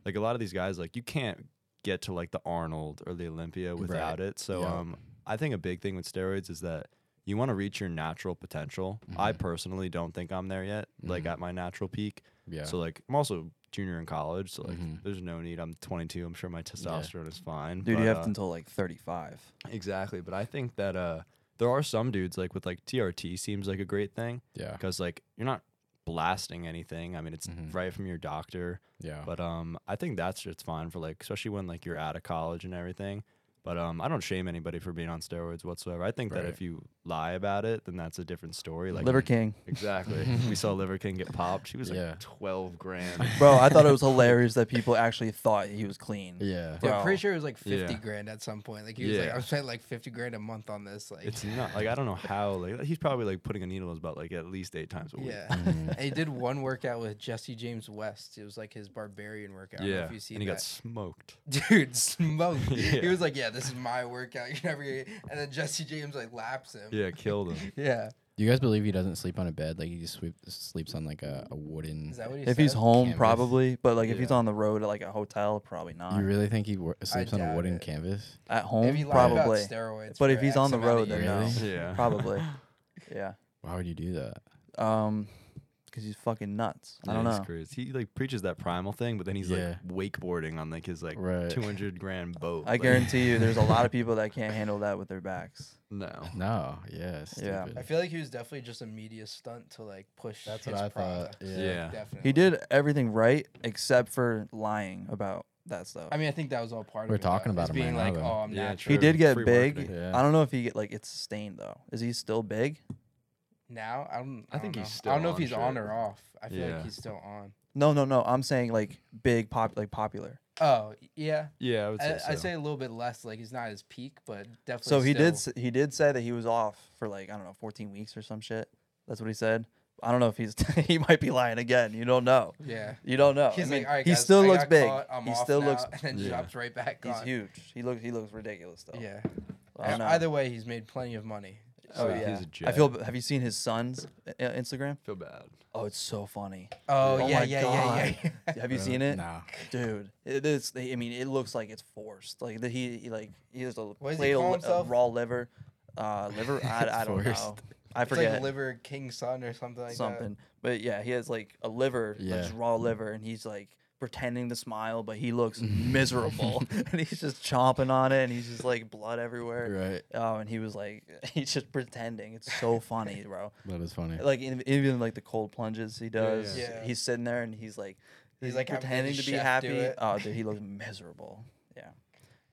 Speaker 3: like, a lot of these guys like you can't get to like the Arnold or the Olympia without it. So
Speaker 1: Yeah.
Speaker 3: um, I think a big thing with steroids is that you want to reach your natural potential. I
Speaker 4: Mm-hmm.
Speaker 3: personally don't think I'm there yet, like
Speaker 1: Mhm.
Speaker 3: at my natural peak.
Speaker 1: Yeah.
Speaker 3: So like, I'm also junior in college, so like,
Speaker 1: Mhm.
Speaker 3: there's no need. I'm 22. I'm sure my testosterone is fine.
Speaker 4: Mm-hmm. Dude,
Speaker 3: but,
Speaker 4: you have
Speaker 3: uh,
Speaker 4: to until like 35.
Speaker 3: exactly. But I think that uh, there are some dudes like with like TRT seems like a great thing
Speaker 1: yeah.
Speaker 3: because like you're not blasting anything. I mean, it's
Speaker 1: Mhm.
Speaker 3: right from your doctor.
Speaker 1: Yeah.
Speaker 3: But um, I think that's just fine for like, especially when like you're out of college and everything. But um, I don't shame anybody for being on steroids whatsoever. I think that
Speaker 1: Right.
Speaker 3: if you lie about it, then that's a different story. Like
Speaker 4: Liver King.
Speaker 3: exactly, we saw Liver King get popped. She was like
Speaker 1: Yeah.
Speaker 3: twelve grand.
Speaker 4: Bro, I thought it was hilarious that people actually thought he was clean.
Speaker 1: yeah.
Speaker 2: Dude, I'm
Speaker 4: Bro.
Speaker 2: pretty sure it was like 50
Speaker 3: Yeah.
Speaker 2: grand at some point. Like he was like,
Speaker 3: Yeah.
Speaker 2: I'm spending like 50 grand a month on this. Like,
Speaker 3: It's not like I don't know how. Like he's probably like putting a needle in his butt like at least eight times a week.
Speaker 2: yeah.
Speaker 1: Mm-hmm.
Speaker 2: and he did one workout with Jesse James West. It was like his barbarian workout. I don't know
Speaker 3: yeah.
Speaker 2: if you see
Speaker 3: and he got
Speaker 2: that.
Speaker 3: smoked.
Speaker 2: Dude, smoked. He
Speaker 3: Yeah.
Speaker 2: was like, yeah, this is my workout. You're never gonna... And then Jesse James like laps him.
Speaker 3: Yeah, killed him.
Speaker 2: Yeah.
Speaker 1: Do you guys believe he doesn't sleep on a bed? Like he just sweep, sleeps on like a, a wooden.
Speaker 2: Is that what he
Speaker 4: If he's
Speaker 2: said?
Speaker 4: home,
Speaker 1: Canvas.
Speaker 4: probably. But like if he's
Speaker 3: Yeah.
Speaker 4: on the road at like a hotel, probably not.
Speaker 1: you really think he wor- sleeps on a
Speaker 2: doubt
Speaker 1: wooden
Speaker 2: it.
Speaker 1: canvas?
Speaker 4: At
Speaker 2: If
Speaker 4: home,
Speaker 2: he lied about
Speaker 4: probably.
Speaker 2: steroids for
Speaker 4: But if he's
Speaker 2: X
Speaker 4: on the
Speaker 2: amount of
Speaker 4: road, then
Speaker 2: years-
Speaker 4: no.
Speaker 1: Really?
Speaker 3: Yeah.
Speaker 4: Probably. Yeah.
Speaker 1: Why would you do that?
Speaker 4: Um, because he's fucking nuts. I don't
Speaker 3: Yeah, he's
Speaker 4: know.
Speaker 3: crazy. He like preaches that primal thing, but then he's
Speaker 1: Yeah.
Speaker 3: like wakeboarding on like his like
Speaker 1: Right.
Speaker 3: two hundred grand boat.
Speaker 4: I
Speaker 3: like,
Speaker 4: guarantee you, there's a lot of people that can't handle that with their backs.
Speaker 3: No.
Speaker 1: No. Yeah. it's
Speaker 4: Yeah.
Speaker 1: Stupid.
Speaker 2: I feel like he was definitely just a media stunt to like push.
Speaker 1: That's
Speaker 2: his
Speaker 1: what I
Speaker 2: product.
Speaker 1: thought. Yeah.
Speaker 3: Yeah.
Speaker 2: Definitely.
Speaker 4: He did everything right except for lying about that stuff.
Speaker 2: I mean, I think that was all part
Speaker 1: We're
Speaker 2: of it. though,
Speaker 1: talking about
Speaker 2: is
Speaker 1: him
Speaker 2: being
Speaker 1: right
Speaker 2: like,
Speaker 1: now, though.
Speaker 2: oh, I'm
Speaker 3: Yeah,
Speaker 2: natural.
Speaker 4: he
Speaker 3: true.
Speaker 4: did get
Speaker 3: Free
Speaker 4: big.
Speaker 3: marketing.
Speaker 1: Yeah.
Speaker 4: I don't know if he get like it's sustained though. Is he still big?
Speaker 2: Now I don't.
Speaker 3: I
Speaker 2: I,
Speaker 3: think
Speaker 2: don't
Speaker 3: he's
Speaker 2: know. I don't
Speaker 3: still
Speaker 2: know if
Speaker 3: on
Speaker 2: he's on
Speaker 3: shit.
Speaker 2: or off. I feel
Speaker 3: Yeah.
Speaker 2: like he's still on.
Speaker 4: No, no, no. I'm saying like big, pop, like popular.
Speaker 2: Oh yeah,
Speaker 3: Yeah, I would
Speaker 2: I,
Speaker 3: say.
Speaker 2: would
Speaker 3: so.
Speaker 2: say a little bit less. Like he's not at his peak, but definitely.
Speaker 4: So he
Speaker 2: still,
Speaker 4: did. s- He did say that he was off for like I don't know, 14 weeks or some shit. That's what he said. I don't know if he's. he might be lying again. You don't know.
Speaker 2: Yeah.
Speaker 4: You don't know.
Speaker 2: He's
Speaker 4: Oh, I mean,
Speaker 2: like, all right,
Speaker 4: he
Speaker 2: guys,
Speaker 4: still
Speaker 2: I
Speaker 4: looks
Speaker 2: got
Speaker 4: big.
Speaker 2: caught, I'm
Speaker 4: he
Speaker 2: off
Speaker 4: still
Speaker 2: now,"
Speaker 4: looks.
Speaker 2: and then
Speaker 3: Yeah.
Speaker 2: drops right back.
Speaker 4: He's
Speaker 2: on.
Speaker 4: huge. He looks. He looks ridiculous though.
Speaker 2: Yeah.
Speaker 4: I don't know.
Speaker 2: Either way, he's made plenty of money.
Speaker 4: Oh
Speaker 3: Like,
Speaker 4: yeah.
Speaker 3: he's a
Speaker 4: I feel.
Speaker 3: jet.
Speaker 4: b- Have you seen his son's uh, Instagram?
Speaker 3: feel bad.
Speaker 4: Oh, it's so funny.
Speaker 2: Oh,
Speaker 4: Oh
Speaker 2: yeah, yeah,
Speaker 4: my
Speaker 2: yeah, yeah,
Speaker 4: Have you seen it,
Speaker 1: Uh, Nah.
Speaker 4: dude? It is. I mean, it looks like it's forced. Like that he, he like he has a
Speaker 2: does he
Speaker 4: plate of
Speaker 2: call
Speaker 4: li-
Speaker 2: himself?
Speaker 4: a raw liver, uh, liver. I, I don't
Speaker 1: Forced.
Speaker 4: know. I
Speaker 2: It's like
Speaker 4: forget
Speaker 2: liver king son or something like
Speaker 4: something. But yeah, he has like a liver, like,
Speaker 1: Yeah.
Speaker 4: just raw liver, and he's like pretending to smile, but he looks miserable, and he's just chomping on it, and he's just like blood everywhere.
Speaker 1: Right.
Speaker 4: Oh, and he was like, he's just pretending. It's so funny, bro.
Speaker 1: That is funny.
Speaker 4: Like in, even like the cold plunges he does.
Speaker 2: yeah. Yeah.
Speaker 4: He's sitting there and he's like,
Speaker 2: He's,
Speaker 4: he's
Speaker 2: like,
Speaker 4: like
Speaker 2: having
Speaker 4: pretending
Speaker 2: the
Speaker 4: to be
Speaker 2: chef do
Speaker 4: happy.
Speaker 2: it.
Speaker 4: Oh, dude, he looks miserable. Yeah,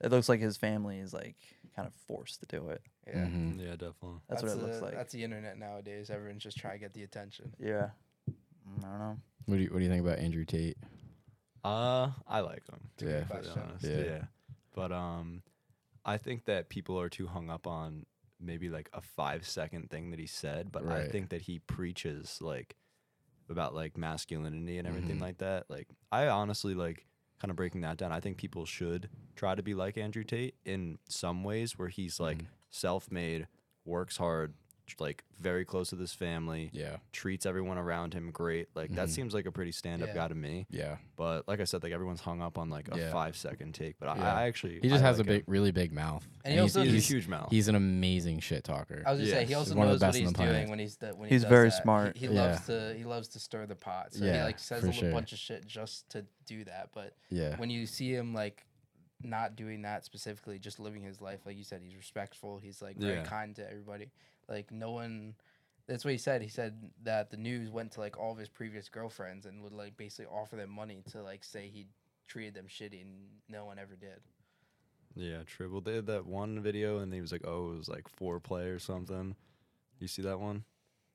Speaker 4: it looks like his family is like kind of forced to do it.
Speaker 2: that. Yeah.
Speaker 1: Mhm.
Speaker 3: Yeah, definitely.
Speaker 4: Mm-hmm. That's, what it
Speaker 2: the,
Speaker 4: looks like.
Speaker 2: That's the internet nowadays. Everyone's just trying to get the attention.
Speaker 4: Yeah, Mm, I don't know.
Speaker 1: What do you What do you think about Andrew Tate?
Speaker 3: Uh, I like him. to be
Speaker 1: Yeah.
Speaker 3: completely
Speaker 2: Fashion.
Speaker 3: honest.
Speaker 1: Yeah.
Speaker 3: Yeah. But um, I think that people are too hung up on maybe like a five second thing that he said, but I
Speaker 1: Right.
Speaker 3: think that he preaches like about like masculinity and everything
Speaker 1: Mm-hmm.
Speaker 3: like that. Like I honestly like kind of breaking that down. I think people should try to be like Andrew Tate in some ways, where he's like
Speaker 1: Mm-hmm.
Speaker 3: self made, works hard, tr- like very close to this family,
Speaker 1: Yeah.
Speaker 3: treats everyone around him great. Like that
Speaker 1: Mhm.
Speaker 3: seems like a pretty stand up
Speaker 2: Yeah.
Speaker 3: guy to me.
Speaker 1: Yeah.
Speaker 3: But like I said, like everyone's hung up on like a
Speaker 1: Yeah.
Speaker 3: five second take. But
Speaker 1: Yeah.
Speaker 3: I, I actually
Speaker 1: He just
Speaker 3: I
Speaker 1: has
Speaker 3: like
Speaker 1: a big, really big mouth.
Speaker 2: And he also
Speaker 3: Him.
Speaker 1: he's,
Speaker 3: He's,
Speaker 1: he's,
Speaker 3: a huge mouth.
Speaker 1: he's an amazing shit talker.
Speaker 2: I was gonna say
Speaker 3: Yes.
Speaker 2: he also
Speaker 1: He's one of
Speaker 2: knows
Speaker 1: the
Speaker 2: what
Speaker 1: best on
Speaker 2: he's
Speaker 1: the planet.
Speaker 2: doing when he's do- when he
Speaker 4: He's
Speaker 2: does
Speaker 4: very
Speaker 2: that. He-
Speaker 4: smart.
Speaker 2: He,
Speaker 1: Yeah.
Speaker 2: loves to he loves to stir the pot. So he
Speaker 1: Yeah,
Speaker 2: like says a
Speaker 1: for
Speaker 2: little
Speaker 1: sure.
Speaker 2: bunch of shit just to do that. But
Speaker 1: yeah.
Speaker 2: when you see him like not doing that specifically, just living his life, like you said, he's respectful. He's like very
Speaker 3: Yeah.
Speaker 2: kind to everybody. Like no one. That's what he said. He said that the news went to like all of his previous girlfriends and would like basically offer them money to like say he treated them shitty and no one ever did.
Speaker 3: Yeah, true. Well, they had that one video, and he was like, "Oh, it was like foreplay or something." You see that one?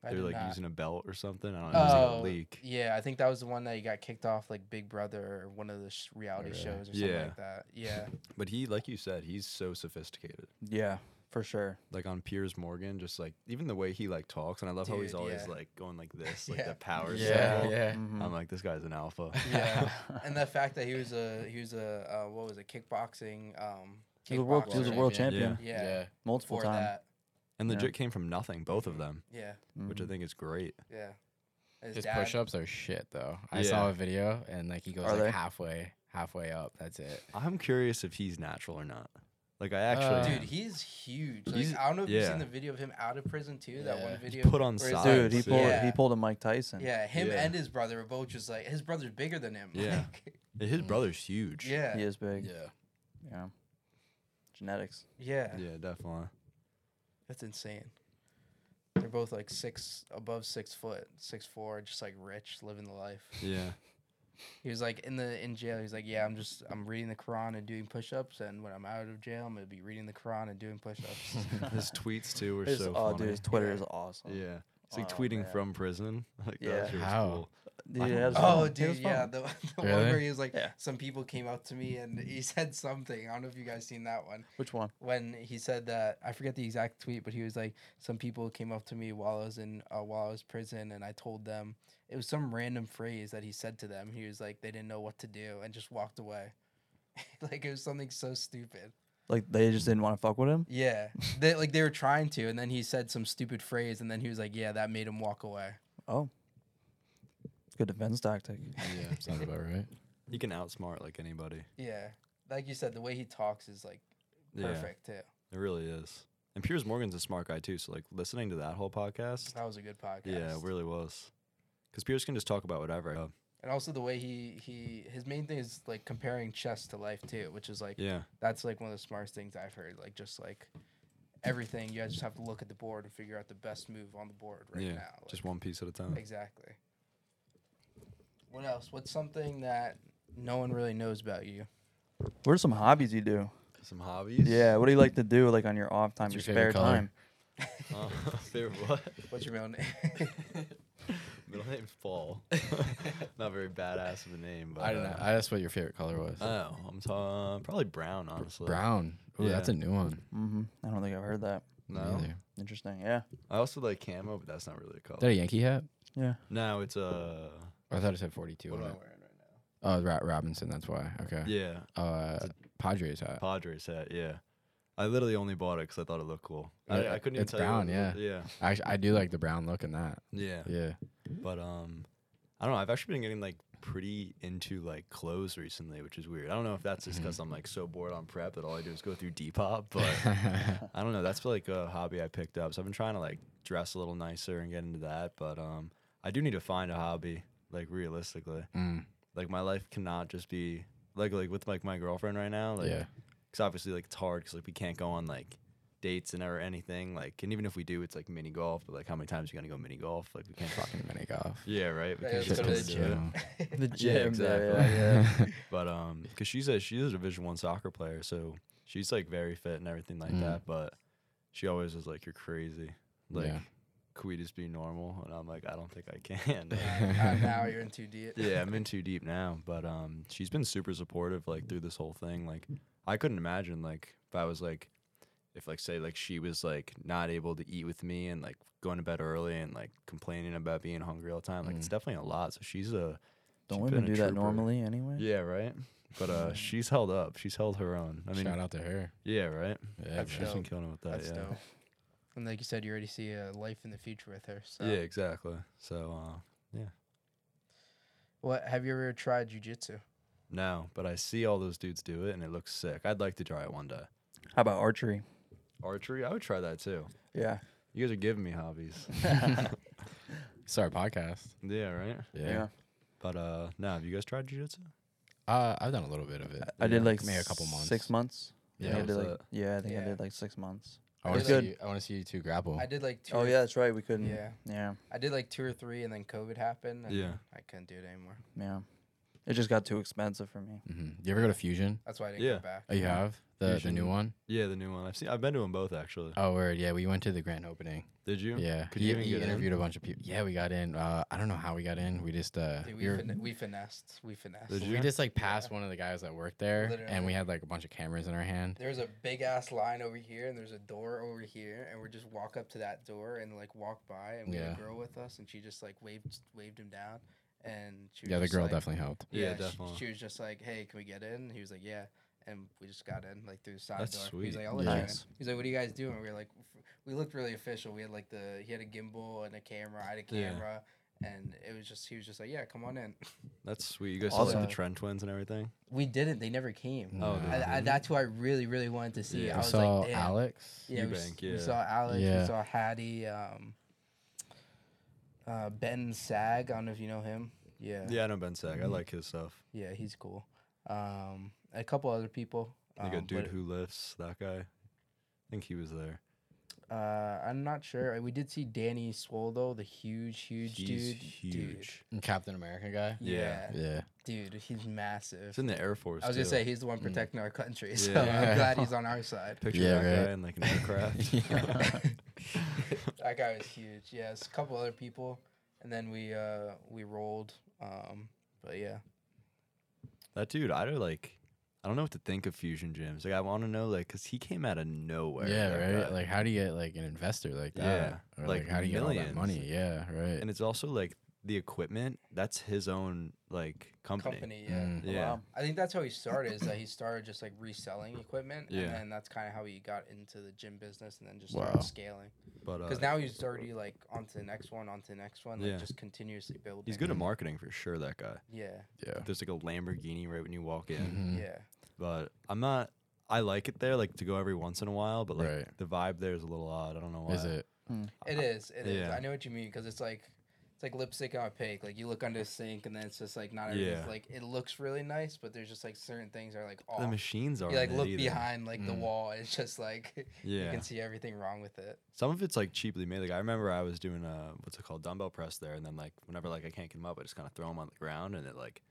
Speaker 2: I
Speaker 3: they were
Speaker 2: did
Speaker 3: like
Speaker 2: not.
Speaker 3: using a belt or something. I don't know. It was like
Speaker 2: Oh,
Speaker 3: a leak.
Speaker 2: Yeah, I think that was the one that he got kicked off like Big Brother or one of the sh- reality
Speaker 1: really?
Speaker 2: shows or something
Speaker 3: Yeah.
Speaker 2: like that. Yeah.
Speaker 3: But he, like you said, he's so sophisticated.
Speaker 4: Yeah, for sure.
Speaker 3: Like on Piers Morgan, just like even the way he like talks, and I love how he's
Speaker 2: Dude,
Speaker 3: always
Speaker 2: yeah.
Speaker 3: like going like this, like
Speaker 2: Yeah.
Speaker 3: the power
Speaker 1: Yeah,
Speaker 3: symbol.
Speaker 1: yeah.
Speaker 4: Mhm.
Speaker 3: I'm like, this guy's an alpha.
Speaker 2: Yeah. and the fact that he was a he was a uh, what was it kickboxing um
Speaker 4: He was a world, he was a world
Speaker 2: champion.
Speaker 4: champion
Speaker 2: Yeah.
Speaker 4: multiple
Speaker 2: Before
Speaker 4: times.
Speaker 2: that.
Speaker 3: And
Speaker 4: Yeah.
Speaker 3: legit came from nothing, both of them,
Speaker 2: Yeah.
Speaker 3: which I
Speaker 1: Mm-hmm.
Speaker 3: think is great.
Speaker 2: Yeah. And
Speaker 1: His
Speaker 2: dad-
Speaker 1: push ups are shit though. I saw
Speaker 3: Yeah.
Speaker 1: a video and like he goes
Speaker 4: Are
Speaker 1: like
Speaker 4: they?
Speaker 1: halfway, halfway up. That's it.
Speaker 3: I'm curious if he's natural or not. Like I
Speaker 1: Uh,
Speaker 3: actually,
Speaker 1: man.
Speaker 2: Dude, he's huge. Like,
Speaker 3: He's-
Speaker 2: I don't know if you've
Speaker 3: yeah.
Speaker 2: seen the video of him out of prison too. That
Speaker 1: Yeah.
Speaker 2: one
Speaker 1: He's
Speaker 2: video
Speaker 3: put on
Speaker 2: where his-
Speaker 3: size.
Speaker 4: Dude, he pulled he
Speaker 2: Yeah.
Speaker 4: pulled a Mike Tyson.
Speaker 2: Yeah, him
Speaker 3: Yeah.
Speaker 2: and his brother were both just like his brother's bigger than him.
Speaker 3: Yeah.
Speaker 2: Like,
Speaker 3: his brother's huge.
Speaker 2: yeah,
Speaker 4: he
Speaker 2: yeah,
Speaker 4: is big. Yeah,
Speaker 1: Yeah.
Speaker 4: genetics.
Speaker 3: yeah, definitely.
Speaker 2: That's insane. They're both like six above six foot, six four, just like rich, living the life.
Speaker 3: Yeah,
Speaker 2: He was like in the in jail. He's like, yeah, I'm just I'm reading the Quran and doing push ups, and when I'm out of jail, I'm gonna be reading the Quran and doing push ups.
Speaker 3: his tweets too were
Speaker 4: His-
Speaker 3: so
Speaker 4: oh,
Speaker 3: funny.
Speaker 4: dude, his Twitter
Speaker 2: Yeah.
Speaker 4: is awesome.
Speaker 3: Yeah. It's like
Speaker 4: Oh,
Speaker 3: tweeting
Speaker 4: man.
Speaker 3: from prison. Like
Speaker 4: Yeah.
Speaker 3: that shit was
Speaker 1: How?
Speaker 3: cool.
Speaker 4: Dude,
Speaker 3: I-
Speaker 4: it has
Speaker 2: oh,
Speaker 4: fun. It was
Speaker 2: dude, yeah,
Speaker 4: fun.
Speaker 2: the, the one
Speaker 1: Really?
Speaker 2: where he was like,
Speaker 4: Yeah.
Speaker 2: some people came up to me and he said something. I don't know if you guys seen that one.
Speaker 4: Which one?
Speaker 2: when he said that I forget the exact tweet, but he was like, "Some people came up to me while I was in uh, while I was prison, and I told them it was some random phrase that he said to them. He was like, they didn't know what to do and just walked away, like it was something so stupid.
Speaker 4: Like they just didn't want to fuck with him.
Speaker 2: Yeah, they like they were trying to, and then he said some stupid phrase, and then he was like, yeah, that made him walk away.
Speaker 4: Oh, good defense tactic.
Speaker 1: Yeah. Sounds about right.
Speaker 3: He can outsmart like anybody.
Speaker 2: Yeah, like you said, the way he talks is like perfect too.
Speaker 3: Yeah, it really is. And Piers Morgan's a smart guy too. So like listening to that whole podcast,
Speaker 2: That was a good podcast.
Speaker 3: yeah, it really was. Because Piers can just talk about whatever. uh,
Speaker 2: and also the way he he his main thing is like comparing chess to life too, which is like.
Speaker 3: yeah,
Speaker 2: that's like one of the smartest things I've heard. Like just like everything, you guys just have to look at the board and figure out the best move on the board right
Speaker 3: yeah,
Speaker 2: now. Like,
Speaker 3: just one piece at a time.
Speaker 2: exactly. What else? What's something that no one really knows about you?
Speaker 4: What are some hobbies you do?
Speaker 3: Some hobbies.
Speaker 4: Yeah, what do you like to do like on your off time, your,
Speaker 1: What's your favorite
Speaker 4: spare
Speaker 1: color?
Speaker 4: time?
Speaker 3: Uh, favorite what?
Speaker 2: What's your own?
Speaker 3: Middle name Paul. Not very badass of a name, but
Speaker 1: I don't know.
Speaker 3: uh,
Speaker 1: I asked what your favorite color was.
Speaker 3: oh, I'm t- uh, probably brown, honestly.
Speaker 1: Brown. Ooh, that's a
Speaker 3: Yeah.
Speaker 1: new one.
Speaker 4: Mm-hmm. I don't think I've heard that.
Speaker 1: Me
Speaker 3: No.
Speaker 1: neither.
Speaker 4: Interesting. Yeah.
Speaker 3: I also like camo, but that's not really a color.
Speaker 1: Is that a Yankee hat?
Speaker 4: Yeah.
Speaker 3: No, it's uh, a
Speaker 1: I thought it said 42
Speaker 2: what am
Speaker 1: on
Speaker 2: I
Speaker 1: it.
Speaker 2: wearing right
Speaker 1: Oh, Ra- Robinson. That's why. Okay.
Speaker 3: yeah
Speaker 1: Uh,
Speaker 3: It's
Speaker 1: Padres hat.
Speaker 3: Padres hat. Yeah, I literally only bought it because I thought it looked cool. I,
Speaker 1: Yeah,
Speaker 3: I couldn't even
Speaker 1: it's
Speaker 3: tell you what
Speaker 1: brown,
Speaker 3: it was- yeah,
Speaker 1: I, I do like the brown look in that.
Speaker 3: yeah,
Speaker 1: Yeah.
Speaker 3: But um, I don't know. I've actually been getting like pretty into like clothes recently, which is weird. I don't know if that's just
Speaker 1: Mm-hmm.
Speaker 3: because I'm like so bored on prep that all I do is go through Depop. But I don't know. That's like a hobby I picked up. So I've been trying to like dress a little nicer and get into that. But um, I do need to find a hobby like realistically.
Speaker 1: Mm,
Speaker 3: Like my life cannot just be like like with like my girlfriend right now. Like
Speaker 1: yeah.
Speaker 3: because obviously like it's hard because like we can't go on like dates and or anything like and even if we do it's like mini golf but like how many times you gonna go mini golf like we can't fucking
Speaker 1: Fucking mini golf.
Speaker 3: yeah right we
Speaker 2: Yeah,
Speaker 3: can't
Speaker 2: just go
Speaker 3: just
Speaker 2: to
Speaker 3: go
Speaker 2: the
Speaker 3: do
Speaker 2: gym.
Speaker 3: it.
Speaker 4: The
Speaker 3: gym, yeah, exactly.
Speaker 4: Yeah.
Speaker 3: but um because she's a she's a division one soccer player so she's like very fit and everything like
Speaker 1: Mm.
Speaker 3: that but she always is like you're crazy like
Speaker 1: Yeah.
Speaker 3: could we just be normal and i'm like i don't think i can
Speaker 2: now? Not- not now you're in too deep.
Speaker 3: yeah, I'm in too deep now, but um, she's been super supportive like through this whole thing. Like, I couldn't imagine like if I was like, if like say like she was like not able to eat with me and like going to bed early and like complaining about being hungry all the time. Like, it's
Speaker 1: Mm.
Speaker 3: definitely a lot. So she's a she's
Speaker 4: Don't women
Speaker 3: been a
Speaker 4: do that
Speaker 3: trooper.
Speaker 4: normally anyway?
Speaker 3: Yeah, right. But uh, she's held up. She's held her own. I mean,
Speaker 1: Shout out to her.
Speaker 3: yeah, right.
Speaker 1: Yeah.
Speaker 2: That's
Speaker 3: She's
Speaker 1: bro.
Speaker 2: dope.
Speaker 3: been killing it with that.
Speaker 2: That's
Speaker 3: yeah.
Speaker 2: dope. And like you said, you already see a life in the future with her. So.
Speaker 3: Yeah, exactly. So uh,
Speaker 2: What have you ever tried jujitsu?
Speaker 3: no, but I see all those dudes do it, and it looks sick. I'd like to try it one day.
Speaker 4: How about archery?
Speaker 3: Archery, I would try that too.
Speaker 4: Yeah.
Speaker 3: You guys are giving me hobbies.
Speaker 1: Start a podcast.
Speaker 3: Yeah, right.
Speaker 1: Yeah.
Speaker 3: But uh no, have you guys tried jujitsu?
Speaker 1: Uh, I've done a little bit of it.
Speaker 4: I did like
Speaker 1: Maybe a couple months.
Speaker 4: Six months. I
Speaker 1: Yeah.
Speaker 4: think I
Speaker 3: was
Speaker 4: did like,
Speaker 3: that-
Speaker 4: yeah, I think I
Speaker 2: Yeah.
Speaker 4: did like six months.
Speaker 1: I
Speaker 2: I
Speaker 1: want to
Speaker 2: did
Speaker 1: see.
Speaker 4: like-
Speaker 1: You, I want to see you two grapple.
Speaker 2: I did like two.
Speaker 4: Oh
Speaker 2: or-
Speaker 4: yeah, that's right. We couldn't.
Speaker 2: Yeah.
Speaker 4: Yeah.
Speaker 2: I did like two or three, and then COVID happened. And
Speaker 3: Yeah.
Speaker 2: I couldn't do it anymore.
Speaker 4: Yeah. It just got too expensive for me.
Speaker 1: hmm You ever go to Fusion?
Speaker 2: That's why I didn't
Speaker 3: Yeah.
Speaker 2: go back.
Speaker 1: Oh, you have the the new
Speaker 3: Fusion.
Speaker 1: one.
Speaker 3: Yeah, the new one. I've seen. I've been to them both actually.
Speaker 1: Oh, word. Yeah, we went to the grand opening.
Speaker 3: Did you?
Speaker 1: Yeah,
Speaker 3: Could
Speaker 1: he,
Speaker 3: you even
Speaker 1: he
Speaker 3: get in?
Speaker 1: interviewed a bunch of people. Yeah, we got in. Uh, I don't know how we got in. We just uh,
Speaker 2: Dude,
Speaker 1: we,
Speaker 2: we,
Speaker 1: were-
Speaker 2: fin- we finessed. We finessed.
Speaker 3: Did
Speaker 1: we
Speaker 3: you?
Speaker 1: just like passed one of the guys that worked there, and
Speaker 2: Literally.
Speaker 1: we had like a bunch of cameras in our hand.
Speaker 2: There's a big ass line over here, and there's a door over here, and we just walk up to that door and like walk by, and we had
Speaker 1: Yeah.
Speaker 2: a girl with us, and she just like waved waved him down, and she was
Speaker 1: Yeah, the
Speaker 2: just
Speaker 1: girl
Speaker 2: like-
Speaker 1: definitely helped.
Speaker 3: Yeah,
Speaker 2: she-
Speaker 3: definitely.
Speaker 2: She, was just like, "Hey, can we get in?" And he was like, "Yeah," and we just got in like through the side
Speaker 3: That's
Speaker 2: door.
Speaker 3: sweet.
Speaker 2: He's like, "I'll let you in."
Speaker 4: Nice.
Speaker 2: He's like, "What are you guys doing?" We were like, f- "We looked really official. We had like the he had a gimbal and a camera. I had a
Speaker 3: Yeah.
Speaker 2: camera." And it was just, he was just like, yeah, come on in.
Speaker 3: That's sweet. You guys saw like
Speaker 4: Also-
Speaker 3: the Trend Twins and everything.
Speaker 2: We didn't. They never came.
Speaker 1: Oh,
Speaker 3: they
Speaker 1: no.
Speaker 2: I, I,
Speaker 3: didn't?
Speaker 2: that's who I really, really wanted to see.
Speaker 3: Yeah.
Speaker 2: I
Speaker 1: we
Speaker 2: was
Speaker 1: saw
Speaker 2: like, Damn.
Speaker 1: Alex.
Speaker 2: Yeah, we, s-
Speaker 3: Eubank,
Speaker 2: we
Speaker 3: yeah.
Speaker 2: saw Alex.
Speaker 1: Yeah.
Speaker 2: We saw Hattie. Um, uh, ben Sag. I don't know if you know him. Yeah.
Speaker 3: Yeah, I know Ben Sack. I
Speaker 2: Mm-hmm.
Speaker 3: like his stuff.
Speaker 2: Yeah, he's cool. Um, a couple other people.
Speaker 3: Like a
Speaker 2: um,
Speaker 3: dude
Speaker 2: but,
Speaker 3: who lifts. That guy. I think he was there.
Speaker 2: Uh, I'm not sure. We did see Danny Swole though, the huge, huge
Speaker 3: He's
Speaker 2: dude. Dude.
Speaker 3: huge.
Speaker 1: And Captain America guy.
Speaker 3: Yeah.
Speaker 2: Yeah.
Speaker 1: Yeah.
Speaker 2: dude, he's
Speaker 3: He's
Speaker 2: massive.
Speaker 3: in Mm. the Air Force.
Speaker 2: I was gonna
Speaker 3: too.
Speaker 2: say he's the one protecting our country, so
Speaker 1: Yeah.
Speaker 2: I'm glad he's on our side.
Speaker 3: Picture
Speaker 1: Yeah,
Speaker 3: that
Speaker 1: right.
Speaker 3: guy in like an aircraft.
Speaker 2: That guy was huge. Yes, a couple other people, and then we uh we rolled. Um, but yeah,
Speaker 3: That dude, I don't like. I don't know what to think of fusion gyms. Like, I want to know, like, cause he came out of nowhere.
Speaker 1: Yeah,
Speaker 3: that
Speaker 1: right.
Speaker 3: guy.
Speaker 1: Like, how do you get like an investor like
Speaker 3: Yeah,
Speaker 1: that? Or,
Speaker 3: like,
Speaker 1: like, how do you get all that
Speaker 3: millions.
Speaker 1: money? Yeah, right.
Speaker 3: and it's also like the equipment. That's his own like company.
Speaker 2: company. Yeah,
Speaker 1: Mm.
Speaker 3: Yeah,
Speaker 4: Wow.
Speaker 2: I think that's how he started. Is that he started just like reselling equipment,
Speaker 3: Yeah.
Speaker 2: and then that's kind of how he got into the gym business, and then just
Speaker 1: Wow.
Speaker 2: started scaling.
Speaker 3: but uh,
Speaker 2: Because now he's already like onto the next one, onto the next one, like
Speaker 3: Yeah.
Speaker 2: just continuously building.
Speaker 3: he's
Speaker 1: Mm-hmm.
Speaker 3: good at marketing for sure. That guy.
Speaker 2: Yeah,
Speaker 1: yeah.
Speaker 3: There's like a Lamborghini right when you walk in.
Speaker 1: Mhm.
Speaker 2: yeah.
Speaker 3: but I'm not. I like it there, like to go every once in a while. But like
Speaker 1: Right.
Speaker 3: the vibe there is a little odd. I don't know why.
Speaker 1: Is it?
Speaker 2: It is. It is.
Speaker 3: Yeah.
Speaker 2: I know what you mean because it's like it's like lipstick on a pig. Like you look under the sink and then it's just like not everything's
Speaker 3: Yeah.
Speaker 2: like it looks really nice, but there's just like certain things are like off.
Speaker 3: The machines are
Speaker 2: you like look behind like the
Speaker 1: Mm.
Speaker 2: wall and it's just like you
Speaker 3: Yeah,
Speaker 2: can see everything wrong with it.
Speaker 3: some of it's like cheaply made. Like I remember I was doing a what's it called dumbbell press there, and then like whenever like I can't get them up, I just kind of throw them on the ground, and it like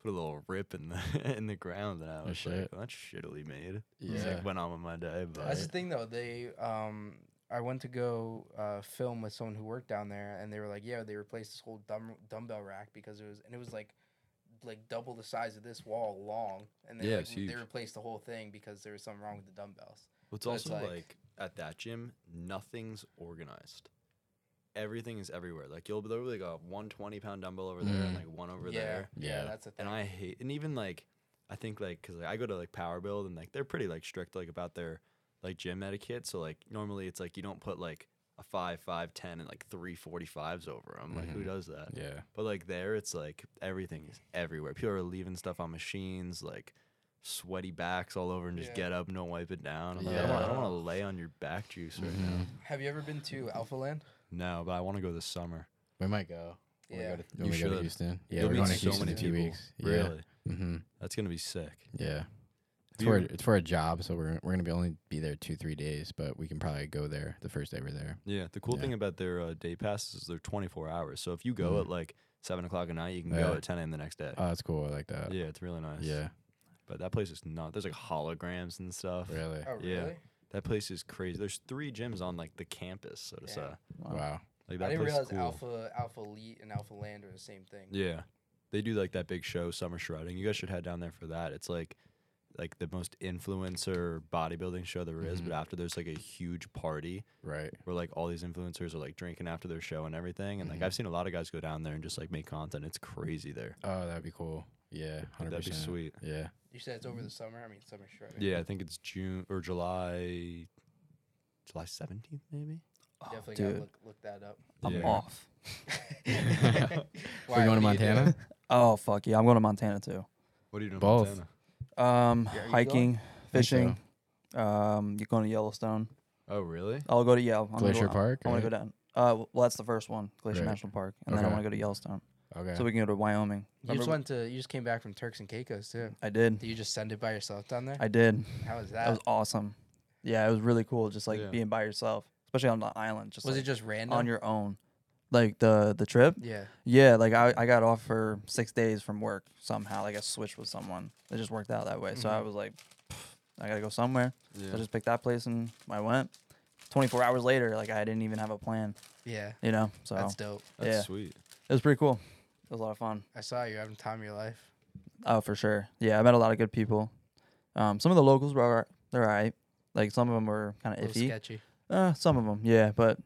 Speaker 3: put a little rip in the in the ground, and I was like,
Speaker 1: shit.
Speaker 3: well, that's shittily made.
Speaker 1: Yeah.
Speaker 3: Just, like went on with my day, but
Speaker 2: That's the thing though. They um I went to go uh, film with someone who worked down there and they were like, yeah, they replaced this whole dumb- dumbbell rack because it was and it was like like double the size of this wall long and they
Speaker 3: Yeah,
Speaker 2: like,
Speaker 3: it's
Speaker 2: they
Speaker 3: huge.
Speaker 2: replaced the whole thing because there was something wrong with the dumbbells.
Speaker 3: it's
Speaker 2: but
Speaker 3: also
Speaker 2: it's
Speaker 3: like,
Speaker 2: like-
Speaker 3: at that gym, nothing's organized. Everything is everywhere. Like you'll there'll be like a one twenty pound dumbbell over there and
Speaker 1: Mm.
Speaker 3: like one over
Speaker 2: yeah,
Speaker 3: there.
Speaker 2: Yeah,
Speaker 1: Yeah.
Speaker 2: that's a thing.
Speaker 3: and I hate and even like I think like because like, I go to like Power Build and like they're pretty like strict like about their like gym etiquette. So like normally it's like you don't put like a five five ten and like three forty fives over them. Like who
Speaker 2: Mm-hmm.
Speaker 1: Mhm.
Speaker 3: does that?
Speaker 1: Yeah.
Speaker 3: But like there it's like everything is everywhere. People are leaving stuff on machines like. Sweaty backs all over and just
Speaker 2: Yeah.
Speaker 3: get up, no wipe it down. I'm like, I don't,
Speaker 1: Yeah.
Speaker 3: want to lay on your back juice right
Speaker 1: Mhm.
Speaker 2: Have you ever been to Alpha Land?
Speaker 3: Oh, now. No, but I want to go this summer.
Speaker 1: We might go. When
Speaker 2: Yeah.
Speaker 1: We go to,
Speaker 3: You
Speaker 1: when we go to
Speaker 3: should.
Speaker 1: Houston. Yeah,
Speaker 3: You'll
Speaker 1: we're
Speaker 3: meet
Speaker 1: going to
Speaker 3: so
Speaker 1: Houston
Speaker 3: many
Speaker 1: in two
Speaker 3: people.
Speaker 1: weeks.
Speaker 3: Really,
Speaker 1: Yeah. Mm-hmm.
Speaker 3: that's gonna be sick.
Speaker 1: Yeah. It's
Speaker 3: Have
Speaker 1: for, a,
Speaker 3: you-
Speaker 1: it's for a job, so we're, we're gonna be only be there two three days, but we can probably go there the first day we're there.
Speaker 3: Yeah, the cool
Speaker 1: Yeah.
Speaker 3: thing about their uh, day passes is they're 24 hours. So if you go
Speaker 1: Mhm.
Speaker 3: at like seven o'clock at night, you can
Speaker 1: Yeah.
Speaker 3: go at 10 a.m. the next day.
Speaker 1: Oh, that's cool. I like that.
Speaker 3: yeah, it's really nice.
Speaker 1: Yeah.
Speaker 3: but that place is not. There's like holograms and stuff.
Speaker 1: Really.
Speaker 2: Oh,
Speaker 3: Yeah.
Speaker 2: really?
Speaker 3: That place is crazy. There's three gyms on like the campus, so to
Speaker 2: Yeah.
Speaker 3: say.
Speaker 1: Wow.
Speaker 3: Like
Speaker 2: I didn't
Speaker 3: that place
Speaker 2: realize
Speaker 3: is cool.
Speaker 2: Alpha Alpha Elite and Alpha Land are the same thing.
Speaker 3: Yeah, they do like that big show, Summer Shredding. You guys should head down there for that. It's like like the most influencer bodybuilding show there is,
Speaker 1: Mhm.
Speaker 3: But after there's like a huge party,
Speaker 1: Right.
Speaker 3: where like all these influencers are like drinking after their show and everything. And like
Speaker 1: Mhm.
Speaker 3: I've seen a lot of guys go down there and just like make content. It's crazy there.
Speaker 1: Oh, that'd be cool. Yeah.
Speaker 3: Like,
Speaker 1: Hundred
Speaker 3: That'd be
Speaker 1: percent.
Speaker 3: sweet.
Speaker 1: Yeah.
Speaker 2: You said it's over the summer. I mean, summer shredding.
Speaker 3: Yeah, I think it's June or July, July seventeenth maybe.
Speaker 2: Definitely
Speaker 4: dude.
Speaker 2: gotta look, look that up.
Speaker 4: I'm
Speaker 3: Yeah.
Speaker 4: off.
Speaker 2: Why,
Speaker 1: we're going to
Speaker 2: what are you doing?
Speaker 1: Montana.
Speaker 4: Oh fuck yeah! I'm going to Montana too.
Speaker 3: What are you doing? in
Speaker 1: Both.
Speaker 3: Montana?
Speaker 4: Um,
Speaker 2: Yeah, are you
Speaker 4: hiking,
Speaker 1: Think so.
Speaker 4: fishing. Um, you're going to Yellowstone.
Speaker 3: Oh really?
Speaker 4: I'll go to Yell. I'm gonna
Speaker 1: Glacier
Speaker 4: go,
Speaker 1: Park.
Speaker 4: I want to
Speaker 1: right?
Speaker 4: go down. Uh, well, that's the first one, Glacier
Speaker 1: Right.
Speaker 4: National Park, and then I
Speaker 1: Okay.
Speaker 4: want to go to Yellowstone,
Speaker 1: Okay.
Speaker 4: so we can go to Wyoming.
Speaker 2: You just
Speaker 4: Remember-
Speaker 2: went to. You just came back from Turks and Caicos too.
Speaker 4: I did.
Speaker 2: Did you just send it by yourself down there?
Speaker 4: I did.
Speaker 2: How was
Speaker 4: That
Speaker 2: that?
Speaker 4: was awesome. Yeah, it was really cool just like
Speaker 3: Yeah.
Speaker 4: being by yourself, especially on the island. Just
Speaker 2: Was
Speaker 4: like,
Speaker 2: it just random?
Speaker 4: on your own? Like the the trip?
Speaker 2: yeah.
Speaker 4: Yeah, like I, I got off for six days from work somehow. Like I switched with someone. It just worked out that way. So I was like, "Pff, I gotta go somewhere. So I just picked that place and I went. 24 hours later, like I didn't even have a plan,
Speaker 2: Yeah.
Speaker 4: you know? So
Speaker 2: That's dope.
Speaker 3: That's
Speaker 4: yeah.
Speaker 3: sweet.
Speaker 4: it was pretty cool. It was a lot of fun.
Speaker 2: I saw you having time of your life.
Speaker 4: Oh, for sure. Yeah, I met a lot of good people. Um, some of the locals were all right. they're all right. Like some of them were kind
Speaker 2: A
Speaker 4: of
Speaker 2: little
Speaker 4: iffy.
Speaker 2: sketchy.
Speaker 4: Uh, some of them, yeah, but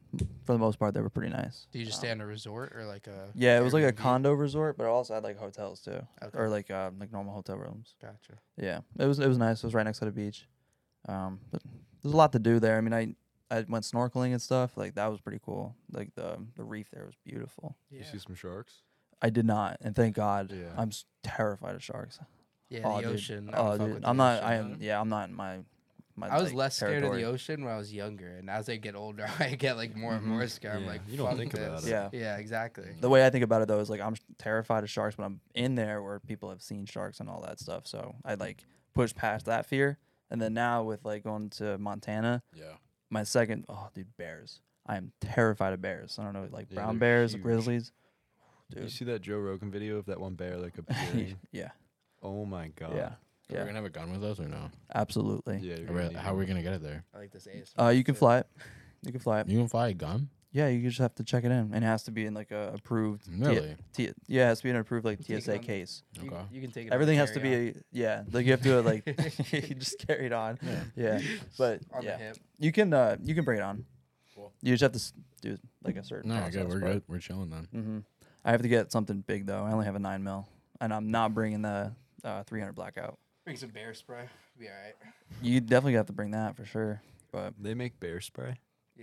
Speaker 4: for the most part, they were pretty nice.
Speaker 2: Do you just
Speaker 4: Um,
Speaker 2: stay in a resort or like a?
Speaker 4: Yeah, it was like a
Speaker 2: Airbnb?
Speaker 4: condo resort, but it also had like hotels too,
Speaker 2: Okay.
Speaker 4: or like uh, like normal hotel rooms.
Speaker 2: Gotcha.
Speaker 4: Yeah, it was it was nice. It was right next to the beach. Um, but there's a lot to do there. I mean, I I went snorkeling and stuff. Like that was pretty cool. Like the the reef there was beautiful.
Speaker 2: Yeah.
Speaker 3: You see some sharks?
Speaker 4: I did not, and thank God.
Speaker 3: Yeah.
Speaker 4: I'm s- terrified of sharks.
Speaker 2: Yeah,
Speaker 4: oh,
Speaker 2: the
Speaker 4: dude.
Speaker 2: ocean. I don't
Speaker 4: Oh,
Speaker 2: fuck
Speaker 4: dude,
Speaker 2: with the
Speaker 4: I'm not. I
Speaker 2: ocean.
Speaker 4: am. Yeah, I'm not in my. my
Speaker 2: I was
Speaker 4: like,
Speaker 2: less scared
Speaker 4: territory.
Speaker 2: of the ocean when I was younger, and as I get older, I get like more and more scared. I'm
Speaker 3: Mm-hmm. Yeah,
Speaker 2: like,
Speaker 3: you don't
Speaker 2: "Fuck
Speaker 3: think
Speaker 2: this."
Speaker 3: about it.
Speaker 4: Yeah.
Speaker 2: Yeah, exactly.
Speaker 4: The way I think about it though is like I'm terrified of sharks, but I'm in there where people have seen sharks and all that stuff. So I like push past that fear. And then now with like going to Montana,
Speaker 1: Yeah.
Speaker 4: my second oh dude, bears. I am terrified of bears. I don't know, like
Speaker 3: Yeah,
Speaker 4: brown
Speaker 3: they're
Speaker 4: bears,
Speaker 3: huge.
Speaker 4: grizzlies.
Speaker 3: You
Speaker 4: Dude.
Speaker 3: see that Joe Rogan video of that one bear like appearing?
Speaker 4: yeah.
Speaker 3: oh my god.
Speaker 4: Yeah.
Speaker 1: Are
Speaker 4: Yeah.
Speaker 1: we gonna have a gun with us or no?
Speaker 4: Absolutely.
Speaker 3: Yeah.
Speaker 1: Are we- how are we gonna get it there?
Speaker 2: I like this ASMR.
Speaker 4: Uh you can
Speaker 2: shit.
Speaker 4: fly it. You can fly it.
Speaker 1: You can fly a gun?
Speaker 4: Yeah, you just have to check it in. And it has to be in like a approved T-
Speaker 1: Really?
Speaker 4: T- yeah, it has to be an approved like
Speaker 2: Take it
Speaker 4: TSA
Speaker 2: on-
Speaker 4: case.
Speaker 2: You,
Speaker 1: Okay.
Speaker 2: you can take it. on
Speaker 4: Everything has to
Speaker 2: carry
Speaker 4: be yeah, like you have to like you just carry it on.
Speaker 1: Yeah.
Speaker 4: Yeah. But
Speaker 2: on, on
Speaker 4: yeah.
Speaker 2: the hip.
Speaker 4: You can uh you can bring it on.
Speaker 1: Cool.
Speaker 4: You just have to s- do like a certain.
Speaker 1: No, good. We're good. We're chilling then.
Speaker 4: hmm I have to get something big though. I only have a nine mil, and I'm not bringing the uh, 300 blackout.
Speaker 2: Bring some bear spray. Be all right.
Speaker 4: You definitely have to bring that for sure. But
Speaker 3: They make bear spray.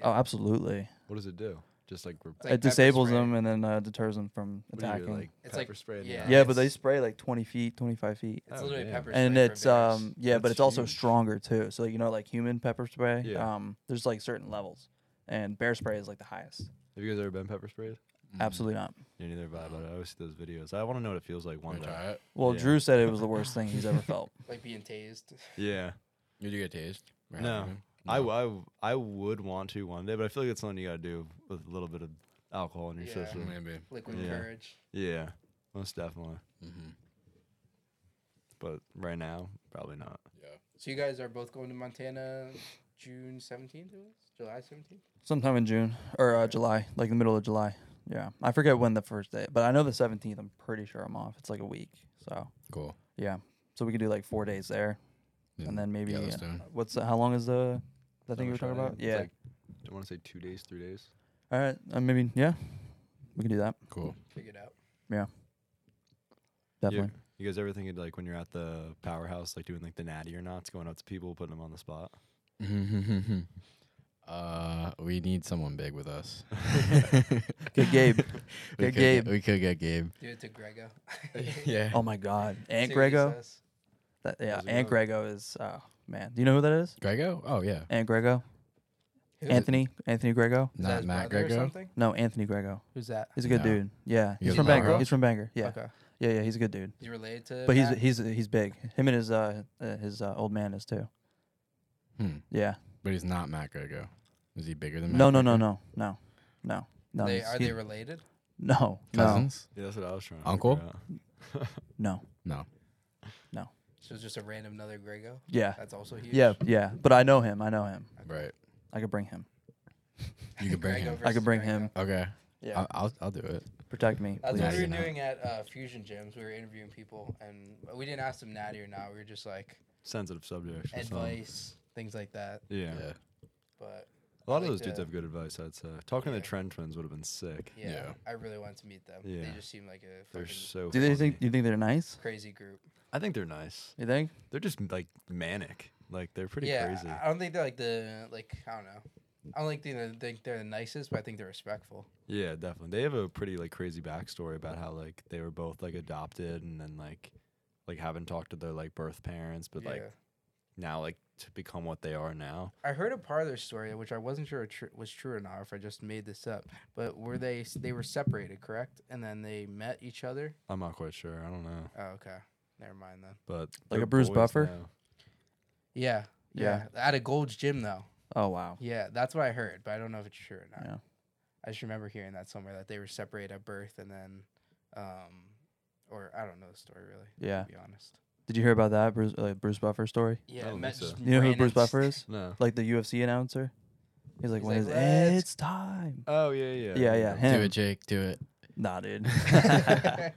Speaker 4: oh, absolutely,
Speaker 3: What does it do? Just like, rep-
Speaker 2: It's like
Speaker 4: it
Speaker 2: pepper
Speaker 4: disables
Speaker 2: spray.
Speaker 4: them and then uh, deters them from
Speaker 3: what do you do,
Speaker 4: attacking.
Speaker 3: like
Speaker 2: It's like-
Speaker 3: pepper spray. in the
Speaker 2: yeah.
Speaker 3: eye?
Speaker 4: yeah, but they spray like 20 feet, 25 feet.
Speaker 2: It's
Speaker 3: Oh,
Speaker 2: literally
Speaker 3: damn.
Speaker 2: pepper
Speaker 4: and
Speaker 2: spray for
Speaker 4: it's
Speaker 2: bears.
Speaker 4: um yeah, but
Speaker 3: That's
Speaker 4: it's also
Speaker 3: huge.
Speaker 4: stronger too. So you know, like human pepper spray,
Speaker 3: Yeah.
Speaker 4: um, there's like certain levels, and bear spray is like the highest.
Speaker 3: Have you guys ever been pepper sprayed?
Speaker 1: Mm-hmm.
Speaker 4: Absolutely not.
Speaker 3: Yeah, neither have I. But I always see those videos. I want to know what it feels like one
Speaker 1: Wanna
Speaker 3: day.
Speaker 1: try it?
Speaker 4: Well,
Speaker 3: Yeah.
Speaker 4: Drew said it was the worst thing he's ever felt.
Speaker 2: like being tased.
Speaker 3: Yeah.
Speaker 1: You do get taste? Or
Speaker 3: No.
Speaker 1: have you?
Speaker 3: I,
Speaker 1: No.
Speaker 3: w- I, w- I would want to one day, but I feel like it's something you gotta do with a little bit of alcohol in your
Speaker 2: Yeah.
Speaker 3: system.
Speaker 1: Maybe.
Speaker 2: Liquid
Speaker 3: Yeah.
Speaker 2: courage.
Speaker 3: Yeah, most definitely.
Speaker 1: Mm-hmm.
Speaker 3: But right now, probably not.
Speaker 2: So you guys are both going to Montana, June seventeenth, July seventeenth.
Speaker 4: Sometime in June or uh, July, like the middle of July. Yeah, I forget when the first day, but I know the seventeenth. I'm pretty sure I'm off. It's like a week, so
Speaker 1: Cool.
Speaker 4: yeah. So we could do like four days there,
Speaker 1: Yeah.
Speaker 4: and then maybe uh,
Speaker 1: Yellowstone.
Speaker 4: what's the, how long is the the
Speaker 3: Summer
Speaker 4: thing you were talking
Speaker 3: shutdown,
Speaker 4: about?
Speaker 3: it's
Speaker 4: Yeah.
Speaker 3: like, I want to say two days, three days.
Speaker 4: All right. Uh, maybe yeah. We can do that
Speaker 1: Cool.
Speaker 2: Figure it out.
Speaker 3: You-
Speaker 4: definitely.
Speaker 3: You guys ever think of like when you're at the powerhouse, like doing like the natty or knots, going up to people, putting them on the spot?
Speaker 1: uh, we need someone big with us.
Speaker 4: Get Gabe.
Speaker 1: We
Speaker 4: Get
Speaker 1: could
Speaker 4: Gabe.
Speaker 1: we could get Gabe.
Speaker 2: Do it to Grego.
Speaker 1: Yeah.
Speaker 4: Oh my God,
Speaker 2: See
Speaker 4: Aunt
Speaker 2: what he
Speaker 4: Grego.
Speaker 2: says.
Speaker 4: That, yeah,
Speaker 3: How's it
Speaker 4: Aunt
Speaker 3: going?
Speaker 4: Grego is oh man. Do you know who that is?
Speaker 1: Grego? Oh yeah.
Speaker 4: Aunt Grego.
Speaker 2: Who?
Speaker 4: Anthony. Anthony Grego.
Speaker 2: Is that
Speaker 1: Not
Speaker 2: his
Speaker 1: Matt
Speaker 2: brother or
Speaker 1: Grego.
Speaker 2: something?
Speaker 4: No, Anthony Grego.
Speaker 2: Who's that?
Speaker 4: He's a good
Speaker 1: No.
Speaker 4: dude. Yeah,
Speaker 1: You
Speaker 4: he's
Speaker 1: guys
Speaker 4: from
Speaker 1: know
Speaker 4: Bangor.
Speaker 1: her?
Speaker 4: He's from Bangor. Yeah,
Speaker 2: Okay.
Speaker 4: yeah, yeah. He's a good dude.
Speaker 2: He's related to.
Speaker 4: But he's
Speaker 2: Matt?
Speaker 4: he's he's big. Him and his uh uh, his uh, old man is too.
Speaker 1: Hmm.
Speaker 4: Yeah.
Speaker 1: But he's not Matt Grego. Is he bigger than Matt?
Speaker 4: No, no, no,
Speaker 1: Grego?
Speaker 4: no, no, no, no.
Speaker 2: They,
Speaker 4: he's-
Speaker 2: are
Speaker 4: he-
Speaker 2: they related?
Speaker 4: no, no,
Speaker 1: Cousins?
Speaker 3: Yeah, that's what I was trying.
Speaker 1: Uncle?
Speaker 3: To figure out.
Speaker 4: no.
Speaker 1: No.
Speaker 2: So it's just a random another Grego.
Speaker 4: Yeah,
Speaker 2: That's also huge.
Speaker 4: yeah, yeah. But I know him. I know him.
Speaker 1: Right.
Speaker 4: I could bring him.
Speaker 1: You could bring
Speaker 2: Grego
Speaker 1: him.
Speaker 4: I
Speaker 2: versus
Speaker 4: could bring
Speaker 2: Grego.
Speaker 4: him.
Speaker 1: Okay.
Speaker 4: Yeah.
Speaker 1: I- I'll I'll do it.
Speaker 4: Protect me,
Speaker 2: That's what
Speaker 1: Natty
Speaker 2: we were
Speaker 1: or
Speaker 4: please.
Speaker 1: not.
Speaker 2: doing at uh, Fusion Gyms. We were interviewing people, and we didn't ask them natty or not. We were just like
Speaker 3: Sensitive subject. or something.
Speaker 2: advice, things like that.
Speaker 3: Yeah.
Speaker 2: But
Speaker 3: A lot
Speaker 2: like
Speaker 3: of those dudes
Speaker 2: the-
Speaker 3: have good advice, I'd say. Talking
Speaker 2: Yeah.
Speaker 3: to the Trend Twins would have been sick.
Speaker 2: yeah,
Speaker 1: Yeah.
Speaker 2: I really want to meet them. They
Speaker 3: Yeah.
Speaker 2: just seem like a
Speaker 3: They're
Speaker 2: fucking
Speaker 3: so.
Speaker 4: Do they think?
Speaker 3: funny.
Speaker 4: You think they're nice?
Speaker 2: crazy group.
Speaker 3: I think they're nice.
Speaker 4: You think?
Speaker 3: They're just like manic. Like they're pretty
Speaker 2: yeah,
Speaker 3: crazy.
Speaker 2: I- I don't think they're like the like I don't know. I don't like think they're, think they're the nicest, but I think they're respectful.
Speaker 3: Yeah, definitely. They have a pretty like crazy backstory about how like they were both like adopted and then like like haven't talked to their like birth parents, but like
Speaker 2: Yeah.
Speaker 3: now like to become what they are now.
Speaker 2: I heard a part of their story, which I wasn't sure tr- was true or not, or if I just made this up. But were they s- they were separated, correct? And then they met each other.
Speaker 3: I'm not quite sure. I don't know,
Speaker 2: Oh, okay. Never mind then.
Speaker 3: but
Speaker 4: Like a
Speaker 3: they're
Speaker 4: Bruce
Speaker 3: boys
Speaker 4: Buffer?
Speaker 3: now.
Speaker 2: Yeah,
Speaker 4: Yeah.
Speaker 2: At a Gold's Gym though.
Speaker 4: Oh wow.
Speaker 2: Yeah, that's what I heard, but I don't know if it's true or not.
Speaker 4: Yeah.
Speaker 2: I just remember hearing that somewhere that they were separated at birth and then, um, or I don't know the story really.
Speaker 4: Yeah.
Speaker 2: To be honest.
Speaker 4: Did you hear about that Bruce uh, Bruce Buffer story?
Speaker 2: Yeah.
Speaker 3: don't
Speaker 2: Matt
Speaker 3: think so.
Speaker 2: just
Speaker 4: You know who
Speaker 2: ran
Speaker 4: Bruce
Speaker 2: into-
Speaker 4: Buffer is?
Speaker 3: No.
Speaker 4: Like the UFC announcer. He's like,
Speaker 2: He's
Speaker 4: when
Speaker 2: like,
Speaker 4: is
Speaker 2: "Let's
Speaker 4: it's time?
Speaker 3: Oh yeah, yeah.
Speaker 4: Yeah, yeah,
Speaker 3: no.
Speaker 4: him.
Speaker 1: Do it, Jake. Do it.
Speaker 4: Nah, dude.
Speaker 2: That's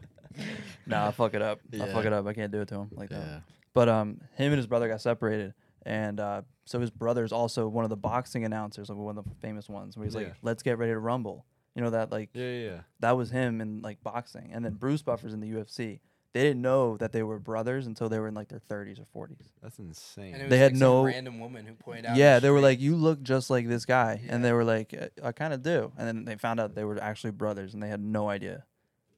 Speaker 4: nah, I fuck it up. I fuck
Speaker 1: Yeah.
Speaker 4: it up. I can't do it to him like that.
Speaker 1: Yeah.
Speaker 4: But um, him and his brother got separated, and uh, so his brother's also one of the boxing announcers, like one of the famous ones, where he's like,
Speaker 3: Yeah.
Speaker 4: "Let's get ready to rumble." You know that like
Speaker 3: Yeah, yeah, yeah.
Speaker 4: that was him in like boxing, and then Bruce Buffer's in the UFC. They didn't know that they were brothers until they were in like their 30s or 40s.
Speaker 3: That's insane.
Speaker 2: And it was
Speaker 4: They had
Speaker 2: like some
Speaker 4: no-
Speaker 2: random woman who pointed out.
Speaker 4: yeah,
Speaker 2: the
Speaker 4: they were
Speaker 2: street.
Speaker 4: like, "You look just like this guy,"
Speaker 2: Yeah.
Speaker 4: and they were like, "I- "I kind of do," and then they found out they were actually brothers, and they had no idea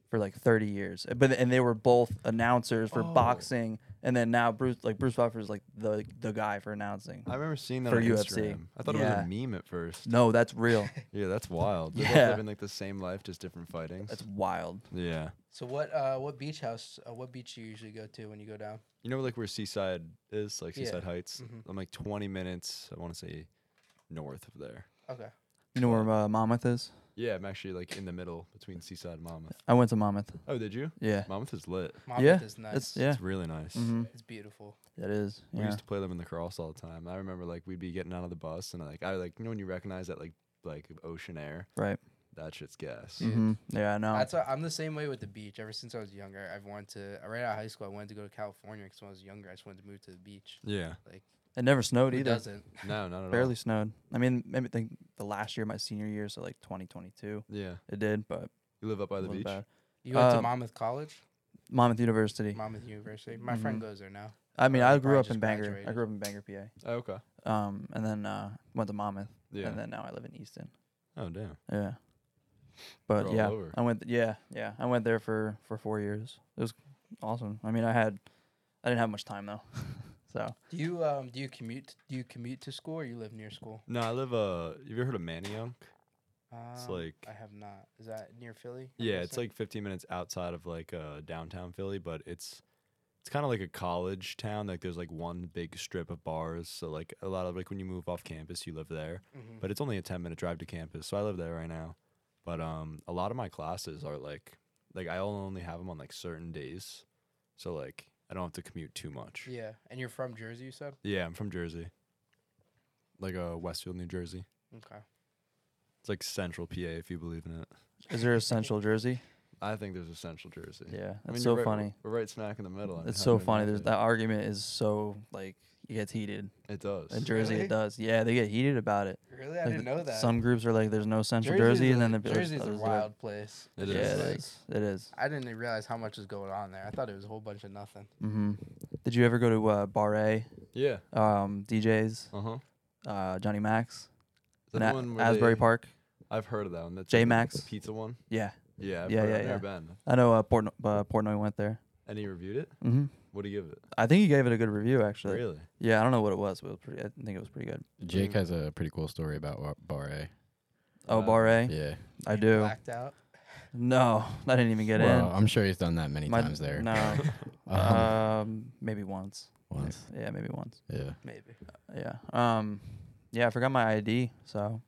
Speaker 4: for like 30 years. Uh, But and they were both announcers for
Speaker 2: Oh.
Speaker 4: boxing, and then now Bruce like Bruce Buffer's like the the guy for announcing.
Speaker 3: I remember seeing that
Speaker 4: For
Speaker 3: on
Speaker 4: UFC.
Speaker 3: Instagram. I thought
Speaker 4: Yeah.
Speaker 3: it was a meme at first.
Speaker 4: No, that's real.
Speaker 3: Yeah, that's wild. They're
Speaker 4: Yeah.
Speaker 3: both living like the same life, just different fightings.
Speaker 4: that's wild.
Speaker 3: yeah.
Speaker 2: So what? Uh, what beach house? Uh, what beach do you usually go to when you go down?
Speaker 3: You know, like where Seaside is, like
Speaker 2: Yeah.
Speaker 3: Seaside Heights.
Speaker 4: Mm-hmm.
Speaker 2: Mhm.
Speaker 3: I'm like 20 minutes. I want to say north of there.
Speaker 2: Okay.
Speaker 4: You know where uh, Monmouth is?
Speaker 3: Yeah, I'm actually like in the middle between Seaside and Monmouth.
Speaker 4: I went to Monmouth.
Speaker 3: Oh, did you?
Speaker 4: Yeah,
Speaker 3: Monmouth is lit.
Speaker 2: Monmouth
Speaker 4: Yeah,
Speaker 2: is nice.
Speaker 4: that's yeah.
Speaker 3: It's really nice.
Speaker 4: Mm-hmm.
Speaker 2: It's beautiful.
Speaker 4: That is.
Speaker 3: We
Speaker 4: Yeah.
Speaker 3: used to play them in the cross all the time. I remember like we'd be getting out of the bus and like I like you know when you recognize that like like ocean air.
Speaker 4: Right.
Speaker 3: That shit's gas.
Speaker 4: hmm Yeah, I know.
Speaker 2: That's why I'm the same way with the beach. Ever since I was younger, I've wanted to. Right out of high school, I wanted to go to California because when I was younger, I just wanted to move to the beach.
Speaker 3: Yeah.
Speaker 4: it never snowed
Speaker 2: Who
Speaker 4: either.
Speaker 2: doesn't?
Speaker 3: No, not at
Speaker 4: Barely snowed. I mean, maybe think the last year, of my senior year, so like 2022,
Speaker 3: all. Yeah.
Speaker 4: it did, but
Speaker 3: You live up by the
Speaker 4: wasn't
Speaker 3: beach.
Speaker 4: bad.
Speaker 2: You went to
Speaker 4: Um,
Speaker 2: Monmouth College,
Speaker 4: Monmouth University.
Speaker 2: Monmouth University. My friend
Speaker 4: Mm-hmm.
Speaker 2: goes there now.
Speaker 4: I mean,
Speaker 2: or
Speaker 4: I
Speaker 2: you
Speaker 4: grew
Speaker 2: probably
Speaker 4: up in
Speaker 2: just
Speaker 4: Bangor. I
Speaker 2: graduated.
Speaker 4: grew up in Bangor, PA.
Speaker 3: Oh, okay.
Speaker 4: Um, and then uh, went to Monmouth,
Speaker 3: Yeah.
Speaker 4: and then now I live in Easton.
Speaker 3: oh damn.
Speaker 4: Yeah. But
Speaker 3: all
Speaker 4: yeah,
Speaker 3: over.
Speaker 4: I went. Yeah, yeah, I went there for for four years. It was awesome. I mean, I had, I didn't have much time though, so
Speaker 2: Do you um do you commute? Do you commute to school or you live near school?
Speaker 3: No, I live uh have you ever heard of Manayunk?
Speaker 2: Um,
Speaker 3: like-
Speaker 2: I have not. Is that near Philly? I'm
Speaker 3: Yeah, it's
Speaker 2: guessing?
Speaker 3: like 15 minutes outside of like uh, downtown Philly, but it's it's kind of like a college town. Like there's like one big strip of bars, so like a lot of like when you move off campus, you live there.
Speaker 4: Mm-hmm.
Speaker 2: Mhm.
Speaker 3: But it's only a 10 minute drive to campus, so I live there right now. But um, a lot of my classes are like like I only have them on like certain days, so like I don't have to commute too much. Yeah,
Speaker 2: Yeah, and you're from Jersey, you said.
Speaker 3: I'm from Jersey, like uh Westfield, New Jersey.
Speaker 2: Okay.
Speaker 3: It's like central PA if you believe in it.
Speaker 4: is there a central Jersey?
Speaker 3: I think there's a central Jersey.
Speaker 4: Yeah,
Speaker 3: I
Speaker 4: that's
Speaker 3: mean,
Speaker 4: so
Speaker 3: you're right-
Speaker 4: funny.
Speaker 3: We're right smack in the middle. I mean,
Speaker 4: It's
Speaker 3: how
Speaker 4: so
Speaker 3: could it not
Speaker 4: funny. There's
Speaker 3: be?
Speaker 4: that argument is so like it gets heated
Speaker 3: It does.
Speaker 4: in Jersey.
Speaker 2: Really?
Speaker 4: It does. Yeah, they get heated about it.
Speaker 2: Really, I
Speaker 4: Like,
Speaker 2: didn't
Speaker 4: th-
Speaker 2: know that.
Speaker 4: Some groups are like, "There's no central
Speaker 2: Jersey's
Speaker 4: Jersey,"
Speaker 2: a-
Speaker 4: and then the
Speaker 2: Jersey's a
Speaker 4: others are like-
Speaker 2: wild place.
Speaker 3: It
Speaker 4: yeah,
Speaker 3: is.
Speaker 4: it
Speaker 2: Like,
Speaker 4: is. It is.
Speaker 2: I didn't even realize how much was going on there. I thought it was a whole bunch of nothing.
Speaker 4: Mm-hmm. Did you ever go to uh, Bar A,
Speaker 3: yeah.
Speaker 4: um, DJs,
Speaker 3: Uh huh.
Speaker 4: uh, Johnny Max,
Speaker 3: Is that
Speaker 4: Na-
Speaker 3: the one where
Speaker 4: Asbury
Speaker 3: they-
Speaker 4: Park?
Speaker 3: I've heard of that one. That's
Speaker 4: J
Speaker 3: like the
Speaker 4: Max.
Speaker 3: Pizza one.
Speaker 4: Yeah,
Speaker 3: Yeah. I've
Speaker 4: Yeah,
Speaker 3: heard-
Speaker 4: yeah,
Speaker 3: I've
Speaker 4: yeah.
Speaker 3: never been.
Speaker 4: I know. Uh, Portno- uh, Portnoy went there.
Speaker 3: And he reviewed it.
Speaker 4: Mm-hmm.
Speaker 3: What do you give it?
Speaker 4: I think he gave it a good review, actually.
Speaker 3: Really?
Speaker 4: Yeah, I don't know what it was, but it was pretty. I think it was pretty good.
Speaker 1: Jake has a pretty cool story about Wa- Bar A.
Speaker 4: Oh,
Speaker 3: Uh,
Speaker 4: Bar A,
Speaker 1: Yeah.
Speaker 4: I
Speaker 2: You
Speaker 4: do.
Speaker 2: Blacked out.
Speaker 4: No, I didn't even get
Speaker 1: well,
Speaker 4: in.
Speaker 1: I'm sure he's done that many
Speaker 4: My-
Speaker 1: times there.
Speaker 4: No,
Speaker 1: Um,
Speaker 4: um, maybe once.
Speaker 1: once.
Speaker 4: Yeah, maybe once.
Speaker 1: Yeah.
Speaker 2: Maybe.
Speaker 4: Yeah. Um, yeah, I forgot my ID, so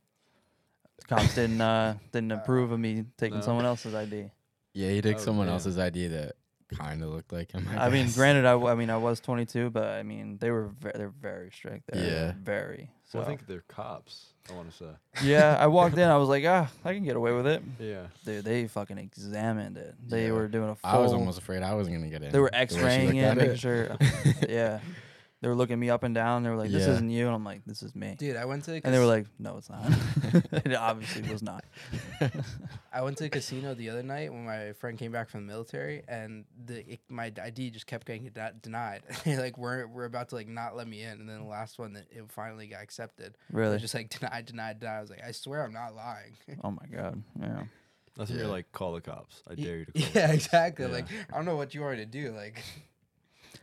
Speaker 4: the cops didn't uh, didn't
Speaker 2: Uh,
Speaker 4: approve of me taking
Speaker 3: no.
Speaker 4: someone else's ID.
Speaker 1: Yeah, he took
Speaker 3: Oh,
Speaker 1: someone
Speaker 3: damn.
Speaker 1: else's idea that kind of looked like him. I,
Speaker 4: I mean,
Speaker 1: guess.
Speaker 4: granted, I, w- I mean I was 22, but I mean they were ve- they're very strict. There.
Speaker 1: Yeah.
Speaker 4: very. So
Speaker 3: Well, I think they're cops. I want to say.
Speaker 4: yeah, I walked in, I was like, ah, I can get away with it.
Speaker 3: Yeah.
Speaker 4: Dude, they fucking examined it. They
Speaker 1: Yeah.
Speaker 4: were doing a full.
Speaker 1: I was almost afraid I wasn't gonna get in.
Speaker 4: They were
Speaker 1: the way she
Speaker 4: X-raying
Speaker 1: looked
Speaker 4: it,
Speaker 1: at
Speaker 4: making sure. yeah, they were looking me up and down. They were like, "This
Speaker 1: Yeah.
Speaker 4: isn't you," and I'm like, "This is me."
Speaker 2: Dude, I went to the
Speaker 4: And they were
Speaker 2: cas-
Speaker 4: like, "No, it's not." it obviously was not.
Speaker 2: I went to a casino the other night when my friend came back from the military, and the it, my d- ID just kept getting de- denied. they like we're we're about to like not let me in, and then the last one that it finally got accepted. It
Speaker 4: Really?
Speaker 2: was just like denied, denied, denied. I was like, I swear I'm not lying.
Speaker 4: Oh my god. Yeah.
Speaker 3: That's when
Speaker 1: Yeah.
Speaker 3: you're like, call the cops. I
Speaker 2: Ye-
Speaker 3: dare you to call the
Speaker 2: yeah,
Speaker 3: cops."
Speaker 2: exactly.
Speaker 3: Yeah.
Speaker 2: Like I don't know what you want me to do. Like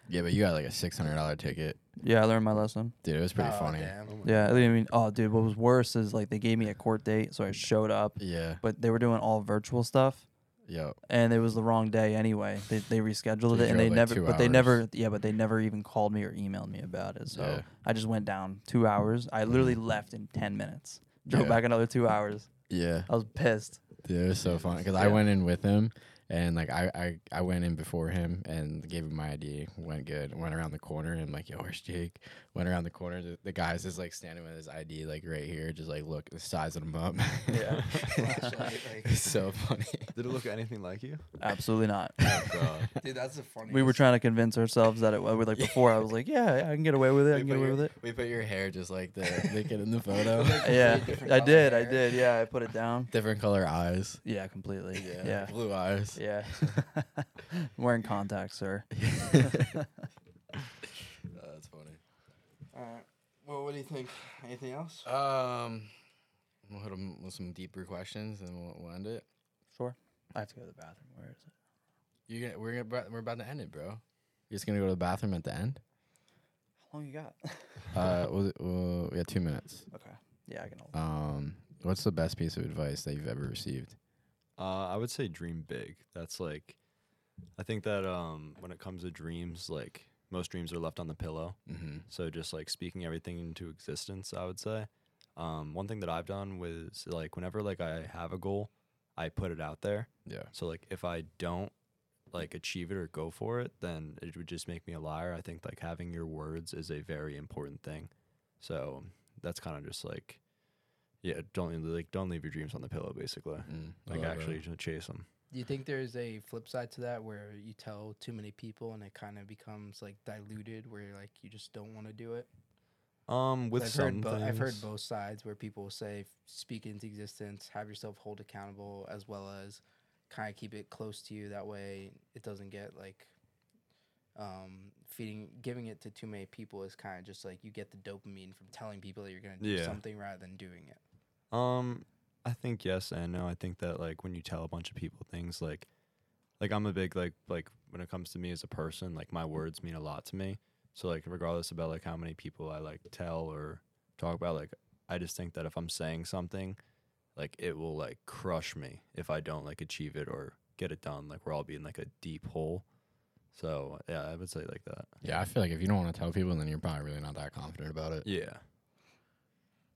Speaker 1: Yeah, but you got like a six hundred dollar ticket,
Speaker 4: Yeah, I learned my lesson.
Speaker 1: dude. It was pretty
Speaker 2: oh,
Speaker 1: funny.
Speaker 2: damn.
Speaker 3: Oh my
Speaker 4: Yeah, I mean, oh, dude, what was worse is like they gave me a court date, so I showed up,
Speaker 1: Yeah,
Speaker 4: but they were doing all virtual stuff.
Speaker 1: Yep.
Speaker 4: and it was the wrong day anyway. They they rescheduled
Speaker 1: you
Speaker 4: it
Speaker 1: drove,
Speaker 4: and they
Speaker 1: like,
Speaker 4: never
Speaker 1: two
Speaker 4: but they
Speaker 1: hours.
Speaker 4: never yeah, but they never even called me or emailed me about it. So
Speaker 1: Yeah.
Speaker 4: I just went down 2 hours. I literally left in 10 minutes. Drove
Speaker 1: Yeah.
Speaker 4: back another 2 hours.
Speaker 1: Yeah.
Speaker 4: I was pissed.
Speaker 1: Dude, it was so fun because I
Speaker 4: Yeah.
Speaker 1: went in with him, and like I, I I went in before him and gave him my ID. Went good. Went around the corner and like, yo, where's Jake? Went around the corner. The, the guy's just like standing with his ID like right here, just like look, sizing him up.
Speaker 4: Yeah.
Speaker 2: Flashlight, like-
Speaker 1: it's so funny.
Speaker 3: Did it look anything like you?
Speaker 4: Absolutely not.
Speaker 3: Oh, God.
Speaker 2: Dude, that's the funniest.
Speaker 4: we were trying to convince ourselves that it was like before I was like, yeah, yeah, I can get away with it. I
Speaker 1: We
Speaker 4: can
Speaker 1: put
Speaker 4: get away
Speaker 1: your-
Speaker 4: with it.
Speaker 1: We put your hair just like the they get in the photo.
Speaker 2: Like-
Speaker 4: Yeah.
Speaker 2: completely different
Speaker 4: I
Speaker 2: color
Speaker 4: did. I
Speaker 2: hair.
Speaker 4: did. Yeah, I put it down.
Speaker 1: Different color eyes.
Speaker 4: Yeah, completely.
Speaker 1: Yeah.
Speaker 4: Yeah.
Speaker 1: Blue eyes.
Speaker 4: Yeah. Wearing contacts, sir.
Speaker 1: that's funny.
Speaker 2: Alright. Well, what do you think? Anything else?
Speaker 1: Um, we'll hit 'em with some deeper questions and we'll, we'll end it.
Speaker 4: Sure. I have to go to the bathroom. Where is it?
Speaker 1: You gonna, we're gonna, we're about to end it, bro. You're just gonna go to the bathroom at the end.
Speaker 4: How long you got?
Speaker 1: Uh, was it, well, we got two minutes.
Speaker 4: Okay. Yeah, I can hold.
Speaker 1: Um, what's the best piece of advice that you've ever received?
Speaker 3: Uh, I would say dream big. That's like, I think that um, when it comes to dreams, like most dreams are left on the pillow.
Speaker 1: Mm-hmm.
Speaker 3: So just like speaking everything into existence, I would say. Um, one thing that I've done was like whenever like I have a goal, I put it out there.
Speaker 1: Yeah.
Speaker 3: So like if I don't like achieve it or go for it, then it would just make me a liar. I think like having your words is a very important thing. So that's kind of just like, yeah, don't like don't leave your dreams on the pillow, basically.
Speaker 1: Mm, I
Speaker 3: Like
Speaker 1: love
Speaker 3: actually
Speaker 1: that.
Speaker 3: to chase them.
Speaker 2: Do you think there's a flip side to that where you tell too many people and it kind of becomes like diluted where you're like you just don't want to do it?
Speaker 3: Um,
Speaker 2: 'Cause
Speaker 3: with
Speaker 2: I've
Speaker 3: some
Speaker 2: heard bo- I've heard
Speaker 3: things-
Speaker 2: both sides where people say speak into existence, have yourself hold accountable as well as kind of keep it close to you that way it doesn't get like um feeding giving it to too many people is kind of just like you get the dopamine from telling people that you're going to do
Speaker 3: Yeah.
Speaker 2: something rather than doing it.
Speaker 3: Um, I think yes and no. I think that like when you tell a bunch of people things, like, like I'm a big like like when it comes to me as a person, like my words mean a lot to me. So like regardless about like how many people I like tell or talk about, like I just think that if I'm saying something, like it will like crush me if I don't like achieve it or get it done. Like we're all being like a deep hole. So yeah, I would say like that.
Speaker 1: Yeah, I feel like if you don't want to tell people, then you're probably really not that confident about it.
Speaker 3: Yeah.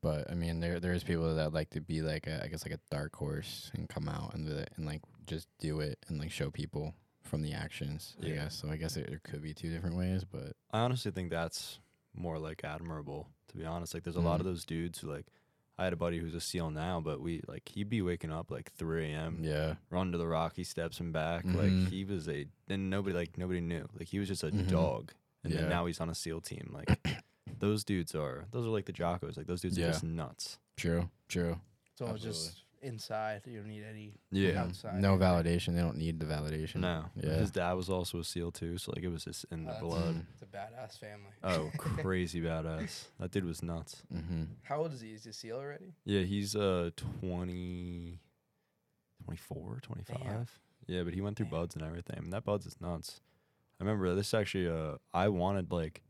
Speaker 1: But I mean, there there is people that like to be like a, I guess like a dark horse and come out and the, and like just do it and like show people from the actions. I
Speaker 3: Yeah.
Speaker 1: guess so. I guess it, there could be two different ways, but
Speaker 3: I honestly think that's more like admirable, to be honest. Like, there's a lot
Speaker 1: Mm.
Speaker 3: of those dudes who, like, I had a buddy who's a SEAL now, but we, like, he'd be waking up like 3 a.m.,
Speaker 1: yeah,
Speaker 3: run to the Rocky steps and back.
Speaker 1: Mhm.
Speaker 3: Like, he was a, then nobody, like, nobody knew. Like, he was just a
Speaker 1: Mhm.
Speaker 3: dog. And
Speaker 1: Yeah.
Speaker 3: then now he's on a SEAL team. Like, those dudes are, those are like the Jockos. Like, those dudes
Speaker 1: Yeah.
Speaker 3: are just nuts.
Speaker 1: true, true.
Speaker 2: It's all
Speaker 1: Absolutely.
Speaker 2: just inside. You don't need any
Speaker 1: Mhm.
Speaker 3: Yeah.
Speaker 2: outside.
Speaker 1: No validation. They don't need the validation.
Speaker 3: No.
Speaker 1: Yeah.
Speaker 3: His dad was also a SEAL, too. So, like, it was just in the
Speaker 2: Oh, that's
Speaker 3: blood.
Speaker 2: It's a badass family.
Speaker 3: Oh, crazy badass. That dude was nuts.
Speaker 1: Mm-hmm.
Speaker 2: How old is he? Is he seal already?
Speaker 3: Yeah, he's uh 20, 24, 25. Yeah, but he went through
Speaker 2: Damn.
Speaker 3: buds and everything. I mean, that buds is nuts. I remember this actually. Uh, I wanted like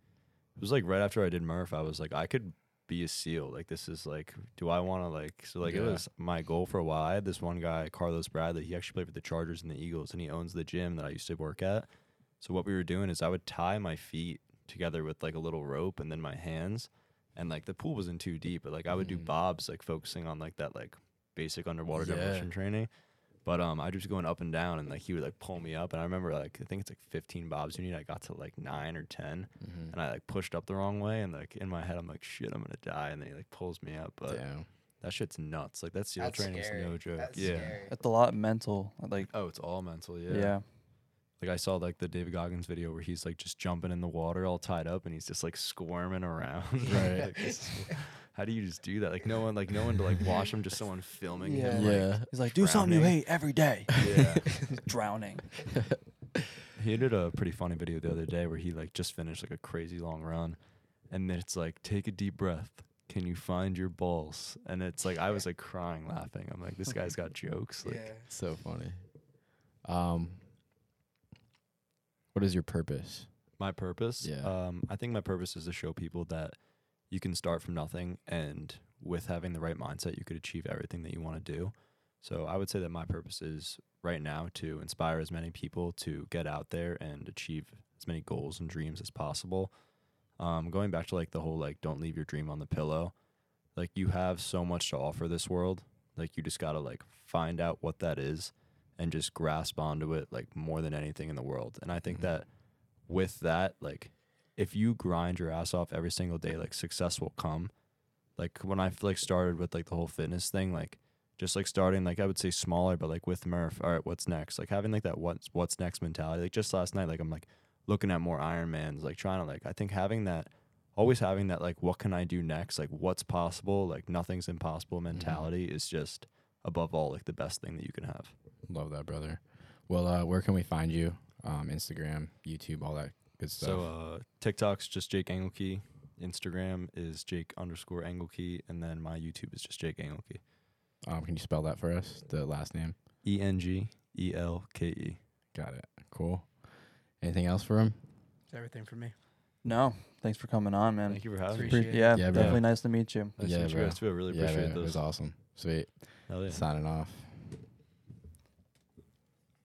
Speaker 3: it was like right after I did Murph. I was like, I could be a seal. Like this is like, do I want to like? So like it
Speaker 1: Yeah.
Speaker 3: was my goal for a while. I had this one guy, Carlos Bradley. He actually played for the Chargers and the Eagles, and he owns the gym that I used to work at. So what we were doing is I would tie my feet together with like a little rope and then my hands and like the pool wasn't too deep, but like I would do
Speaker 1: Mhm.
Speaker 3: bobs, like focusing on like that like basic underwater
Speaker 1: Yeah.
Speaker 3: demolition training. But um, I just going up and down, and like he would like pull me up, and I remember like I think it's like 15 bobs you need. I got to like nine or 10,
Speaker 1: Mm-hmm.
Speaker 3: and I like pushed up the wrong way, and like in my head I'm like shit, I'm gonna die, and then he like pulls me up, but
Speaker 1: Damn.
Speaker 3: that shit's nuts. Like that seal
Speaker 2: That's
Speaker 3: training is
Speaker 2: scary.
Speaker 3: no joke.
Speaker 2: That's
Speaker 3: yeah.
Speaker 2: scary.
Speaker 4: It's a lot mental. Like,
Speaker 3: Oh, it's all mental.
Speaker 4: yeah.
Speaker 3: Yeah. Like I saw like the David Goggins video where he's like just jumping in the water all tied up, and he's just like squirming around.
Speaker 1: Right.
Speaker 3: Like, this is- how do you just do that? Like no one, like no one to like watch him, just someone filming him. like-
Speaker 1: Yeah.
Speaker 4: He's like, do something you
Speaker 3: Drowning.
Speaker 4: hate every day.
Speaker 3: yeah.
Speaker 4: Drowning.
Speaker 3: he did a pretty funny video the other day where he like just finished like a crazy long run, and then it's like, take a deep breath. Can you find your balls? And it's like I was like crying, laughing. I'm like, this guy's got jokes. Like,
Speaker 2: yeah.
Speaker 1: So funny. Um, what is your purpose?
Speaker 3: my purpose
Speaker 1: Yeah.
Speaker 3: um i think my purpose is to show people that you can start from nothing and with having the right mindset you could achieve everything that you want to do So I would say that my purpose is right now to inspire as many people to get out there and achieve as many goals and dreams as possible. Um, going back to like the whole like don't leave your dream on the pillow. Like you have so much to offer this world. Like you just gotta like find out what that is and just grasp onto it like more than anything in the world. And I think
Speaker 1: Mhm.
Speaker 3: that with that, like if you grind your ass off every single day, like success will come. Like when I like started with like the whole fitness thing, like just like starting like I would say smaller, but like with Murph, all right, what's next? Like having like that what's what's next mentality. Like just last night, like I'm like looking at more Ironmans, like trying to like I think having that always having that like what can I do next? Like what's possible? Like nothing's impossible mentality is just above all like the best thing that you can have.
Speaker 1: Love that, brother. Well, uh, where can we find you? Um, Instagram, YouTube, all that good stuff.
Speaker 3: So uh, TikTok's just Jake Engelke. Instagram is Jake underscore Engelke, and then my YouTube is just Jake Engelke. uh,
Speaker 1: um, can you spell that for us? The last name.
Speaker 3: E N G E L K E.
Speaker 1: Got it. Cool. Anything else for him?
Speaker 2: It's everything for me.
Speaker 4: No, thanks for coming on, man.
Speaker 3: Thank you for having me.
Speaker 2: Appreciate
Speaker 4: Pre-
Speaker 2: it.
Speaker 4: yeah,
Speaker 1: Yeah, bro.
Speaker 4: definitely nice to meet you.
Speaker 3: Nice
Speaker 1: Yeah,
Speaker 3: to meet you
Speaker 1: bro.
Speaker 3: guys too. I really
Speaker 1: yeah,
Speaker 3: appreciate
Speaker 1: man, it
Speaker 3: this.
Speaker 1: was awesome. Sweet.
Speaker 3: Hell yeah.
Speaker 1: Signing off.